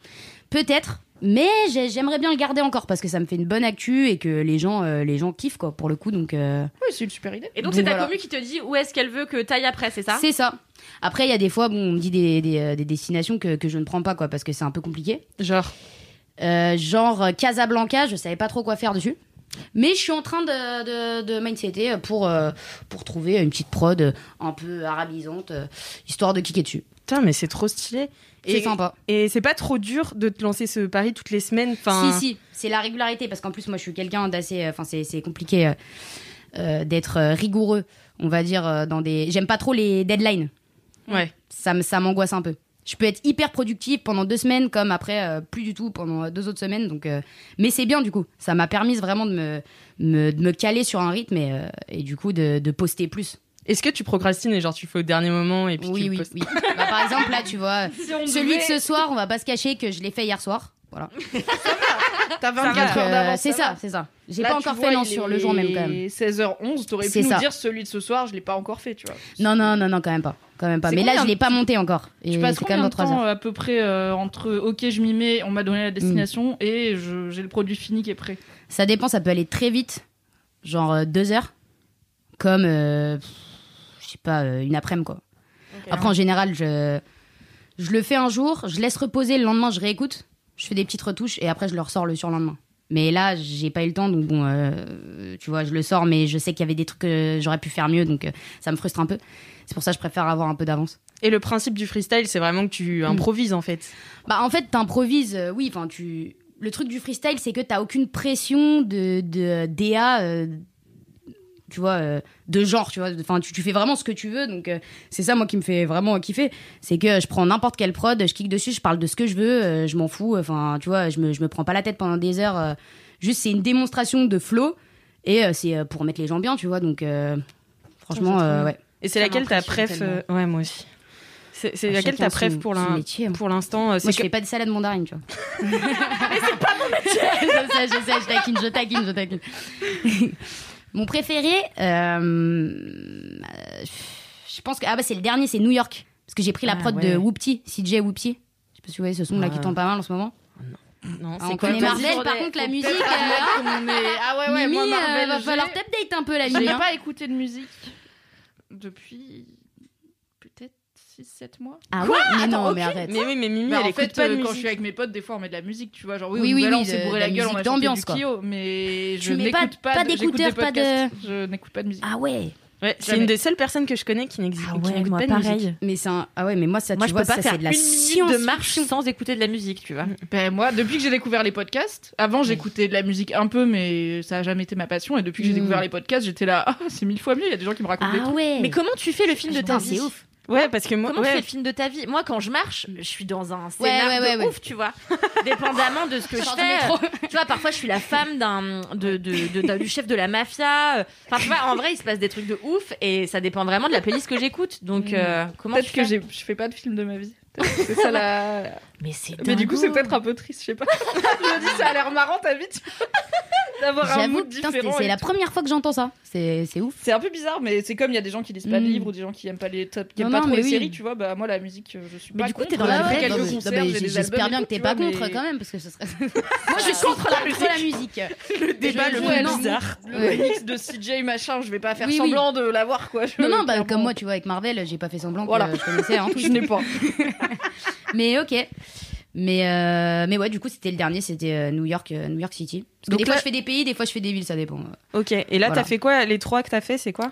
Speaker 4: Peut-être. Mais j'ai- j'aimerais bien le garder encore parce que ça me fait une bonne actu et que les gens, euh, les gens kiffent, quoi, pour le coup. Donc, euh,
Speaker 1: Oui, c'est une super idée.
Speaker 5: Et donc
Speaker 4: Donc
Speaker 5: c'est ta
Speaker 4: voilà.
Speaker 5: commu qui te dit où est-ce qu'elle veut que t'ailles après, c'est ça
Speaker 4: C'est ça. Après, il y a des fois, bon, on me dit des, des, euh, des destinations que, que je ne prends pas, quoi, parce que c'est un peu compliqué.
Speaker 2: Genre.
Speaker 4: Euh, genre euh, Casablanca, je savais pas trop quoi faire dessus. Mais je suis en train de, de, de mindsetter pour, euh, pour trouver une petite prod euh, un peu arabisante, euh, histoire de kicker dessus.
Speaker 2: Putain, mais c'est trop stylé.
Speaker 4: C'est
Speaker 2: Et-
Speaker 4: sympa.
Speaker 2: Et c'est pas trop dur de te lancer ce pari toutes les semaines. Enfin,
Speaker 4: Si, si, c'est la régularité, parce qu'en plus, moi, je suis quelqu'un d'assez. Enfin, c'est c'est compliqué euh, euh, d'être euh, rigoureux, on va dire, euh, dans des. J'aime pas trop les deadlines.
Speaker 2: Ouais.
Speaker 4: Ça me- ça m'angoisse un peu. Je peux être hyper productive pendant deux semaines, comme après, euh, plus du tout pendant deux autres semaines. Donc, euh, Mais c'est bien, du coup. Ça m'a permis vraiment de me, me- de me caler sur un rythme et, euh, et du coup, de, de poster plus.
Speaker 2: Est-ce que tu procrastines et genre tu fais au dernier moment et puis
Speaker 4: oui,
Speaker 2: tu
Speaker 4: oui,
Speaker 2: postes
Speaker 4: oui. Bah, par exemple, là, tu vois,
Speaker 1: on
Speaker 4: celui de
Speaker 1: devait-
Speaker 4: ce soir, on va pas se cacher que je l'ai fait hier soir. Voilà.
Speaker 1: T'as
Speaker 4: Donc,
Speaker 1: 24
Speaker 4: euh,
Speaker 1: heures d'avance.
Speaker 4: c'est ça, c'est ça. J'ai pas encore fait non sur le jour même, quand même.
Speaker 1: 16h11, t'aurais pu
Speaker 4: C'est
Speaker 1: nous
Speaker 4: ça.
Speaker 1: dire celui de ce soir, je l'ai pas encore fait, tu vois.
Speaker 4: Non, non, non, non, quand même pas. Quand même pas.
Speaker 1: C'est
Speaker 4: Mais là,
Speaker 1: combien
Speaker 4: je l'ai pas monté encore. Et
Speaker 1: Tu passes
Speaker 4: c'est quand
Speaker 1: combien
Speaker 4: même dans
Speaker 1: de
Speaker 4: 3
Speaker 1: temps
Speaker 4: heures. Mm.
Speaker 1: euh, à peu près euh, entre OK, je m'y mets, on m'a donné la destination et je- j'ai le produit fini qui est prêt
Speaker 4: Ça dépend, ça peut aller très vite. Genre 2 euh, heures. comme, euh, pff, je sais pas, euh, une après-midi, quoi. Après, en général, je, je le fais un jour, je laisse reposer, le lendemain, je réécoute, je fais des petites retouches et après, je le ressors le surlendemain. Mais là, j'ai pas eu le temps, donc bon, euh, tu vois, je le sors, mais je sais qu'il y avait des trucs que j'aurais pu faire mieux, donc euh, ça me frustre un peu. C'est pour ça que je préfère avoir un peu d'avance.
Speaker 2: Et le principe du freestyle, c'est vraiment que
Speaker 4: Mm.
Speaker 2: tu improvises en fait.
Speaker 4: Bah, en fait, t'improvises, euh, oui, enfin, tu. Le truc du freestyle, c'est que t'as aucune pression de, de DA, euh, tu vois, euh, de genre, tu vois. Enfin, tu, tu fais vraiment ce que tu veux, donc euh, c'est ça, moi, qui me fait vraiment kiffer. C'est que je prends n'importe quelle prod, je clique dessus, je parle de ce que je veux, euh, je m'en fous, enfin, tu vois, je me, je me prends pas la tête pendant des heures. euh, juste, c'est une démonstration de flow et euh, c'est euh, pour mettre les gens bien, tu vois, donc euh, franchement,
Speaker 2: Ça, c'est
Speaker 4: euh,
Speaker 2: trop
Speaker 4: ouais.
Speaker 2: Et c'est
Speaker 4: Ça
Speaker 2: laquelle ta
Speaker 4: m'impressionne
Speaker 2: préf
Speaker 4: tellement.
Speaker 2: euh, Ouais, moi aussi. C'est c'est laquelle
Speaker 4: Chacun
Speaker 2: ta préf
Speaker 4: son-
Speaker 2: pour
Speaker 4: son
Speaker 2: l'in-
Speaker 4: métier, hein.
Speaker 2: pour l'instant euh,
Speaker 4: Moi,
Speaker 2: C'est
Speaker 4: je
Speaker 2: que-
Speaker 4: fais pas de salade mandarine, tu vois. Mais c'est pas mon métier Je sais, je sais, je taquine, je taquine, je taquine. mon préféré, euh, euh, je pense que... Ah bah, c'est le dernier, c'est New York. Parce que j'ai pris la
Speaker 3: Ah,
Speaker 4: prod
Speaker 3: ouais.
Speaker 4: de Whoopty, CJ Whoopty. Je sais pas si vous voyez ce son-là qui tombe pas mal en ce moment.
Speaker 2: Non,
Speaker 4: Ah,
Speaker 2: c'est
Speaker 4: on
Speaker 2: quoi
Speaker 4: connaît
Speaker 2: toi
Speaker 4: Marvel,
Speaker 1: Sur
Speaker 4: par
Speaker 1: des-
Speaker 4: contre, la
Speaker 1: faut
Speaker 4: musique...
Speaker 1: peut-être
Speaker 4: euh,
Speaker 1: admettre qu'on est- Ah ouais, ouais, moi,
Speaker 4: Mimi, euh,
Speaker 1: Marvel,
Speaker 4: va
Speaker 1: j'ai-
Speaker 4: falloir t'update un peu, la
Speaker 1: Je n'ai
Speaker 4: Mimi. hein.
Speaker 1: pas écouté de musique depuis peut-être 6-7 mois.
Speaker 4: Ah ouais Mais non, mais arrête.
Speaker 2: Mais oui, mais Mimi,
Speaker 1: Bah,
Speaker 2: elle
Speaker 1: en
Speaker 2: écoute
Speaker 1: fait,
Speaker 2: pas de
Speaker 1: euh, quand je
Speaker 2: musique.
Speaker 1: suis avec mes potes, des fois on met de la musique, tu vois. Genre, oui,
Speaker 4: Oui,
Speaker 1: oui,
Speaker 4: oui,
Speaker 1: on
Speaker 4: oui,
Speaker 1: s'est
Speaker 4: de-
Speaker 1: bourré
Speaker 4: de
Speaker 1: la
Speaker 4: la
Speaker 1: gueule, on
Speaker 4: musique
Speaker 1: a chanté du
Speaker 4: d'ambiance, quoi.
Speaker 1: Kyo, mais je
Speaker 4: Tu mets pas-
Speaker 1: n'écoute pas,
Speaker 4: pas
Speaker 1: de- j'écoute
Speaker 4: d'écouteurs,
Speaker 1: des
Speaker 4: pas de-
Speaker 1: podcasts, Je n'écoute pas de musique.
Speaker 4: Ah ouais
Speaker 2: Ouais, c'est
Speaker 1: Jamais.
Speaker 2: une des seules personnes que je connais qui n'existe
Speaker 3: Ah
Speaker 2: qui
Speaker 3: ouais,
Speaker 2: n'écoute
Speaker 3: moi
Speaker 2: pas de musique.
Speaker 3: pareil.
Speaker 4: Mais c'est un... Ah ouais, mais moi, ça,
Speaker 3: Moi,
Speaker 4: tu
Speaker 3: je
Speaker 4: vois,
Speaker 3: peux pas
Speaker 4: ça,
Speaker 3: faire
Speaker 4: c'est de la
Speaker 3: une minute de
Speaker 4: science.
Speaker 3: marche sans écouter de la musique, tu vois.
Speaker 1: Ben moi, depuis que j'ai découvert les podcasts, avant j'écoutais de la musique un peu, mais ça a jamais été ma passion. Et depuis que j'ai
Speaker 4: Mm.
Speaker 1: découvert les podcasts, j'étais là, ah, c'est mille fois mieux. Il y a des gens qui me racontent des
Speaker 4: Ah
Speaker 1: trucs.
Speaker 4: ouais
Speaker 3: Mais comment tu fais le film de ta
Speaker 4: Putain,
Speaker 3: vie
Speaker 4: c'est ouf.
Speaker 2: Ouais, parce que moi,
Speaker 3: Comment
Speaker 2: ouais,
Speaker 3: tu fais le film de ta vie Moi, quand je marche, je suis dans un scénario
Speaker 4: ouais, ouais,
Speaker 3: de
Speaker 4: ouais.
Speaker 3: ouf, tu vois. Dépendamment de ce que je
Speaker 4: Sors du
Speaker 3: fais.
Speaker 4: métro.
Speaker 3: Tu vois, parfois, je suis la femme d'un, de, de- de- d'un- du chef de la mafia. euh. Enfin, tu vois, en vrai, il se passe des trucs de ouf et ça dépend vraiment de la playlist que j'écoute. Donc,
Speaker 4: Mm.
Speaker 3: euh, comment
Speaker 1: Peut-être
Speaker 3: tu
Speaker 1: que
Speaker 3: fais
Speaker 1: j'ai- je fais pas de film de ma vie. Peut-être que C'est ça la.
Speaker 3: Mais c'est
Speaker 1: Mais du coup, c'est
Speaker 3: dingo.
Speaker 1: peut-être un peu triste, je sais pas. je me dis, ça a l'air marrant ta vie, tu vois, d'avoir un
Speaker 4: J'avoue,
Speaker 1: mood
Speaker 4: putain,
Speaker 1: différent.
Speaker 4: c'est
Speaker 1: et
Speaker 4: c'est la
Speaker 1: tout.
Speaker 4: première fois que j'entends ça. C'est c'est ouf.
Speaker 1: C'est un peu bizarre, mais c'est comme il y a des gens qui lisent pas de
Speaker 4: Mm.
Speaker 1: livres ou des gens qui aiment pas les top, qui
Speaker 4: Non,
Speaker 1: aiment pas
Speaker 4: non,
Speaker 1: trop
Speaker 4: mais
Speaker 1: les
Speaker 4: oui.
Speaker 1: séries, tu vois. Bah moi, la musique, euh, je suis.
Speaker 3: Mais
Speaker 1: pas
Speaker 3: du coup,
Speaker 1: contre,
Speaker 3: t'es dans la
Speaker 1: j'ai
Speaker 3: vraie
Speaker 1: fait
Speaker 3: vie.
Speaker 1: quelques
Speaker 3: Non, mais-
Speaker 1: concerts, j'ai des
Speaker 4: J'espère
Speaker 1: albums
Speaker 4: bien
Speaker 1: et
Speaker 4: que t'es
Speaker 1: tout,
Speaker 4: pas
Speaker 1: tu vois,
Speaker 4: contre
Speaker 1: mais-
Speaker 4: quand même, Euh, parce que ce serait. Moi, je suis contre la musique.
Speaker 1: Le débat le
Speaker 4: Ouais,
Speaker 1: plus
Speaker 4: non.
Speaker 1: bizarre.
Speaker 4: Ouais.
Speaker 1: Le mix de CJ machin, je vais pas faire
Speaker 4: Oui, oui.
Speaker 1: semblant de l'avoir quoi. Je-
Speaker 4: Non, non, bah,
Speaker 1: clairement.
Speaker 4: comme moi, tu vois, avec Marvel, j'ai pas fait semblant
Speaker 1: Voilà.
Speaker 4: que je connaissais. hein, tout.
Speaker 1: Je n'ai pas.
Speaker 4: mais ok. Mais, euh, mais ouais, du coup, c'était le dernier, c'était euh, New York, euh, New York City. Parce que
Speaker 2: Donc
Speaker 4: des
Speaker 2: là-
Speaker 4: fois, je fais des pays, des fois, je fais des villes, ça dépend.
Speaker 2: Ok, et là,
Speaker 4: Voilà.
Speaker 2: t'as fait quoi Les trois que t'as fait, c'est quoi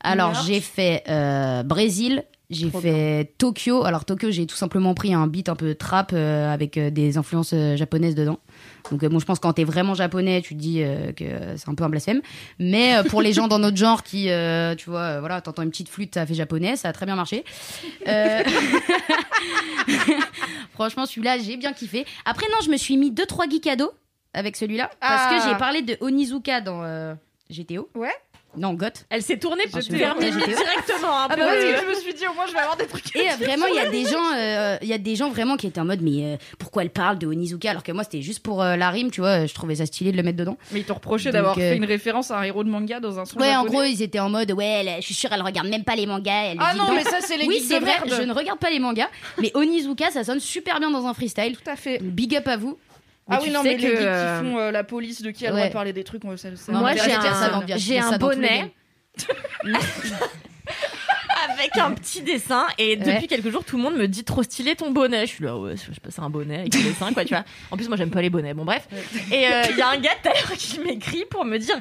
Speaker 4: Alors,
Speaker 3: York.
Speaker 4: j'ai fait euh, Brésil, j'ai
Speaker 1: Trop
Speaker 4: fait Tokyo. Alors, Tokyo, j'ai tout simplement pris un beat un peu trap euh, avec euh, des influences euh, japonaises dedans. Donc, euh, bon, je pense que quand t'es vraiment japonais, tu te dis euh, que c'est un peu un blasphème. Mais euh, pour les gens dans notre genre qui, euh, tu vois, euh, voilà, t'entends une petite flûte, ça fait japonais, ça a très bien marché. Euh, Franchement, celui-là, j'ai bien kiffé. Après, non, je me suis mis deux, trois geeks cadeaux avec celui-là. Parce que
Speaker 1: Ah.
Speaker 4: j'ai parlé de Onizuka dans euh, GTO.
Speaker 1: Ouais.
Speaker 4: Non, Goth.
Speaker 3: Elle s'est tournée pour
Speaker 4: Ah,
Speaker 3: te
Speaker 4: je-
Speaker 3: faire
Speaker 4: ouais,
Speaker 3: mimier
Speaker 4: j'étais-
Speaker 3: directement. hein,
Speaker 1: Ah bah
Speaker 3: pour-
Speaker 1: parce que je me suis dit au moins je vais avoir des trucs.
Speaker 4: Et euh, vraiment, il y a des gens, euh, il y a des gens vraiment qui étaient en mode, mais euh, pourquoi elle parle de Onizuka alors que moi c'était juste pour euh, la rime, tu vois, je trouvais ça stylé de le mettre dedans.
Speaker 1: Mais ils t'ont reproché
Speaker 4: Donc,
Speaker 1: d'avoir
Speaker 4: euh,
Speaker 1: fait une référence à un héros de manga dans un son
Speaker 4: Ouais, en
Speaker 1: japonais.
Speaker 4: gros, ils étaient en mode, ouais, elle- je suis sûre elle regarde même pas les mangas. Elle
Speaker 1: Ah
Speaker 4: dit
Speaker 1: non,
Speaker 4: dedans.
Speaker 1: mais ça c'est les
Speaker 4: oui,
Speaker 1: geeks
Speaker 4: c'est
Speaker 1: de
Speaker 4: vrai,
Speaker 1: merde.
Speaker 4: je ne regarde pas les mangas, mais Onizuka ça sonne super bien dans un freestyle.
Speaker 1: Tout à fait.
Speaker 4: Donc, Big up à vous.
Speaker 1: ah
Speaker 4: tu
Speaker 1: oui, non,
Speaker 4: sais
Speaker 1: mais les
Speaker 4: que,
Speaker 1: geeks
Speaker 4: euh,
Speaker 1: qui font euh, la police de qui a le droit
Speaker 4: ouais.
Speaker 1: de parler des trucs, moi ça, ça
Speaker 4: Non,
Speaker 3: Moi,
Speaker 4: mais
Speaker 3: j'ai
Speaker 4: arrête, ça
Speaker 3: un,
Speaker 4: dans- je
Speaker 3: j'ai
Speaker 4: mets
Speaker 3: un
Speaker 4: ça dans tous les
Speaker 3: bonnet avec un petit dessin. Et depuis
Speaker 4: Ouais.
Speaker 3: quelques jours, tout le monde me dit trop stylé ton bonnet. Je suis là, ouais, je sais pas, c'est un bonnet avec un dessin, quoi, tu vois. En plus, moi, j'aime pas les bonnets. Bon, bref. Et euh, il y a un gars tout à l'heure qui m'écrit pour me dire.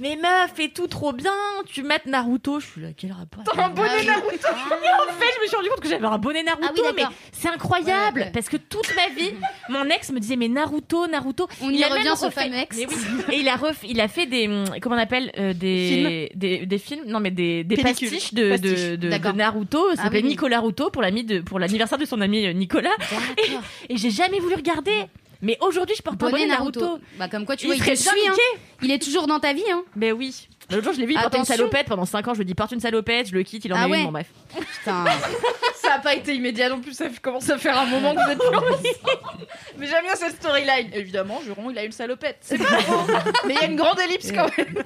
Speaker 3: Mais meuf, et tout trop bien, tu mates Naruto. Je suis là, quel rapport avec
Speaker 1: T'as un bonnet
Speaker 3: Naruto
Speaker 1: Naruto.
Speaker 3: En fait, je me suis rendu compte que j'avais un bonnet Naruto,
Speaker 4: Ah oui,
Speaker 3: mais
Speaker 4: d'accord.
Speaker 3: c'est incroyable
Speaker 4: Ouais, ouais.
Speaker 3: parce que toute ma vie, mon ex me disait mais Naruto, Naruto.
Speaker 4: On y
Speaker 3: a
Speaker 4: revient,
Speaker 3: même
Speaker 4: ce
Speaker 3: refait-
Speaker 4: fameux ex.
Speaker 3: Mais oui. Et il a ref... il a fait des hum, comment on appelle euh, des... des des films, non mais des, des
Speaker 2: Pellicules.
Speaker 3: pastiches de, de,
Speaker 2: Pastiches.
Speaker 3: de-
Speaker 4: D'accord.
Speaker 3: de Naruto. Ça
Speaker 4: Ah
Speaker 3: s'appelait
Speaker 4: oui, oui.
Speaker 3: Nicolas Ruto pour l'ami de pour l'anniversaire de son ami euh, Nicolas.
Speaker 4: D'accord.
Speaker 3: Et j'ai jamais voulu regarder. Mais aujourd'hui, je porte un bonnet
Speaker 4: Bonnet
Speaker 3: Naruto.
Speaker 4: Naruto. Bah comme quoi tu
Speaker 3: Il
Speaker 4: vois, il te
Speaker 3: serait bien
Speaker 4: suit, hein.
Speaker 3: niqué.
Speaker 4: il est toujours dans ta vie. Hein.
Speaker 3: Mais oui. L'autre jour, je l'ai vu, il portait une
Speaker 4: Attention.
Speaker 3: salopette pendant 5 ans. Je lui dis, porte une salopette, je le quitte, il en
Speaker 4: Ah
Speaker 3: est
Speaker 4: ouais.
Speaker 3: une. Bon, bref.
Speaker 4: Putain.
Speaker 1: Ça a pas été immédiat non plus, ça commence à faire un moment que vous êtes plus ensemble. Mais j'aime bien cette storyline. Évidemment, Juron, il a une salopette. C'est pas faux. Mais il y a une grande ellipse quand même.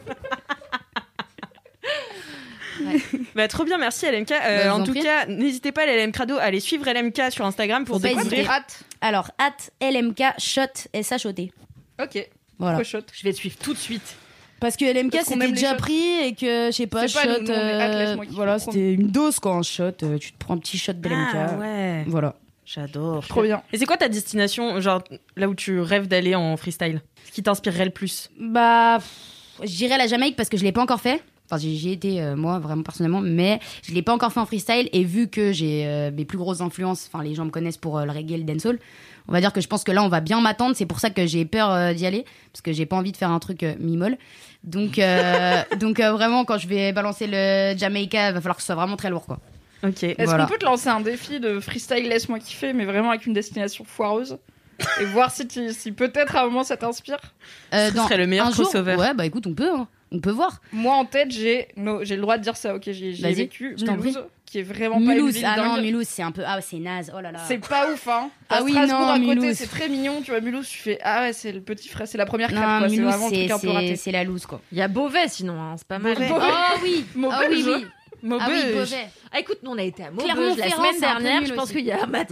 Speaker 2: Bah trop bien, merci LMK. Euh,
Speaker 4: Bah, je vous
Speaker 2: en
Speaker 4: en
Speaker 2: tout
Speaker 4: prie.
Speaker 2: cas, n'hésitez pas les LM Crado à aller suivre LMK sur Instagram pour
Speaker 4: Faut pas
Speaker 2: découvrir.
Speaker 4: hésiter. Alors at lmk shot s h o t.
Speaker 1: Ok,
Speaker 4: Voilà.
Speaker 1: cochotte.
Speaker 3: Je vais te suivre tout de suite.
Speaker 4: Parce que LMK
Speaker 1: Parce qu'on
Speaker 4: c'était
Speaker 1: aime les
Speaker 4: déjà
Speaker 1: shots.
Speaker 4: pris et que, je sais pas,
Speaker 1: C'est
Speaker 4: shot.
Speaker 1: pas nous, nous, on est athlètes,
Speaker 4: euh,
Speaker 1: moi qui
Speaker 4: voilà,
Speaker 1: comprends.
Speaker 4: c'était une dose quoi, un shot. euh, tu te prends un petit shot de LMK.
Speaker 2: Ah ouais,
Speaker 4: Voilà.
Speaker 2: j'adore.
Speaker 1: Trop bien.
Speaker 2: Et c'est quoi ta destination, genre là où tu rêves d'aller en freestyle Ce qui t'inspirerait le plus
Speaker 4: Bah, pff, je dirais la Jamaïque parce que je l'ai pas encore fait. Enfin, j'y j'y ai été euh, moi vraiment personnellement, mais je l'ai pas encore fait en freestyle. Et vu que j'ai euh, mes plus grosses influences, enfin les gens me connaissent pour euh, le reggae, et le dancehall, on va dire que je pense que là on va bien m'attendre. C'est pour ça que j'ai peur euh, d'y aller parce que j'ai pas envie de faire un truc euh, mimole. Donc, euh, donc euh, vraiment quand je vais balancer le Jamaica, va falloir que ce soit vraiment très lourd quoi.
Speaker 2: Ok.
Speaker 1: Est-ce
Speaker 4: Voilà.
Speaker 1: qu'on peut te lancer un défi de freestyle laisse-moi kiffer, mais vraiment avec une destination foireuse et voir si, tu- si peut-être à un moment ça t'inspire.
Speaker 4: Euh,
Speaker 2: Ce
Speaker 4: dans
Speaker 2: serait le meilleur
Speaker 4: un jour,
Speaker 2: crossover.
Speaker 4: ouais bah écoute on peut, hein. on peut voir.
Speaker 1: Moi en tête j'ai no, j'ai le droit de dire ça. Ok, j'ai
Speaker 4: Vas-y,
Speaker 1: vécu
Speaker 4: je t'en
Speaker 1: Mulhouse, qui est vraiment pas une
Speaker 4: Mulhouse,
Speaker 1: ville
Speaker 4: ah
Speaker 1: dingue.
Speaker 4: non Mulhouse c'est un peu ah c'est naze, oh là là.
Speaker 1: C'est pas ouf, hein.
Speaker 4: Ah
Speaker 1: T'as
Speaker 4: oui,
Speaker 1: Strasbourg
Speaker 4: non,
Speaker 1: à côté,
Speaker 4: Mulhouse.
Speaker 1: c'est très mignon. Tu vois, Mulhouse, tu fais Ah ouais, c'est le petit frère, c'est la première crêpe,
Speaker 4: Non,
Speaker 1: quoi. C'est
Speaker 4: Mulhouse
Speaker 1: vraiment le
Speaker 4: c'est-
Speaker 1: truc un peu
Speaker 4: c'est
Speaker 1: raté.
Speaker 4: c'est la loose quoi.
Speaker 5: Il y a Beauvais sinon, hein, c'est pas mal.
Speaker 1: Beauvais.
Speaker 4: Oh oui,
Speaker 1: Mauvais
Speaker 4: ah oui,
Speaker 1: jeu.
Speaker 4: oui. Ah oui, Beauvais.
Speaker 5: Ah, écoute, nous on a été à Maubeuge la
Speaker 4: Clermont-Ferrand,
Speaker 5: semaine
Speaker 4: c'est un peu
Speaker 5: dernière,
Speaker 4: nul
Speaker 5: je pense
Speaker 4: aussi.
Speaker 5: qu'il y a un mat-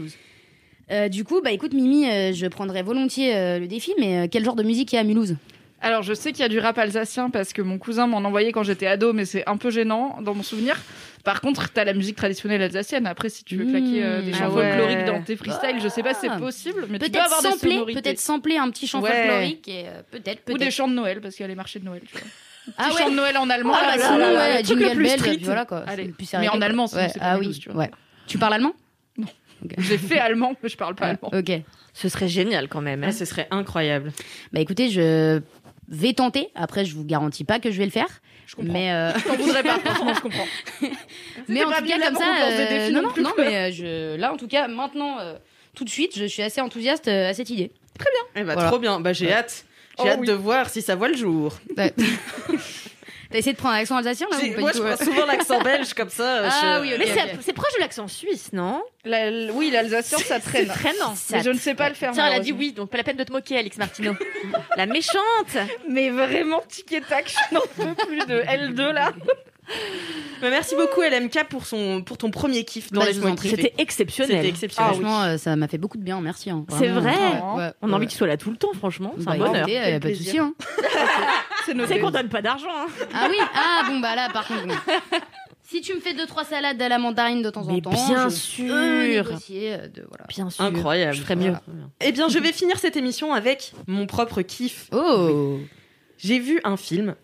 Speaker 4: Euh, du coup, bah écoute Mimi, euh, je prendrais volontiers euh, le défi, mais euh, quel genre de musique il y a à Mulhouse
Speaker 1: Alors, je sais qu'il y a du rap alsacien parce que mon cousin m'en envoyait quand j'étais ado, mais c'est un peu gênant dans mon souvenir. Par contre, t'as la musique traditionnelle alsacienne. Après, si tu veux claquer euh, des
Speaker 4: Mmh,
Speaker 1: chants
Speaker 4: ah
Speaker 5: ouais.
Speaker 1: folkloriques dans tes freestyles, je sais pas si c'est
Speaker 4: Ah.
Speaker 1: possible, mais tu dois
Speaker 4: Peut-être
Speaker 1: avoir des
Speaker 4: sampler,
Speaker 1: sonorités.
Speaker 4: peut-être sampler un petit chant
Speaker 1: Ouais.
Speaker 4: folklorique et euh, peut-être
Speaker 1: Ou
Speaker 4: peut-être.
Speaker 1: des chants de Noël parce qu'il y a les marchés de Noël. Tu vois.
Speaker 4: ah
Speaker 1: Des
Speaker 4: ouais.
Speaker 1: chants de Noël en allemand.
Speaker 4: Ah, bah,
Speaker 1: là, là,
Speaker 4: sinon,
Speaker 1: là, là.
Speaker 4: ouais,
Speaker 2: le truc
Speaker 4: jingle
Speaker 2: le plus
Speaker 4: bell,
Speaker 2: street.
Speaker 4: puis voilà quoi.
Speaker 1: Allez.
Speaker 4: C'est plus
Speaker 1: Mais
Speaker 4: réglé,
Speaker 1: en
Speaker 4: quoi.
Speaker 1: allemand, sinon,
Speaker 4: ouais.
Speaker 1: c'est pas
Speaker 4: Ah
Speaker 1: Mulhouse,
Speaker 4: oui,
Speaker 1: tu
Speaker 4: tu
Speaker 1: vois.
Speaker 4: ouais. Tu parles allemand
Speaker 1: J'ai fait allemand, mais je parle pas allemand.
Speaker 4: Ok.
Speaker 5: Ce serait génial quand même. hein.
Speaker 2: Ah, ce serait incroyable.
Speaker 4: Bah écoutez, je vais tenter. Après, je vous garantis pas que je vais le faire,
Speaker 1: Je comprends.
Speaker 4: mais euh,
Speaker 1: Je t'en voudrais pas, franchement, je comprends.
Speaker 4: mais en
Speaker 1: pas
Speaker 4: tout cas
Speaker 1: venu
Speaker 4: comme
Speaker 1: là pour qu'on
Speaker 4: ça.
Speaker 1: lance des
Speaker 4: euh,
Speaker 1: défis
Speaker 4: non
Speaker 1: non
Speaker 4: non
Speaker 1: plus,
Speaker 4: non,
Speaker 1: quoi.
Speaker 4: mais euh, je là en tout cas maintenant euh, tout de suite, je suis assez enthousiaste euh, à cette idée.
Speaker 2: Eh bah,
Speaker 4: Voilà.
Speaker 2: trop bien. Bah, j'ai hâte. J'ai
Speaker 1: Oh
Speaker 2: hâte
Speaker 1: oui.
Speaker 2: de voir si ça voit le jour.
Speaker 4: Ouais. T'as essayé de prendre un accent alsacien là
Speaker 2: J'ai-
Speaker 4: ou pas
Speaker 2: Moi,
Speaker 4: du
Speaker 2: je
Speaker 4: tout, ouais
Speaker 2: prends souvent l'accent belge comme ça.
Speaker 4: Ah
Speaker 2: je-
Speaker 4: oui, ok.
Speaker 5: Mais c'est- c'est proche de l'accent suisse, non
Speaker 1: La- l- oui, l'Alsacien, ça
Speaker 5: C'est
Speaker 1: traîne.
Speaker 5: traînant.
Speaker 1: Mais je ne sais pas le faire.
Speaker 5: Tiens, elle a dit
Speaker 1: malheureusement.
Speaker 5: oui, donc pas la peine de te moquer, Alex Martino. la méchante
Speaker 1: Mais vraiment, tic et tac, je n'en peux plus de L2 là.
Speaker 2: Bah, merci beaucoup LMK pour son pour ton premier kiff dans
Speaker 4: Bah,
Speaker 2: les
Speaker 4: je vous en prie.
Speaker 5: C'était
Speaker 2: C'était
Speaker 5: exceptionnel.
Speaker 2: exceptionnel. Ah
Speaker 4: Franchement, euh, ça m'a fait beaucoup de bien, merci. hein.
Speaker 5: C'est
Speaker 4: Vraiment.
Speaker 5: vrai
Speaker 4: Ouais, ouais,
Speaker 5: On a
Speaker 4: ouais.
Speaker 5: envie qu'il soit là tout le temps, franchement. C'est
Speaker 4: Bah,
Speaker 5: un bonheur.
Speaker 4: écoutez, euh,
Speaker 1: Quel
Speaker 4: pas de
Speaker 1: plaisir.
Speaker 4: souci. hein.
Speaker 1: C'est
Speaker 5: C'est
Speaker 1: noté.
Speaker 5: qu'on donne pas d'argent. hein.
Speaker 4: Ah oui, ah bon bah là par contre. bon. Si tu me fais deux trois salades à la mandarine de temps en
Speaker 5: Mais
Speaker 4: temps,
Speaker 5: bien
Speaker 4: je peux
Speaker 5: sûr.
Speaker 4: négocier, euh, de- voilà.
Speaker 5: Bien sûr.
Speaker 2: Incroyable.
Speaker 5: Je ferais mieux.
Speaker 2: Eh bien, je vais finir cette émission avec mon propre kiff.
Speaker 4: Oh,
Speaker 2: J'ai vu un film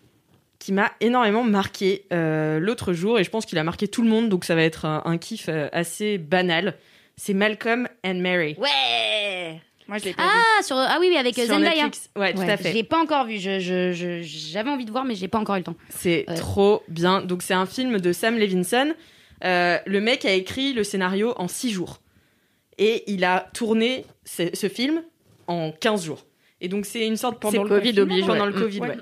Speaker 2: qui m'a énormément marqué euh, l'autre jour et je pense qu'il a marqué tout le monde, donc ça va être un, un kiff euh, assez banal. C'est Malcolm and Mary.
Speaker 5: Ouais
Speaker 1: Moi, je l'ai pas vu.
Speaker 4: ah sur ah oui oui avec euh,
Speaker 2: Sur
Speaker 4: Zendaya.
Speaker 2: Netflix. Ouais, tout
Speaker 4: Ouais,
Speaker 2: à fait.
Speaker 4: Je l'ai pas encore vu. Je, je- je- j'avais envie de voir mais j'ai pas encore eu le temps.
Speaker 2: C'est
Speaker 4: Ouais.
Speaker 2: trop bien. Donc c'est un film de Sam Levinson. Euh, le mec a écrit le scénario en 6 jours. Et il a tourné ce, ce film en 15 jours. Et donc c'est une sorte
Speaker 1: Pendant
Speaker 2: pendant
Speaker 1: le
Speaker 2: le
Speaker 1: Covid
Speaker 2: Covid
Speaker 1: oblige,
Speaker 2: Pendant
Speaker 1: ouais. Mm.
Speaker 2: le Covid,
Speaker 1: Ouais.
Speaker 2: ouais.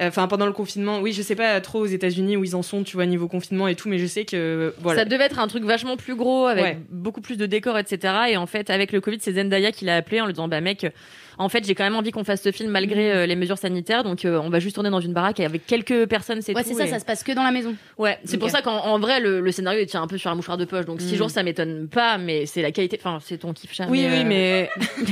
Speaker 2: Euh, Enfin, pendant le confinement, oui, je sais pas trop aux États-Unis où ils en sont, tu vois, niveau confinement et tout, mais je sais que voilà.
Speaker 5: Ça devait être un truc vachement plus gros, avec
Speaker 2: Ouais.
Speaker 5: beaucoup plus de décors, etc. Et en fait, avec le Covid, c'est Zendaya qui l'a appelé en lui disant Bah, mec, euh, en fait, j'ai quand même envie qu'on fasse ce film malgré euh, les mesures sanitaires, donc euh, on va juste tourner dans une baraque avec quelques personnes, c'est
Speaker 4: Ouais
Speaker 5: tout.
Speaker 4: c'est ça,
Speaker 5: et-
Speaker 4: ça se passe que dans la maison.
Speaker 5: Ouais, c'est pour
Speaker 4: Ok.
Speaker 5: ça qu'en en vrai, le, le scénario il tient un peu sur un mouchoir de poche. Donc, six
Speaker 2: Mm.
Speaker 5: jours, ça m'étonne pas, mais c'est la qualité. Enfin, c'est ton kiff, Charles,
Speaker 2: Oui,
Speaker 5: euh,
Speaker 2: oui, mais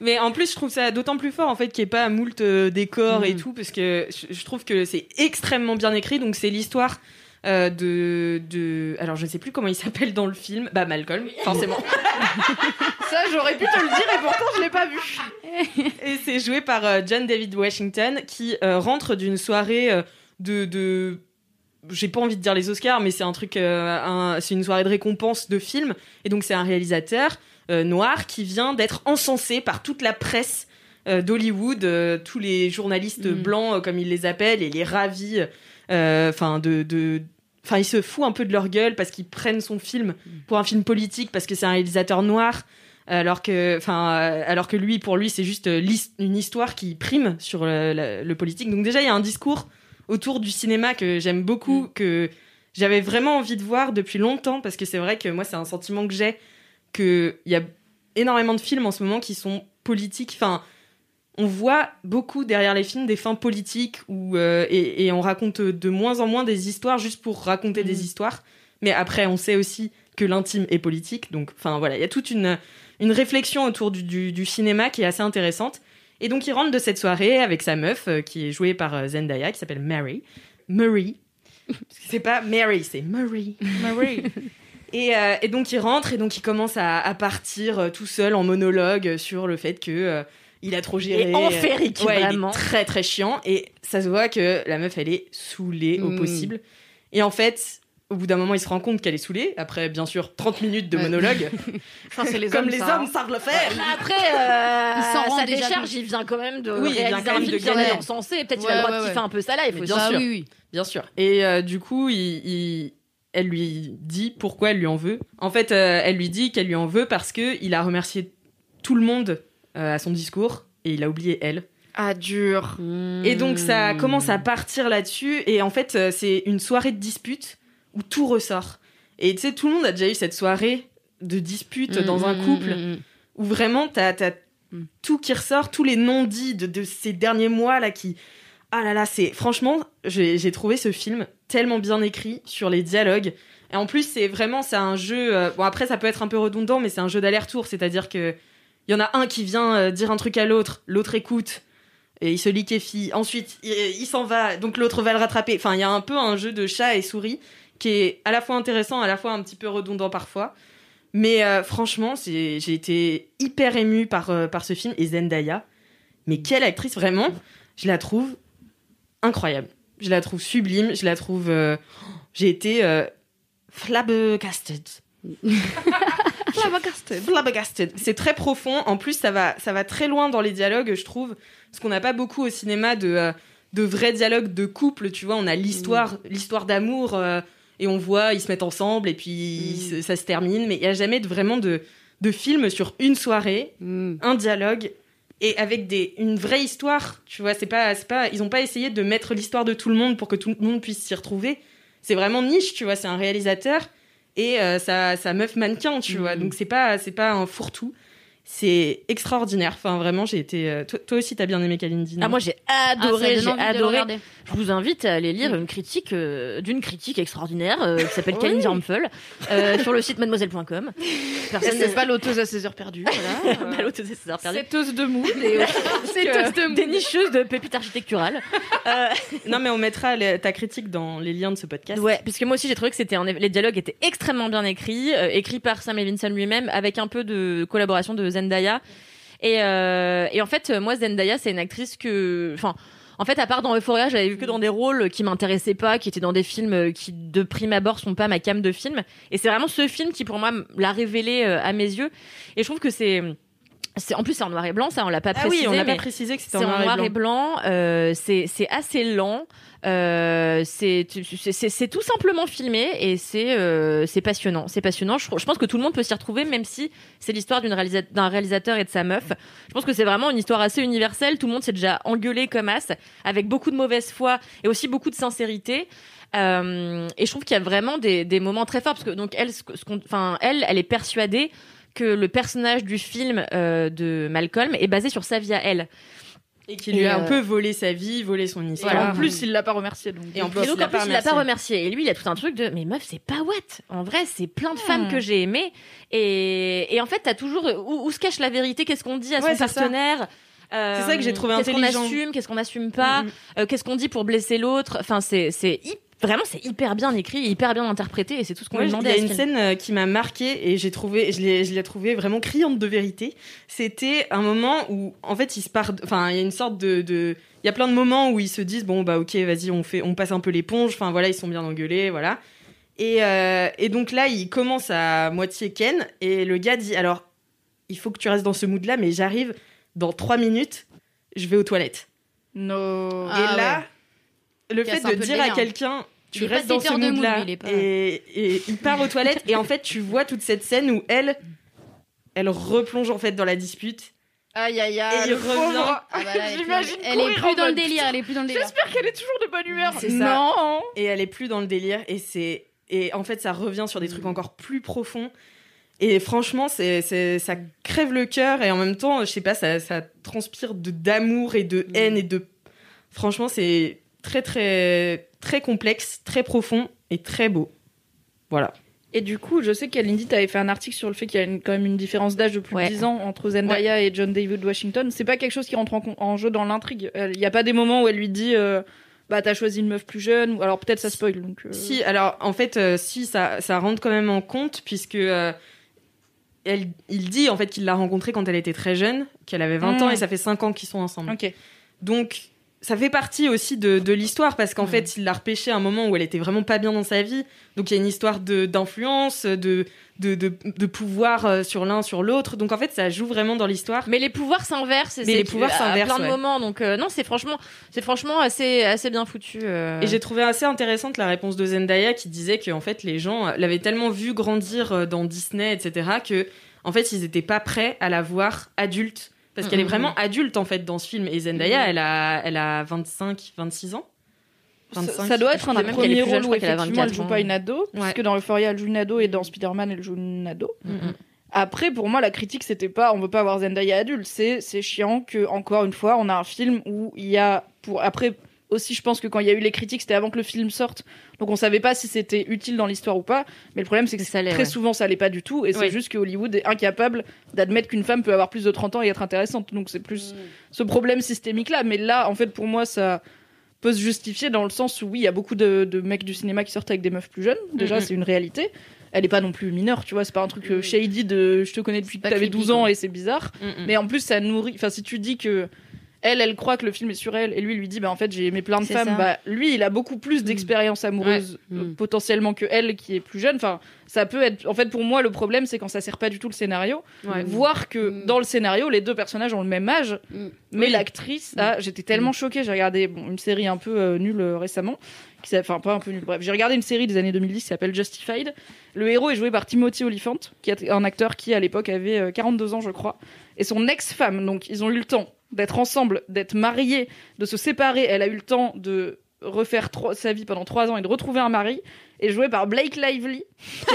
Speaker 2: mais en plus je trouve ça d'autant plus fort en fait qu'il n'y ait pas moult euh, décors et
Speaker 5: Mhm.
Speaker 2: tout parce que je, je trouve que c'est extrêmement bien écrit donc c'est l'histoire euh, de de alors je ne sais plus comment il s'appelle dans le film bah Malcolm forcément
Speaker 1: Ça, j'aurais pu te le dire et pourtant, je l'ai pas vu.
Speaker 2: et c'est joué par euh, John David Washington qui euh, rentre d'une soirée euh, de de j'ai pas envie de dire les Oscars mais c'est un truc euh, un- c'est une soirée de récompense de films et donc c'est un réalisateur euh, noir qui vient d'être encensé par toute la presse euh, d'Hollywood, euh, tous les journalistes
Speaker 4: Mhm.
Speaker 2: blancs euh, comme ils les appellent, et les ravis, euh, enfin de, de- enfin il se fout un peu de leur gueule parce qu'ils prennent son film pour un film politique parce que c'est un réalisateur noir, alors que, enfin euh, alors que lui pour lui c'est juste euh, l'his- une histoire qui prime sur le, la- le politique. Donc déjà il y a un discours autour du cinéma que j'aime beaucoup que j'avais vraiment envie de voir depuis longtemps parce que c'est vrai que moi c'est un sentiment que j'ai qu'il y a énormément de films en ce moment qui sont politiques. Enfin, on voit beaucoup derrière les films des fins politiques où, euh, et, et on raconte de moins en moins des histoires juste pour raconter des histoires. Mais après, on sait aussi que l'intime est politique. Donc, enfin voilà, il y a toute une, une réflexion autour du, du- du cinéma qui est assez intéressante. Et donc il rentre de cette soirée avec sa meuf euh, qui est jouée par euh, Zendaya, qui s'appelle Mary. Murray. Parce que C'est pas Mary, c'est Murray. Murray. Et, euh, et donc il rentre et donc il commence à, à partir euh, tout seul en monologue sur le fait que euh, il a trop géré.
Speaker 3: Et
Speaker 2: enférique,
Speaker 3: vraiment.
Speaker 2: très très chiant et ça se voit que la meuf elle est saoulée au
Speaker 4: Mm.
Speaker 2: possible. Et en fait, au bout d'un moment, il se rend compte qu'elle est saoulée après bien sûr 30 minutes de
Speaker 4: Ouais.
Speaker 2: monologue
Speaker 1: Enfin, c'est les
Speaker 2: comme
Speaker 1: hommes,
Speaker 2: les
Speaker 1: ça, hein.
Speaker 2: hommes savent le faire.
Speaker 3: Bah, Après, euh,
Speaker 4: Il s'en rend
Speaker 3: sa
Speaker 4: déjà
Speaker 3: décharge,
Speaker 4: compte.
Speaker 3: il vient quand même de
Speaker 2: Oui, il vient
Speaker 3: réaliser
Speaker 2: quand
Speaker 3: un
Speaker 2: même
Speaker 3: film
Speaker 2: de
Speaker 3: bien
Speaker 4: gagner.
Speaker 3: insensé. Peut-être qu'il
Speaker 4: Ouais,
Speaker 3: a le droit
Speaker 4: ouais,
Speaker 3: de kiffer
Speaker 4: ouais.
Speaker 3: un peu ça là, il faut
Speaker 2: Mais
Speaker 3: se
Speaker 2: bien
Speaker 4: Ah
Speaker 2: sûr.
Speaker 4: oui, oui.
Speaker 2: Bien sûr. Et euh, du coup, il- il- elle lui dit pourquoi elle lui en veut. En fait, euh, elle lui dit qu'elle lui en veut parce que il a remercié tout le monde euh, à son discours et il a oublié elle.
Speaker 1: Ah, dur.
Speaker 2: Et donc ça commence à partir là-dessus et en fait euh, c'est une soirée de dispute où tout ressort. Et tu sais tout le monde a déjà eu cette soirée de dispute dans un couple où vraiment t'as as
Speaker 4: Mm.
Speaker 2: tout qui ressort, tous les non-dits de, de ces derniers mois là qui. Ah là là, c'est. Franchement, j'ai j'ai trouvé ce film tellement bien écrit sur les dialogues. Et en plus, c'est vraiment, c'est un jeu. euh, Bon, après, ça peut être un peu redondant, mais c'est un jeu d'aller-retour. C'est-à-dire que il y en a un qui vient euh, dire un truc à l'autre, l'autre écoute, et il se liquéfie. Ensuite, il, il s'en va, donc l'autre va le rattraper. Enfin, il y a un peu un jeu de chat et souris qui est à la fois intéressant, à la fois un petit peu redondant parfois. Mais euh, franchement, c'est- j'ai été hyper émue par, euh, par ce film et Zendaya. Mais quelle actrice, vraiment Je la trouve incroyable. Je la trouve sublime. Je la trouve. euh, j'ai été euh, flabbergasted. Flabbergasted. C'est très profond. En plus, ça va, ça va très loin dans les dialogues, je trouve. Parce qu'on n'a pas beaucoup au cinéma de, euh, de vrais dialogues de couple. Tu vois, on a l'histoire, l'histoire d'amour. euh, et on voit, ils se mettent ensemble et puis ils se- ça se termine. Mais il n'y a jamais de, vraiment de, de film sur une soirée,
Speaker 4: mm.
Speaker 2: un dialogue et avec des, une vraie histoire. Tu vois, c'est pas, c'est pas, ils n'ont pas essayé de mettre l'histoire de tout le monde pour que tout le monde puisse s'y retrouver. C'est vraiment niche, tu vois. C'est un réalisateur et euh, sa, sa meuf mannequin, tu
Speaker 3: Mm-hmm.
Speaker 2: vois. Donc c'est pas, c'est pas un fourre-tout. C'est extraordinaire. Enfin, vraiment, j'ai été. euh, toi, toi aussi, t'as bien aimé Kalindi. non
Speaker 3: Ah, moi j'ai adoré, j'ai adoré. Je vous invite à aller lire une critique euh, d'une critique extraordinaire euh, qui s'appelle Kalindi Ramphel euh, sur le site mademoiselle.com.
Speaker 1: Ça,
Speaker 3: Personne
Speaker 1: C'est pas l'auteuse à 16 heures perdues. Voilà.
Speaker 3: pas l'autre de ses heures perdues.
Speaker 1: Setteuse de moule et aussi
Speaker 3: C'est euh, dénicheuse de pépites architecturales.
Speaker 2: Non, mais on mettra les- ta critique dans les liens de ce podcast.
Speaker 3: Ouais, puisque moi aussi j'ai trouvé que c'était un- les dialogues étaient extrêmement bien écrits, euh, écrits par Sam Levinson lui-même, avec un peu de collaboration de Zendaya. Et, euh, et en fait, euh, moi Zendaya, c'est une actrice que, enfin, en fait, à part dans Euphoria, j'avais vu que dans des rôles qui m'intéressaient pas, qui étaient dans des films euh, qui de prime abord sont pas ma cam de film. Et c'est vraiment ce film qui pour moi m- l'a révélé euh, à mes yeux. Et je trouve que c'est, c'est en plus c'est en noir et blanc, ça on l'a pas
Speaker 2: Ah
Speaker 3: précisé.
Speaker 2: oui, on n'a
Speaker 3: mais-
Speaker 2: pas précisé que
Speaker 3: c'est
Speaker 2: c'était
Speaker 3: en noir, et blanc, euh, c'est c'est assez lent, euh, c'est tu- c'est- c'est- c'est tout simplement filmé et c'est euh, c'est passionnant. C'est passionnant. Je, trouve- je pense que tout le monde peut s'y retrouver, même si c'est l'histoire d'une réalisa- d'un réalisateur et de sa meuf. Je pense que c'est vraiment une histoire assez universelle. Tout le monde s'est déjà engueulé comme as, avec beaucoup de mauvaise foi et aussi beaucoup de sincérité. Euh, et je trouve qu'il y a vraiment des, des moments très forts parce que donc elle, ce que- ce qu'on- enfin elle, elle est persuadée que le personnage du film euh, de Malcolm est basé sur sa vie à elle.
Speaker 2: Et qui lui
Speaker 3: Et,
Speaker 2: a un
Speaker 3: euh,
Speaker 2: peu volé sa vie, volé son histoire. Mm-hmm.
Speaker 3: Voilà.
Speaker 1: en plus, il l'a pas remercié. Donc.
Speaker 2: Et en plus,
Speaker 3: Et donc
Speaker 2: il
Speaker 3: en
Speaker 2: a
Speaker 3: plus
Speaker 2: pas
Speaker 3: il l'a pas
Speaker 2: remercié.
Speaker 3: remercié et lui il a tout un truc de mais meuf c'est pas what en vrai c'est plein
Speaker 2: Ah.
Speaker 3: de femmes que j'ai aimées et, et en fait t'as toujours où, où se cache la vérité qu'est-ce qu'on dit à
Speaker 2: Ouais,
Speaker 3: son
Speaker 2: c'est ça.
Speaker 3: partenaire Euh,
Speaker 2: C'est ça que j'ai trouvé
Speaker 3: qu'est-ce
Speaker 2: intelligent. Mm-hmm.
Speaker 3: qu'on assume qu'est-ce qu'on assume pas Euh, qu'est-ce qu'on dit pour blesser l'autre enfin c'est c'est hy- vraiment c'est hyper bien écrit hyper bien interprété et c'est tout ce qu'on
Speaker 2: Moi,
Speaker 3: lui
Speaker 2: il
Speaker 3: demandait
Speaker 2: y
Speaker 3: à
Speaker 2: a
Speaker 3: ce
Speaker 2: une
Speaker 3: film.
Speaker 2: scène euh, qui m'a marquée et j'ai trouvé, je l'ai, je l'ai trouvée vraiment criante de vérité. C'était un moment où, en fait, ils se partent, enfin, il y a une sorte de, de- il y a plein de moments où ils se disent, bon, bah, ok, vas-y, on fait, on passe un peu l'éponge, enfin, voilà, ils sont bien engueulés, voilà. Et, euh, et donc là, il commence à moitié Ken et le gars dit, alors, il faut que tu restes dans ce mood-là, mais j'arrive dans trois minutes, je vais aux toilettes.
Speaker 1: No.
Speaker 4: Ah
Speaker 2: et là, le
Speaker 4: Casse
Speaker 2: fait
Speaker 4: un
Speaker 2: de
Speaker 4: peu le
Speaker 2: dire à
Speaker 4: délire.
Speaker 2: quelqu'un,
Speaker 4: Il
Speaker 2: tu
Speaker 4: est
Speaker 2: restes
Speaker 4: pas
Speaker 2: dans ce
Speaker 4: dépeur de mood,
Speaker 2: mood-là,
Speaker 4: lui, il est pas-
Speaker 2: et, et il part aux toilettes, et en fait, tu vois toute cette scène où elle, elle replonge en fait dans la dispute,
Speaker 1: Aïe aïe aïe.
Speaker 2: et il
Speaker 1: le
Speaker 2: revient.
Speaker 1: pauvre.
Speaker 4: Ah bah là, elle est plus-
Speaker 1: J'imagine
Speaker 4: elle est
Speaker 1: courir en
Speaker 4: plus dans le
Speaker 1: mode,
Speaker 4: délire, elle est plus dans le délire.
Speaker 1: J'espère qu'elle est toujours de bonne humeur.
Speaker 2: C'est ça.
Speaker 1: Non.
Speaker 2: et elle est plus dans le délire et c'est et en fait ça revient sur des trucs encore plus profonds et franchement c'est c'est- ça crève le cœur et en même temps je sais pas ça, ça transpire de d'amour et de haine et de franchement c'est très très très complexe très profond et très beau voilà
Speaker 3: et
Speaker 1: Et du coup, je sais qu'Alindy, t'avais fait un article sur le fait qu'il y a une- quand même une différence d'âge de plus
Speaker 10: Ouais.
Speaker 1: de 10 ans entre Zendaya et John David Washington. C'est pas quelque chose qui rentre en, con- en jeu dans l'intrigue. Elle- Il n'y a pas des moments où elle lui dit euh, Bah, t'as choisi une meuf plus jeune, ou alors peut-être ça spoil. Donc, euh,
Speaker 2: Si, alors en fait, euh, si, ça, ça rentre quand même en compte, puisque euh, elle, il dit en fait qu'il l'a rencontrée quand elle était très jeune, qu'elle avait 20 ans,
Speaker 1: Mm.
Speaker 2: et ça fait 5 ans qu'ils sont ensemble.
Speaker 1: Ok.
Speaker 2: Donc ça fait partie aussi de, de l'histoire, parce
Speaker 1: Mm.
Speaker 2: qu'en fait, il l'a repêchée à un moment où elle était vraiment pas bien dans sa vie. Donc il y a une histoire de- d'influence, de, de, de, de pouvoir euh, sur l'un, sur l'autre. Donc en fait, ça joue vraiment dans l'histoire.
Speaker 3: Mais les pouvoirs s'inversent. et
Speaker 2: Mais
Speaker 3: c'est
Speaker 2: les
Speaker 3: que-
Speaker 2: pouvoirs
Speaker 3: à
Speaker 2: s'inversent,
Speaker 3: plein de
Speaker 2: ouais.
Speaker 3: moments. Donc euh, non, c'est franchement, c'est franchement assez, assez bien foutu. euh.
Speaker 2: Et j'ai trouvé assez intéressante la réponse de Zendaya qui disait que en fait les gens euh, l'avaient tellement vue grandir euh, dans Disney, etc., que en fait ils n'étaient pas prêts à la voir adulte. Parce
Speaker 1: Mm-hmm.
Speaker 2: qu'elle est vraiment adulte en fait dans ce film. Et Zendaya, elle, a, elle a 25, 26 ans.
Speaker 1: Ça-
Speaker 2: 25.
Speaker 1: Ça doit
Speaker 3: Je
Speaker 1: être
Speaker 3: crois
Speaker 1: un des
Speaker 3: même qu'elle est
Speaker 1: premiers
Speaker 3: plus jeune,
Speaker 1: rôles
Speaker 3: je
Speaker 1: où
Speaker 3: crois qu'elle a
Speaker 1: effectivement elle
Speaker 3: 24
Speaker 1: joue
Speaker 3: ans.
Speaker 1: pas une ado, parce
Speaker 2: Ouais.
Speaker 1: que dans Euphoria elle joue une ado et dans Spider-Man elle joue une ado.
Speaker 3: Mhm.
Speaker 1: Après, pour moi, la critique, c'était pas on veut pas avoir Zendaya adulte. C'est c'est chiant que, encore une fois, on a un film où il y a. pour Après, aussi, je pense que quand il y a eu les critiques, c'était avant que le film sorte. Donc on savait pas si c'était utile dans l'histoire ou pas. Mais le problème, c'est que
Speaker 3: Ça l'est,
Speaker 1: très
Speaker 3: ouais.
Speaker 1: souvent, ça l'est pas du tout. Et c'est
Speaker 2: Ouais.
Speaker 1: juste que Hollywood est incapable d'admettre qu'une femme peut avoir plus de 30 ans et être intéressante. Donc c'est plus
Speaker 3: Mm.
Speaker 1: ce problème systémique-là. Mais là, en fait, pour moi, ça peut se justifier dans le sens où, oui, il y a beaucoup de, de mecs du cinéma qui sortent avec des meufs plus jeunes. Déjà,
Speaker 4: Mm-hmm.
Speaker 3: Mhm.
Speaker 1: c'est une réalité elle est pas non plus mineure, tu vois, c'est pas un truc euh, shady de je te connais depuis que
Speaker 4: pas
Speaker 1: t'avais
Speaker 4: creepy,
Speaker 1: 12 ans
Speaker 4: quoi.
Speaker 1: et c'est bizarre.
Speaker 2: Mm, mm.
Speaker 1: Mais en plus, ça nourrit. Enfin, si tu dis que elle, elle croit que le film est sur elle et lui, il lui dit, bah en fait, j'ai aimé plein de
Speaker 3: C'est
Speaker 1: femmes,
Speaker 3: ça.
Speaker 1: bah lui, il a beaucoup plus d'expérience amoureuse
Speaker 4: Mm. Ouais.
Speaker 1: euh,
Speaker 4: Mm.
Speaker 1: potentiellement que elle qui est plus jeune. Enfin, ça peut être. En fait, pour moi, le problème, c'est quand ça sert pas du tout le scénario.
Speaker 2: Ouais.
Speaker 1: Voir que
Speaker 4: Mm.
Speaker 1: dans le scénario, les deux personnages ont le même âge,
Speaker 4: Mm.
Speaker 1: mais l'actrice, ah, j'étais tellement choquée. J'ai regardé bon, une série un peu euh, nulle euh, récemment, qui s'appelle- enfin pas un peu nulle, bref, j'ai regardé une série des années 2010 qui s'appelle Justified. Le héros est joué par Timothy Olyphant, qui est un acteur qui à l'époque avait euh, 42 ans, je crois, et son ex-femme. Donc ils ont eu le temps d'être ensemble, d'être mariés, de se séparer. Elle a eu le temps de refaire trois- sa vie pendant trois ans et de retrouver un mari est joué par Blake Lively qui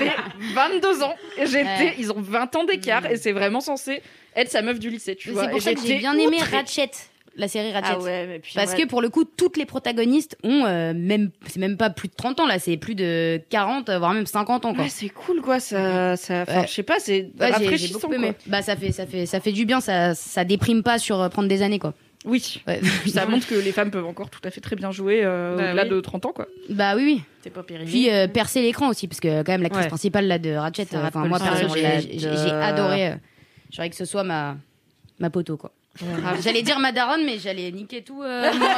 Speaker 1: l'époque avait 22 ans et j'étais
Speaker 4: Ouais.
Speaker 1: ils ont 20 ans d'écart et c'est vraiment censé être sa meuf du lycée tu
Speaker 4: C'est
Speaker 1: vois
Speaker 4: pour
Speaker 1: Et
Speaker 4: ça que j'ai
Speaker 1: j'étais
Speaker 4: bien aimé
Speaker 1: outrée.
Speaker 4: Ratchet, la série Ratchet.
Speaker 3: Ah ouais, mais puis
Speaker 4: Parce
Speaker 3: ouais.
Speaker 4: que pour le coup, toutes les protagonistes ont euh, même, c'est même pas plus de 30 ans là, c'est plus de 40, voire même 50 ans quoi.
Speaker 1: Ouais, c'est cool quoi ça ça enfin,
Speaker 4: Ouais.
Speaker 1: je sais pas c'est
Speaker 4: Ouais, j'ai- j'ai
Speaker 1: rafraîchissant
Speaker 4: beaucoup
Speaker 1: quoi.
Speaker 4: aimé. Bah ça fait, ça fait, ça fait du bien, ça, ça déprime pas sur euh, prendre des années quoi.
Speaker 1: oui
Speaker 4: Ouais.
Speaker 1: Puis ça montre que les femmes peuvent encore tout à fait très bien jouer euh,
Speaker 2: Bah
Speaker 1: au-delà
Speaker 2: oui.
Speaker 1: de 30 ans quoi
Speaker 4: bah oui, oui.
Speaker 2: T'es pas périmée.
Speaker 4: Puis euh, percer l'écran aussi, parce que quand même l'actrice
Speaker 2: Ouais.
Speaker 4: principale là de Ratchet, euh,
Speaker 10: Sarah
Speaker 4: enfin moi
Speaker 10: Paulson,
Speaker 4: perso,
Speaker 10: on
Speaker 4: j'ai-
Speaker 10: l'a
Speaker 4: j'ai
Speaker 10: adoré.
Speaker 4: j'ai adoré. euh, J'aurais que ce soit ma, ma poteau quoi. Ah,
Speaker 2: Grave.
Speaker 4: J'allais dire ma daronne, mais j'allais niquer tout. euh, moi.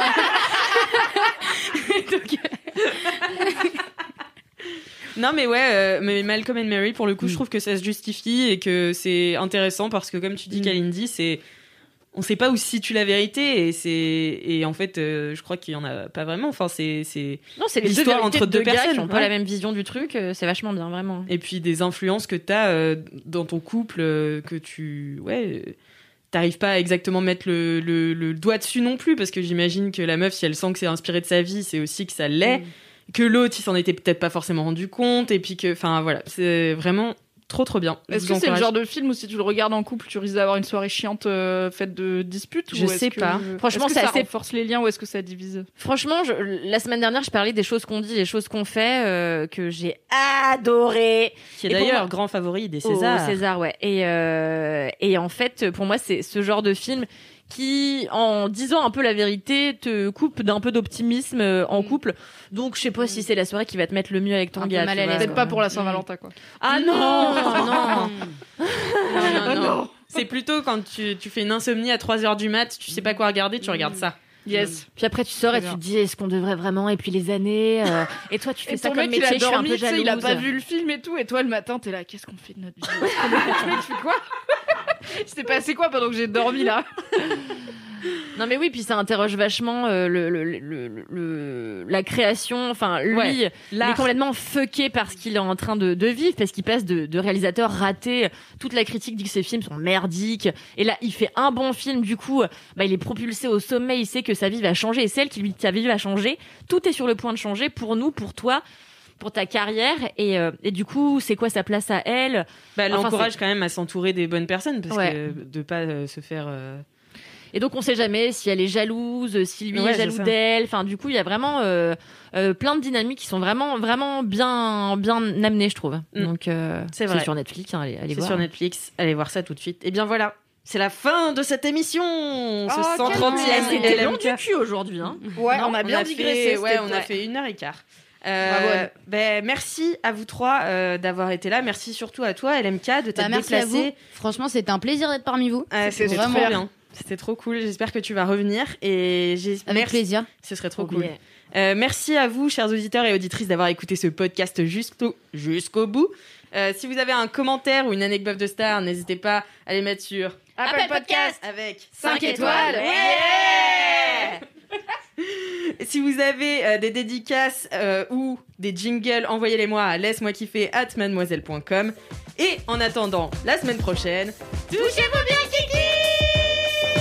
Speaker 2: Non mais ouais, euh, mais Malcolm and Mary pour le
Speaker 1: Mm.
Speaker 2: coup, je trouve que ça se justifie et que c'est intéressant parce que comme tu dis,
Speaker 4: Mm.
Speaker 2: Kalindi, c'est on sait pas où se situe la vérité et c'est et en fait, euh, je crois qu'il y en a pas vraiment. Enfin, c'est c'est
Speaker 3: non, c'est les deux
Speaker 2: l'histoire
Speaker 3: vérités
Speaker 2: entre
Speaker 3: de
Speaker 2: deux
Speaker 3: gars qui
Speaker 2: personnes,
Speaker 3: ont pas
Speaker 2: ouais.
Speaker 3: la même vision du truc. euh, C'est vachement bien, vraiment.
Speaker 2: et puis des influences que t'as euh, dans ton couple euh, que tu ouais euh, t'arrives pas à exactement mettre le, le, le doigt dessus non plus parce que j'imagine que la meuf si elle sent que c'est inspiré de sa vie c'est aussi que ça l'est que l'autre il s'en était peut-être pas forcément rendu compte et puis que enfin voilà c'est vraiment trop trop bien Je
Speaker 1: est-ce
Speaker 2: vous
Speaker 1: que c'est le
Speaker 2: encourage.
Speaker 1: genre de film où si tu le regardes en couple tu risques d'avoir une soirée chiante euh, faite de disputes
Speaker 2: Je
Speaker 1: ou est-ce
Speaker 2: sais
Speaker 1: que-
Speaker 2: pas.
Speaker 3: Franchement,
Speaker 1: est-ce
Speaker 3: c'est
Speaker 1: que ça
Speaker 3: assez-
Speaker 1: renforce les liens ou est-ce que ça divise
Speaker 3: Franchement, je- la semaine dernière, je parlais des choses qu'on dit, des choses qu'on fait, euh, que j'ai adoré.
Speaker 2: qui est
Speaker 3: Et pour
Speaker 2: d'ailleurs
Speaker 3: moi-
Speaker 2: grand favori des
Speaker 3: Au
Speaker 2: Césars.
Speaker 3: César, ouais. Et, euh, et en fait, pour moi, c'est ce genre de film qui, en disant un peu la vérité, te coupe d'un peu d'optimisme euh, en couple. Donc, je sais pas si c'est la soirée qui va te mettre le mieux avec ton
Speaker 4: Un peu
Speaker 3: gars.
Speaker 4: mal
Speaker 3: tu
Speaker 4: à
Speaker 3: vois.
Speaker 4: l'aise,
Speaker 1: peut-être pas pour la Saint-Valentin quoi
Speaker 3: Ah
Speaker 2: Oh
Speaker 3: non, non.
Speaker 1: Ah
Speaker 2: Non, non, Oh, non. C'est plutôt quand tu, tu fais une insomnie à 3h du mat, tu sais pas quoi regarder, tu regardes ça.
Speaker 1: yes
Speaker 3: Puis après, tu sors et tu te dis, est-ce qu'on devrait vraiment Et puis les années. euh, et toi, tu fais
Speaker 1: Et
Speaker 3: ça
Speaker 1: ton
Speaker 3: comme
Speaker 1: mec, il
Speaker 3: métier.
Speaker 1: a
Speaker 3: je suis un
Speaker 1: dormi,
Speaker 3: peu
Speaker 1: tu sais,
Speaker 3: jalouse.
Speaker 1: il a pas vu le film et tout. Et toi, le matin, t'es là, qu'est-ce qu'on fait de notre vie Est-ce qu'on est couché Tu fais quoi Il s'est passé quoi pendant que j'ai dormi là
Speaker 3: Non mais oui, puis ça interroge vachement euh, le, le- le- le- le- la création. Enfin, lui,
Speaker 2: Ouais,
Speaker 3: il est complètement fucké par ce qu'il est en train de, de vivre, parce qu'il passe de, de réalisateur raté. Toute la critique dit que ses films sont merdiques. Et là, il fait un bon film, du coup, bah, il est propulsé au sommet, il sait que sa vie va changer, et celle qui lui dit que sa vie va changer, tout est sur le point de changer pour nous, pour toi pour ta carrière et, euh, et du coup c'est quoi sa place à elle
Speaker 2: Bah, elle
Speaker 3: Enfin,
Speaker 2: encourage quand même à s'entourer des bonnes personnes parce
Speaker 3: Ouais.
Speaker 2: que de pas euh, se faire. euh,
Speaker 3: Et donc on sait jamais si elle est jalouse, euh, si lui
Speaker 2: Ouais,
Speaker 3: est
Speaker 2: c'est
Speaker 3: jaloux
Speaker 2: ça.
Speaker 3: d'elle. Enfin, du coup, il y a vraiment euh, euh, plein de dynamiques qui sont vraiment, vraiment bien, bien amenées, je trouve.
Speaker 2: Mm.
Speaker 3: Donc euh,
Speaker 2: C'est vrai.
Speaker 3: sur Netflix, hein, allez, allez
Speaker 2: C'est
Speaker 3: voir.
Speaker 2: sur Netflix. Allez voir ça tout de suite. Et bien voilà. C'est la fin de cette émission, ce
Speaker 1: Oh, quel
Speaker 2: 130e
Speaker 1: plaisir.
Speaker 3: C'était
Speaker 2: LMK.
Speaker 3: long du cul aujourd'hui. Hein.
Speaker 1: Ouais,
Speaker 2: Non,
Speaker 1: on a bien digressé.
Speaker 2: fait-
Speaker 1: c'était-
Speaker 2: ouais, on a
Speaker 1: ouais.
Speaker 2: fait une heure et quart.
Speaker 1: Bravo,
Speaker 2: Euh,
Speaker 1: Anne.
Speaker 2: ben, merci à vous trois euh, d'avoir été là. Merci surtout à toi, LMK, de
Speaker 4: Bah,
Speaker 2: t'être
Speaker 4: merci à vous.
Speaker 2: déplacée.
Speaker 4: Franchement, c'était un plaisir d'être parmi vous.
Speaker 2: Euh, C'était
Speaker 4: vraiment
Speaker 2: trop bien. C'était trop cool. J'espère que tu vas revenir et j'espère.
Speaker 4: Avec plaisir.
Speaker 2: Ce serait trop cool. Euh, merci à vous, chers auditeurs et auditrices, d'avoir écouté ce podcast jusqu'au jusqu'au bout. Euh, si vous avez un commentaire ou une anecdote de star, n'hésitez pas à les mettre sur
Speaker 1: Apple Podcast
Speaker 2: avec
Speaker 1: Cinq
Speaker 2: cinq
Speaker 1: étoiles.
Speaker 2: Ouais. Si vous avez euh, des dédicaces euh, ou des jingles, envoyez-les-moi à laisse-moi kiffer at mademoiselle.com. Et en attendant, la semaine prochaine, touchez-vous bien, Kiki!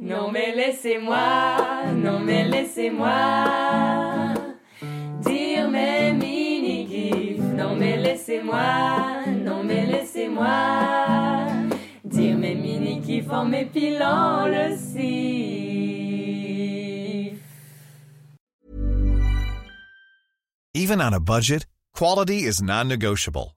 Speaker 9: Non mais laissez-moi, non mais laissez-moi dire mes mini gifs. Non mais laissez-moi, non mais laissez-moi dire mes mini gifs en m'épilant le cif.
Speaker 11: Even on a budget, quality is non-negotiable.